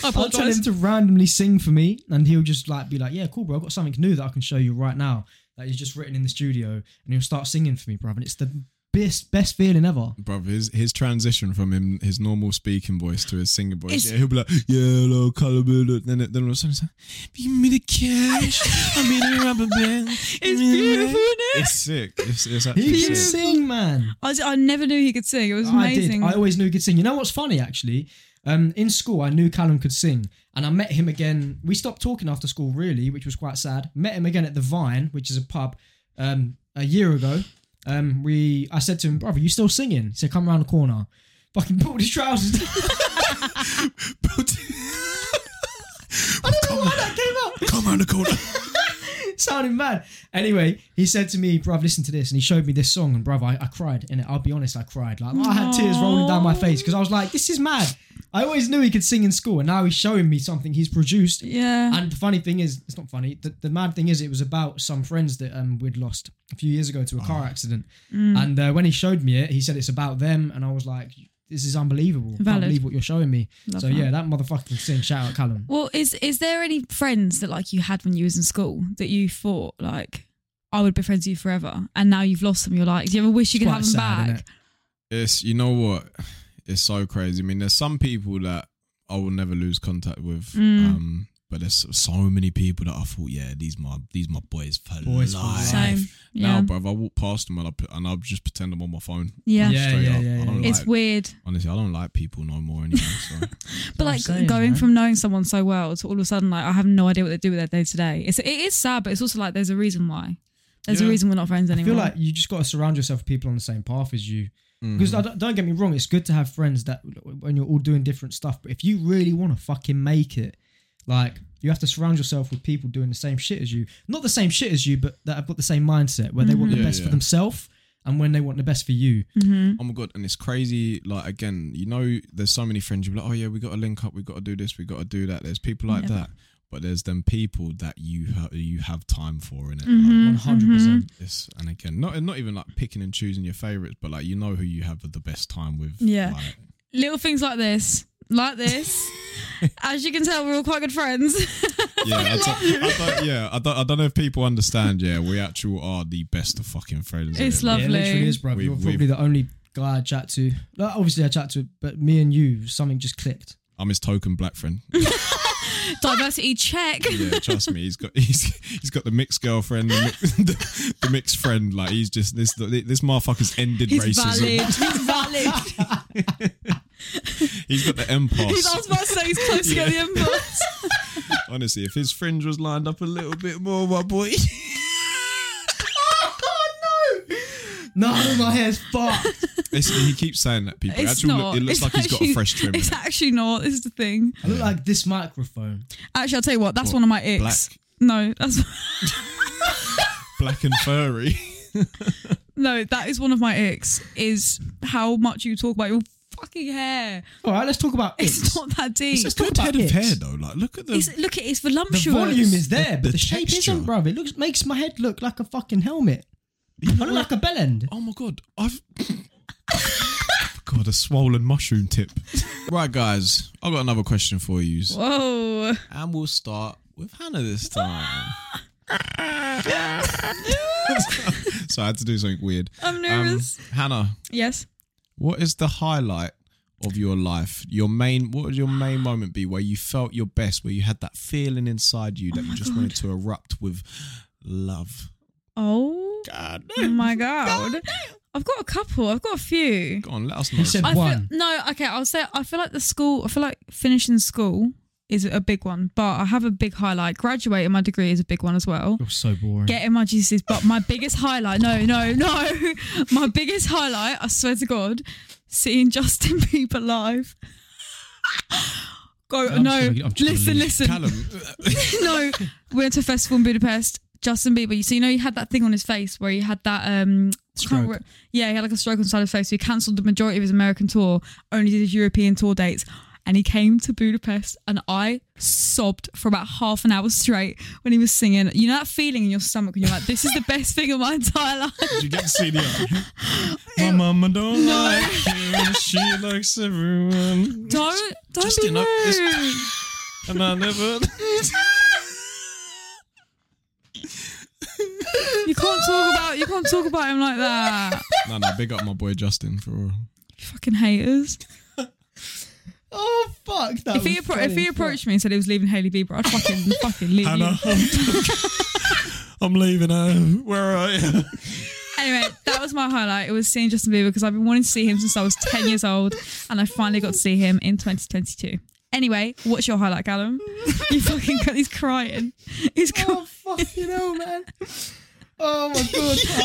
Speaker 1: I'll tell him
Speaker 2: apologize.
Speaker 1: to randomly sing for me, and he'll just like be like, "Yeah, cool, bro. I've got something new that I can show you right now that is just written in the studio," and he'll start singing for me, bro. And it's the best, best feeling ever.
Speaker 3: Bruv, his his transition from him his normal speaking voice to his singing voice,
Speaker 2: It's-
Speaker 3: yeah, he'll be like, yeah, hello, Caliban. and Then, then all of a sudden, he's like, give me the cash, I'm in a rubber band. It's
Speaker 1: [LAUGHS]
Speaker 2: beautiful, isn't it?
Speaker 3: It's sick. It's, it's actually
Speaker 1: He can
Speaker 3: [LAUGHS] sick.
Speaker 1: sing, man.
Speaker 2: I, was- I never knew he could sing. It was
Speaker 1: I did.
Speaker 2: amazing.
Speaker 1: I always knew he could sing. You know what's funny, actually? Um, in school, I knew Callum could sing, and I met him again. We stopped talking after school, really, which was quite sad. Met him again at the Vine, which is a pub, um, a year ago. Um, we, I said to him, "Brother, you still singing?" He said, "Come around the corner." Fucking pulled his trousers. down. I don't know why that came up.
Speaker 3: Come around the corner.
Speaker 1: sounding mad. Anyway, he said to me, bruv, listen to this. And he showed me this song. And bruv, I, I cried. And I'll be honest, I cried. Like, I had tears rolling down my face because I was like, this is mad. I always knew he could sing in school. And now he's showing me something he's produced.
Speaker 2: yeah.
Speaker 1: And the funny thing is, it's not funny. The, the mad thing is, it was about some friends that um, we'd lost a few years ago to a
Speaker 2: Oh.
Speaker 1: car accident.
Speaker 2: Mm.
Speaker 1: And uh, when he showed me it, he said it's about them. And I was like, this is unbelievable. I can't
Speaker 2: Valid.
Speaker 1: believe what you're showing me.
Speaker 2: Love
Speaker 1: so,
Speaker 2: that.
Speaker 1: yeah, that motherfucker can sing. Shout out Callum.
Speaker 2: well, is is there any friends that like you had when you was in school that you thought like I would be friends with you forever, and now you've lost them? You're like, do you ever wish you could
Speaker 1: Quite
Speaker 2: have them
Speaker 1: sad,
Speaker 2: back?
Speaker 1: innit?
Speaker 3: It's you know what? It's so crazy. I mean, there's some people that I will never lose contact with.
Speaker 1: Mm.
Speaker 3: Um, but there's so many people that I thought, yeah, these my these my boys for
Speaker 1: Boys for
Speaker 3: life.
Speaker 2: Same.
Speaker 3: Now,
Speaker 2: Yeah.
Speaker 3: bruv, I walk past them and I put, and I'll just pretend I'm on my phone.
Speaker 2: Yeah.
Speaker 1: Yeah,
Speaker 3: Straight
Speaker 1: yeah,
Speaker 3: up.
Speaker 1: yeah,
Speaker 3: I
Speaker 1: yeah.
Speaker 3: don't
Speaker 2: It's
Speaker 3: like-
Speaker 2: weird.
Speaker 3: Honestly, I don't like people no more anymore.
Speaker 2: [LAUGHS]
Speaker 3: So.
Speaker 2: But
Speaker 1: what I'm
Speaker 2: like
Speaker 1: saying,
Speaker 2: going
Speaker 1: man.
Speaker 2: from knowing someone so well to all of a sudden like I have no idea what they do with their day to day. It's it is sad, but it's also like there's a reason why. There's
Speaker 3: Yeah.
Speaker 2: a reason we're not friends
Speaker 1: I
Speaker 2: anymore.
Speaker 1: feel like you just got to surround yourself with people on the same path as you.
Speaker 3: Mm-hmm.
Speaker 2: Mm.
Speaker 1: Because don't, don't get me wrong, it's good to have friends that when you're all doing different stuff. But if you really want to fucking make it, like you have to surround yourself with people doing the same shit as you, not the same shit as you, but that have got the same mindset where they want the
Speaker 3: Yeah,
Speaker 1: best for
Speaker 3: Mm-hmm. yeah.
Speaker 1: themselves and when they want the best for you.
Speaker 3: oh my god, and it's crazy. Like again, you know, there's so many friends. You're like, oh yeah, we got to link up. We got to do this. We got to do that. There's people like
Speaker 2: Yeah.
Speaker 3: that, but there's them people that you ha- you have time for in it.
Speaker 2: Mm-hmm.
Speaker 1: One hundred percent.
Speaker 3: This and again, not not even like picking and choosing your favorites, but like you know who you have the best time with.
Speaker 2: Yeah.
Speaker 3: like-
Speaker 2: Little things like this, like
Speaker 1: [LAUGHS]
Speaker 2: this. As you can tell, we're all quite good friends.
Speaker 3: yeah, I don't, I don't, yeah. I don't, I don't know if people understand. Yeah, we actually are the best of fucking friends.
Speaker 2: It's
Speaker 3: innit?
Speaker 2: like-
Speaker 1: Yeah, it literally
Speaker 2: Lovely.
Speaker 1: is, bro.
Speaker 3: We've-
Speaker 1: You're probably
Speaker 3: we've-
Speaker 1: the only guy I chat to. Like, obviously, I chat to, but me and you, something just
Speaker 3: [LAUGHS]
Speaker 1: clicked.
Speaker 3: I'm his token black friend.
Speaker 2: Diversity check.
Speaker 3: Yeah, trust me, he's got [LAUGHS] he's he's got the mixed girlfriend, the, mix, [LAUGHS] the, the mixed friend. Like he's just this this motherfucker's ended
Speaker 2: He's valid.
Speaker 3: racism.
Speaker 2: He's valid.
Speaker 3: He's got the
Speaker 2: [LAUGHS] He's, I was
Speaker 3: impasse.
Speaker 2: about to say he's close to getting the
Speaker 3: [LAUGHS]
Speaker 2: inbox.
Speaker 3: Honestly, if his fringe was lined up a little bit more, my boy. [LAUGHS] Oh,
Speaker 1: No, my hair's fucked.
Speaker 3: It's, he keeps saying that people.
Speaker 2: It's
Speaker 3: actually,
Speaker 2: not.
Speaker 3: it looks
Speaker 2: It's
Speaker 3: like he's got a
Speaker 2: actually-
Speaker 3: fresh trim.
Speaker 2: It's
Speaker 3: innit?
Speaker 2: actually not. This is the thing.
Speaker 1: I look like this microphone.
Speaker 2: Actually, I'll tell you what. That's one of my icks.
Speaker 3: Black,
Speaker 2: No, that's [LAUGHS]
Speaker 3: black and furry.
Speaker 2: no. That is one of my icks. Is how much you talk about your fucking hair.
Speaker 1: All right, let's talk about it.
Speaker 2: It's not that deep.
Speaker 3: It's a
Speaker 2: It's
Speaker 1: talk
Speaker 3: good
Speaker 1: about
Speaker 3: head of
Speaker 1: it.
Speaker 3: hair though. Like, look at the.
Speaker 2: look at it's
Speaker 1: the
Speaker 2: voluptuous.
Speaker 1: volume is there, but the,
Speaker 3: the
Speaker 1: shape
Speaker 3: texture.
Speaker 1: isn't, bruv. It looks makes my head look like a fucking helmet.
Speaker 3: You
Speaker 1: I
Speaker 3: know
Speaker 1: look
Speaker 3: what?
Speaker 1: like a bell end.
Speaker 3: Oh my god, I've [LAUGHS] God, a swollen mushroom tip. Right, guys, I've got another question for you.
Speaker 2: Whoa.
Speaker 3: And we'll start with Hannah this [LAUGHS] time. so I had to do something weird.
Speaker 2: I'm
Speaker 3: Um,
Speaker 2: nervous.
Speaker 3: Hannah,
Speaker 2: yes.
Speaker 3: what is the highlight of your life? Your main what would your main moment be where you felt your best, where you had that feeling inside you that you just wanted to erupt with love?
Speaker 2: Oh
Speaker 3: God
Speaker 2: my god. I've got a couple. I've got a few.
Speaker 3: Go on, let us know.
Speaker 1: He said
Speaker 2: I
Speaker 1: one.
Speaker 2: Feel, no, okay. I'll say I feel like the school. I feel like finishing school is a big one, but I have a big highlight. Graduating my degree is a big one as well.
Speaker 1: You're so boring.
Speaker 2: Getting my GCSEs, but my biggest highlight. No, no, no. [LAUGHS] My biggest highlight. I swear to God, seeing Justin [LAUGHS] Bieber live. Go
Speaker 1: I'm just
Speaker 2: no.
Speaker 1: gonna- I'm just gonna
Speaker 2: listen,
Speaker 1: leave.
Speaker 2: listen.
Speaker 3: [LAUGHS] Callum,
Speaker 2: no, we went to a festival in Budapest. Justin Bieber, you so you know he had that thing on his face where he had that um I can't
Speaker 1: Stroke.
Speaker 2: remember- yeah, he had like a stroke on the side of his face. So he cancelled the majority of his American tour, only did his European tour dates. And he came to Budapest and I sobbed for about half an hour straight when he was singing. You know that feeling in your stomach when you're like, this is the best thing of my entire
Speaker 3: [LAUGHS]
Speaker 2: life.
Speaker 3: [LAUGHS] Did you get to see the other? My mama don't
Speaker 2: No.
Speaker 3: like you. She likes everyone.
Speaker 2: Don't don't be
Speaker 3: Justin, I- it's-
Speaker 2: rude.
Speaker 3: And I never.
Speaker 2: You can't talk about you can't talk about him like that.
Speaker 3: no, no, big up my boy Justin for.
Speaker 2: You fucking haters.
Speaker 1: Oh fuck! That
Speaker 2: if he
Speaker 1: was
Speaker 2: appro- if
Speaker 1: funny
Speaker 2: he
Speaker 1: as
Speaker 2: approached me and said he was leaving Haley Bieber, I'd fucking fucking leave.
Speaker 3: Hannah, I'm, [LAUGHS] I'm leaving her. Where are you?
Speaker 2: Anyway, that was my highlight. It was seeing Justin Bieber because I've been wanting to see him since I was ten years old, and I finally got to see him in 2022. Anyway, what's your highlight, [LAUGHS] Callum? You fucking he's crying. He's
Speaker 1: fuck.
Speaker 2: crying.
Speaker 1: [LAUGHS] Oh fucking hell, man! Oh
Speaker 2: [LAUGHS]
Speaker 1: my god!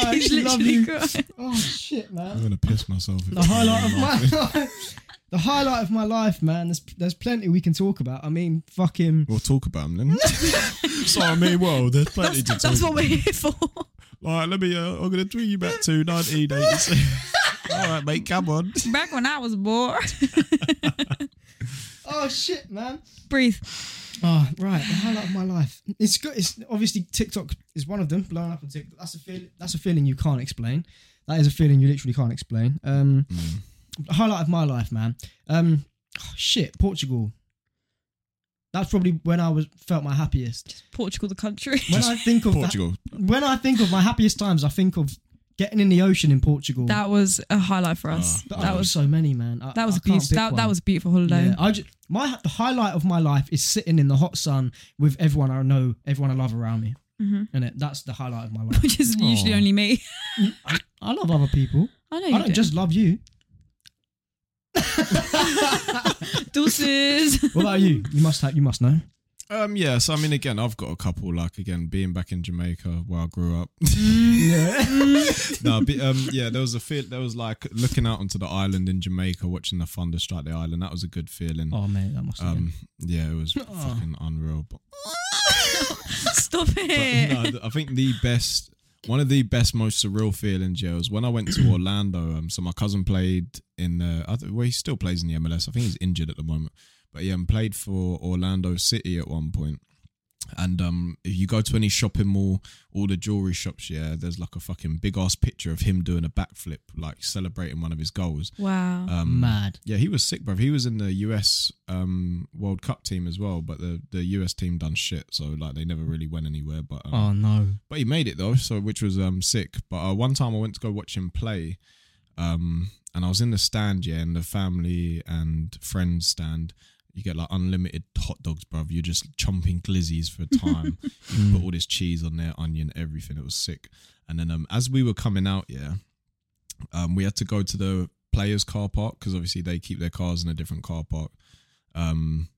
Speaker 1: I
Speaker 2: he's
Speaker 1: actually love
Speaker 2: literally
Speaker 1: you.
Speaker 2: crying.
Speaker 1: Oh shit, man!
Speaker 3: I'm gonna piss myself.
Speaker 1: the highlight of
Speaker 2: [LAUGHS]
Speaker 1: my life. The highlight of my life, man. There's there's plenty we can talk about. I mean, fucking.
Speaker 3: We'll talk about him then. Sorry, I mean, well, there's
Speaker 2: [LAUGHS]
Speaker 3: plenty
Speaker 2: That's,
Speaker 3: to talk.
Speaker 2: that's what we're here for.
Speaker 3: All right, let me. Uh, I'm gonna bring you back to 1986. All right, mate, come on.
Speaker 2: Back when I was bored.
Speaker 1: Oh shit, man!
Speaker 2: Breathe.
Speaker 1: Oh, right. The highlight of my life. It's good. It's obviously TikTok is one of them. Blowing up on TikTok. That's a feel. That's a feeling you can't explain. That is a feeling you literally can't explain. Um,
Speaker 3: Mm.
Speaker 1: the highlight of my life, man. Um, oh, shit, Portugal. That's probably when I was felt my happiest.
Speaker 2: Portugal, the country.
Speaker 1: When
Speaker 3: Just
Speaker 1: I think of that,
Speaker 3: Portugal.
Speaker 1: when I think of my happiest times, I think of getting in the ocean in Portugal.
Speaker 2: That was a highlight for us.
Speaker 1: But
Speaker 2: that
Speaker 1: I've
Speaker 2: was
Speaker 1: got so many, man. I-
Speaker 2: that was
Speaker 1: I
Speaker 2: a
Speaker 1: can't
Speaker 2: beautiful.
Speaker 1: pick
Speaker 2: That, that
Speaker 1: one.
Speaker 2: was a beautiful holiday.
Speaker 1: Yeah, I just, my the highlight of my life is sitting in the hot sun with everyone I know, everyone I love around me,
Speaker 2: Mhm.
Speaker 1: and it, that's the highlight of my
Speaker 2: [LAUGHS]
Speaker 1: life.
Speaker 2: Which is usually
Speaker 3: Aw.
Speaker 2: only me.
Speaker 1: I, I love other
Speaker 2: [LAUGHS]
Speaker 1: people.
Speaker 2: I know
Speaker 1: I
Speaker 2: you
Speaker 1: don't
Speaker 2: do.
Speaker 1: just love you.
Speaker 2: deuces. [LAUGHS]
Speaker 1: What about you? You must have. You must know.
Speaker 3: Um, yeah, so I mean, again, I've got a couple. Like, again, being back in Jamaica where I grew up.
Speaker 1: Yeah.
Speaker 3: [LAUGHS] no, but, um, yeah, there was a feel. There was like looking out onto the island in Jamaica, watching the thunder strike the island. That was a good feeling.
Speaker 1: oh man, that must. Have been.
Speaker 3: um, yeah, it was fucking unreal. But,
Speaker 2: Stop
Speaker 3: but
Speaker 2: [LAUGHS] it.
Speaker 3: no, th- I think the best, one of the best, most surreal feelings, yeah, was when I went to Orlando. Um, so my cousin played in the. I th- well, he still plays in the MLS. I think he's injured at the moment, but yeah, and played for Orlando City at one point. And um, if you go to any shopping mall, all the jewelry shops, yeah, there's like a fucking big ass picture of him doing a backflip, like celebrating one of his goals.
Speaker 2: Wow.
Speaker 3: [LAUGHS] Um,
Speaker 1: Mad.
Speaker 3: yeah, he was sick, bruv. He was in the US um, World Cup team as well, but the, the US team done shit, so like they never really went anywhere. But um,
Speaker 1: Oh no.
Speaker 3: but he made it though, so which was um sick. But uh, one time I went to go watch him play, um, and I was in the stand, yeah, in the family and friends stand. You get like unlimited hot dogs, bruv. You're just chomping glizzies for a time.
Speaker 1: Mm.
Speaker 3: you put all this cheese on there, onion, everything. It was sick. And then um, as we were coming out, yeah, um, we had to go to the players' car park because obviously they keep their cars in a different car park. Um,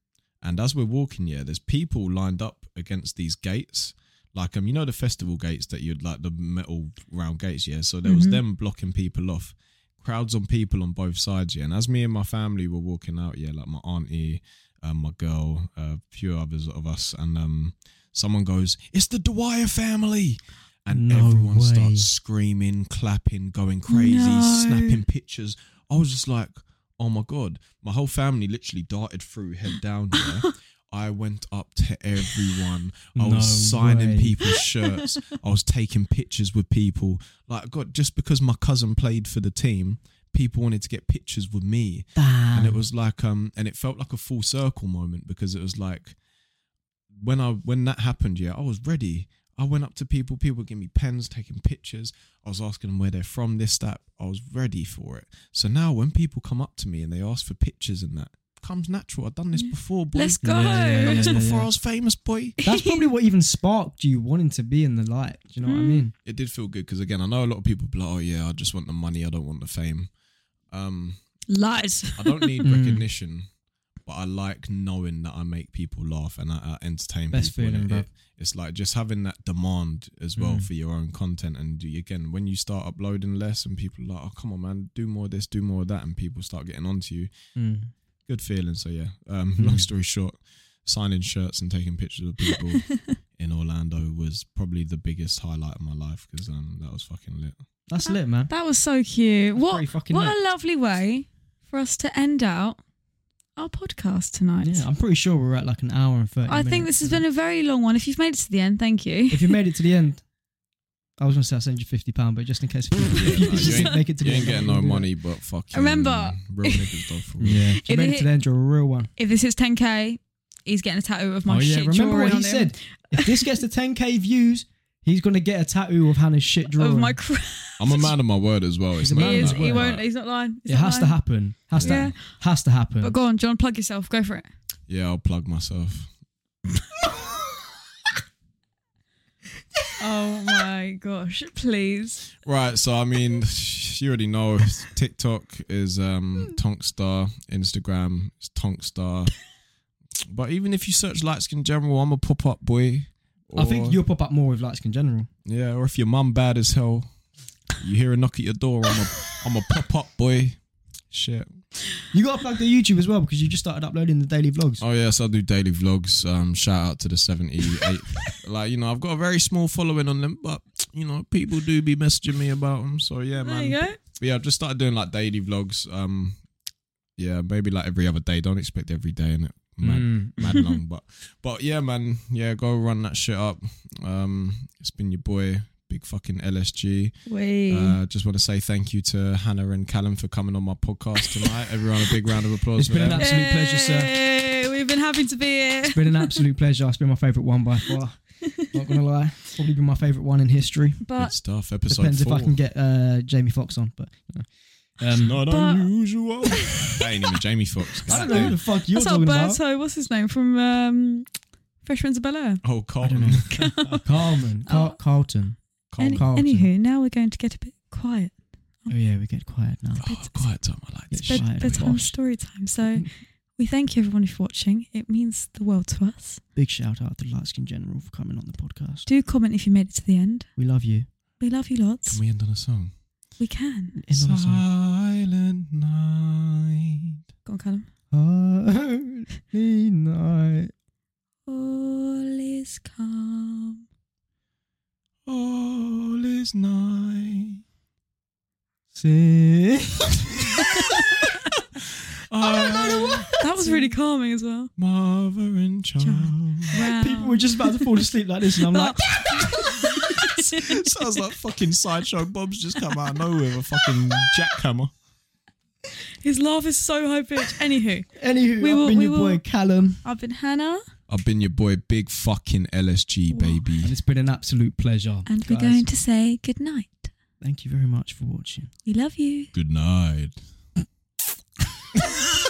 Speaker 3: and as we're walking, yeah, there's people lined up against these gates. Like um, you know the festival gates that you'd like the metal round gates, yeah. So there was them blocking people off, crowds on people on both sides, yeah. And as me and my family were walking out, yeah, like my auntie, um, my girl, a few others of us, and um, someone goes, "It's the Dwyer family," and
Speaker 1: No
Speaker 3: everyone
Speaker 1: way.
Speaker 3: starts screaming, clapping, going crazy,
Speaker 2: No.
Speaker 3: snapping pictures. I was just like, oh my god, my whole family literally darted through head down.
Speaker 1: [LAUGHS]
Speaker 3: Yeah. I went up to everyone. I
Speaker 1: No
Speaker 3: was signing
Speaker 1: way. [LAUGHS]
Speaker 3: people's shirts. I was taking pictures with people. Like, God, just because my cousin played for the team, people wanted to get pictures with me and it was like um and it felt like a full circle moment because it was like when i when that happened yeah i was ready i went up to people people were giving me pens taking pictures i was asking them where they're from this that i was ready for it so now when people come up to me and they ask for pictures and that comes natural i've done this before boy
Speaker 2: Let's go.
Speaker 1: Yeah, yeah, yeah,
Speaker 3: Done this
Speaker 1: yeah,
Speaker 3: before
Speaker 1: yeah.
Speaker 3: i was famous boy
Speaker 1: [LAUGHS]
Speaker 2: [LAUGHS]
Speaker 1: That's probably what even sparked you wanting to be in the light. Do you know what I
Speaker 2: Hmm.
Speaker 1: mean?
Speaker 3: it did feel good because again i know a lot of people be like oh yeah i just want the money i don't want the fame um
Speaker 2: Lies.
Speaker 3: I don't need
Speaker 1: Mm.
Speaker 3: recognition, but I like knowing that I make people laugh and I, I entertain
Speaker 1: Best
Speaker 3: people. and
Speaker 1: feeling,
Speaker 3: it-
Speaker 1: bro.
Speaker 3: it- it's like just having that demand as well
Speaker 1: Mm.
Speaker 3: for your own content. And you- again, when you start uploading less and people are like, oh, come on, man, do more of this, do more of that, and people start getting onto you, good feeling. So, yeah, um, long
Speaker 1: Mm.
Speaker 3: story short, signing shirts and taking pictures
Speaker 1: [LAUGHS]
Speaker 3: of people. In Orlando was probably the biggest highlight of my life because um, that was fucking lit.
Speaker 1: That's lit, man.
Speaker 2: That was so cute. Uh, what
Speaker 1: pretty fucking
Speaker 2: what
Speaker 1: lit.
Speaker 2: a lovely way for us to end out our podcast tonight.
Speaker 1: Yeah, I'm pretty sure we're at like an hour and thirty.
Speaker 2: I think
Speaker 1: minutes.
Speaker 2: this has been a very long one. If you've made it to the end, thank you.
Speaker 1: If you made it to the end, I was gonna say I'll send you fifty pound, but just in case, if
Speaker 3: Yeah,
Speaker 1: you,
Speaker 3: no, you ain't-
Speaker 1: make it to
Speaker 3: You
Speaker 1: the
Speaker 3: ain't
Speaker 1: end, I'm
Speaker 3: getting
Speaker 1: not
Speaker 3: no
Speaker 1: gonna do
Speaker 3: money, but fucking
Speaker 2: Remember-
Speaker 3: real niggas dog
Speaker 1: [LAUGHS]
Speaker 3: for
Speaker 1: that. [LAUGHS]
Speaker 3: real.
Speaker 1: Yeah, if you
Speaker 2: If
Speaker 1: made
Speaker 2: it-
Speaker 1: it to the end, you're a real one.
Speaker 2: If this is 10k, he's getting a tattoo of my
Speaker 1: oh yeah,
Speaker 2: shit
Speaker 1: remember
Speaker 2: drawing
Speaker 1: what he
Speaker 2: on him.
Speaker 1: said? If this gets to 10k views, he's gonna get a tattoo of Hannah's shit drawing.
Speaker 2: Of my cra-
Speaker 3: I'm a man of my word as well. It's
Speaker 1: He's a
Speaker 3: not
Speaker 1: man
Speaker 2: he
Speaker 1: of
Speaker 2: is.
Speaker 1: his
Speaker 3: like-
Speaker 2: He
Speaker 1: word.
Speaker 2: won't. He's not lying. He's
Speaker 1: it
Speaker 2: not
Speaker 1: has to
Speaker 2: lying.
Speaker 1: happen. Has
Speaker 2: Yeah.
Speaker 1: to. Has to happen.
Speaker 2: But go on, John. Plug yourself. Go for it.
Speaker 3: Yeah, I'll plug myself.
Speaker 2: Oh [LAUGHS] my gosh! Please.
Speaker 3: Right, so I mean, [LAUGHS] you already know TikTok is um Tonkstar, Instagram is Tonkstar. But even if you search light skin general, I'm a pop up boy.
Speaker 1: I think you'll pop up more with light skin general.
Speaker 3: Yeah, or if your mum bad as hell, you hear a knock at your door, I'm a I'm a pop up boy. Shit.
Speaker 1: You gotta plug the YouTube as well because you just started uploading the daily vlogs.
Speaker 3: Oh yes, I do daily vlogs. Um, shout out to the seventy-eight.
Speaker 1: [LAUGHS]
Speaker 3: like you know, I've got a very small following on them, but you know, people do be messaging me about them. So yeah,
Speaker 2: There
Speaker 3: man.
Speaker 2: you go.
Speaker 3: But yeah, I've just started doing like daily vlogs. Um, yeah, maybe like every other day. Don't expect every day in it. Mad,
Speaker 1: Mm. [LAUGHS]
Speaker 3: mad long, but but yeah, man. Yeah, go run that shit up. Um, it's been your boy, big fucking LSG.
Speaker 2: We.
Speaker 3: Uh, just want to say thank you to Hannah and Callum for coming on my podcast tonight. Everyone, a big round of applause.
Speaker 1: It's
Speaker 3: for
Speaker 1: been an
Speaker 3: them.
Speaker 1: absolute pleasure, sir.
Speaker 2: Hey, We've been happy to be here.
Speaker 1: It's been an absolute pleasure. It's been my favourite one by far.
Speaker 2: [LAUGHS]
Speaker 1: Not gonna lie, probably been my favourite one in history.
Speaker 3: Good
Speaker 2: But
Speaker 3: stuff. Episode
Speaker 1: Depends
Speaker 3: four.
Speaker 1: if I can get uh, Jamie Foxx on, but you know. um,
Speaker 3: Not
Speaker 2: But-
Speaker 3: unusual. that ain't even Jamie Foxx.
Speaker 1: I don't know who the fuck you're
Speaker 2: that's
Speaker 1: talking about.
Speaker 2: Alberto. What's his name from um, Fresh Prince of Bel Air?
Speaker 3: Oh,
Speaker 1: I don't
Speaker 3: Carlton.
Speaker 1: know.
Speaker 2: [LAUGHS]
Speaker 1: Carmen, Car-
Speaker 2: Oh.
Speaker 1: Carlton.
Speaker 2: Any,
Speaker 3: Carlton.
Speaker 1: Carlton.
Speaker 2: anywho, now we're going to get a bit quiet.
Speaker 1: Oh yeah, we get quiet now.
Speaker 3: Oh, quiet time. I like this.
Speaker 2: Bed,
Speaker 1: Shite,
Speaker 2: bedtime
Speaker 1: gosh.
Speaker 2: story time. So
Speaker 1: Mm-hmm.
Speaker 2: we thank you everyone for watching. It means the world to us.
Speaker 1: Big shout out to Light Skin General for coming on the podcast.
Speaker 2: Do comment if you made it to the end.
Speaker 1: We love you.
Speaker 2: We love you
Speaker 3: Can
Speaker 2: lots.
Speaker 3: we end on a song?
Speaker 2: We can.
Speaker 1: End on a song.
Speaker 3: Silent night.
Speaker 2: Go on, Callum.
Speaker 1: Holy night.
Speaker 2: All
Speaker 1: [LAUGHS]
Speaker 2: is calm.
Speaker 3: All is night.
Speaker 1: Sing.
Speaker 3: Oh I don't know
Speaker 2: That was really calming as well.
Speaker 3: Mother and child. [LAUGHS]
Speaker 2: Wow.
Speaker 1: People were just about to fall asleep like this, and I'm like,
Speaker 3: Sounds like fucking sideshow. Bob's just come out of nowhere with a fucking jackhammer.
Speaker 2: [LAUGHS] His laugh is so high pitched. Anywho,
Speaker 1: anywho,
Speaker 2: We
Speaker 1: I've
Speaker 2: will-
Speaker 1: been
Speaker 2: we
Speaker 1: your
Speaker 2: will-
Speaker 1: boy Callum,
Speaker 2: I've been Hannah,
Speaker 3: I've been your boy, big fucking LSG, baby.
Speaker 1: and it's been an absolute pleasure.
Speaker 2: and we're
Speaker 1: guys.
Speaker 2: going to say good night.
Speaker 1: Thank you very much for watching.
Speaker 2: We love you.
Speaker 3: Good night.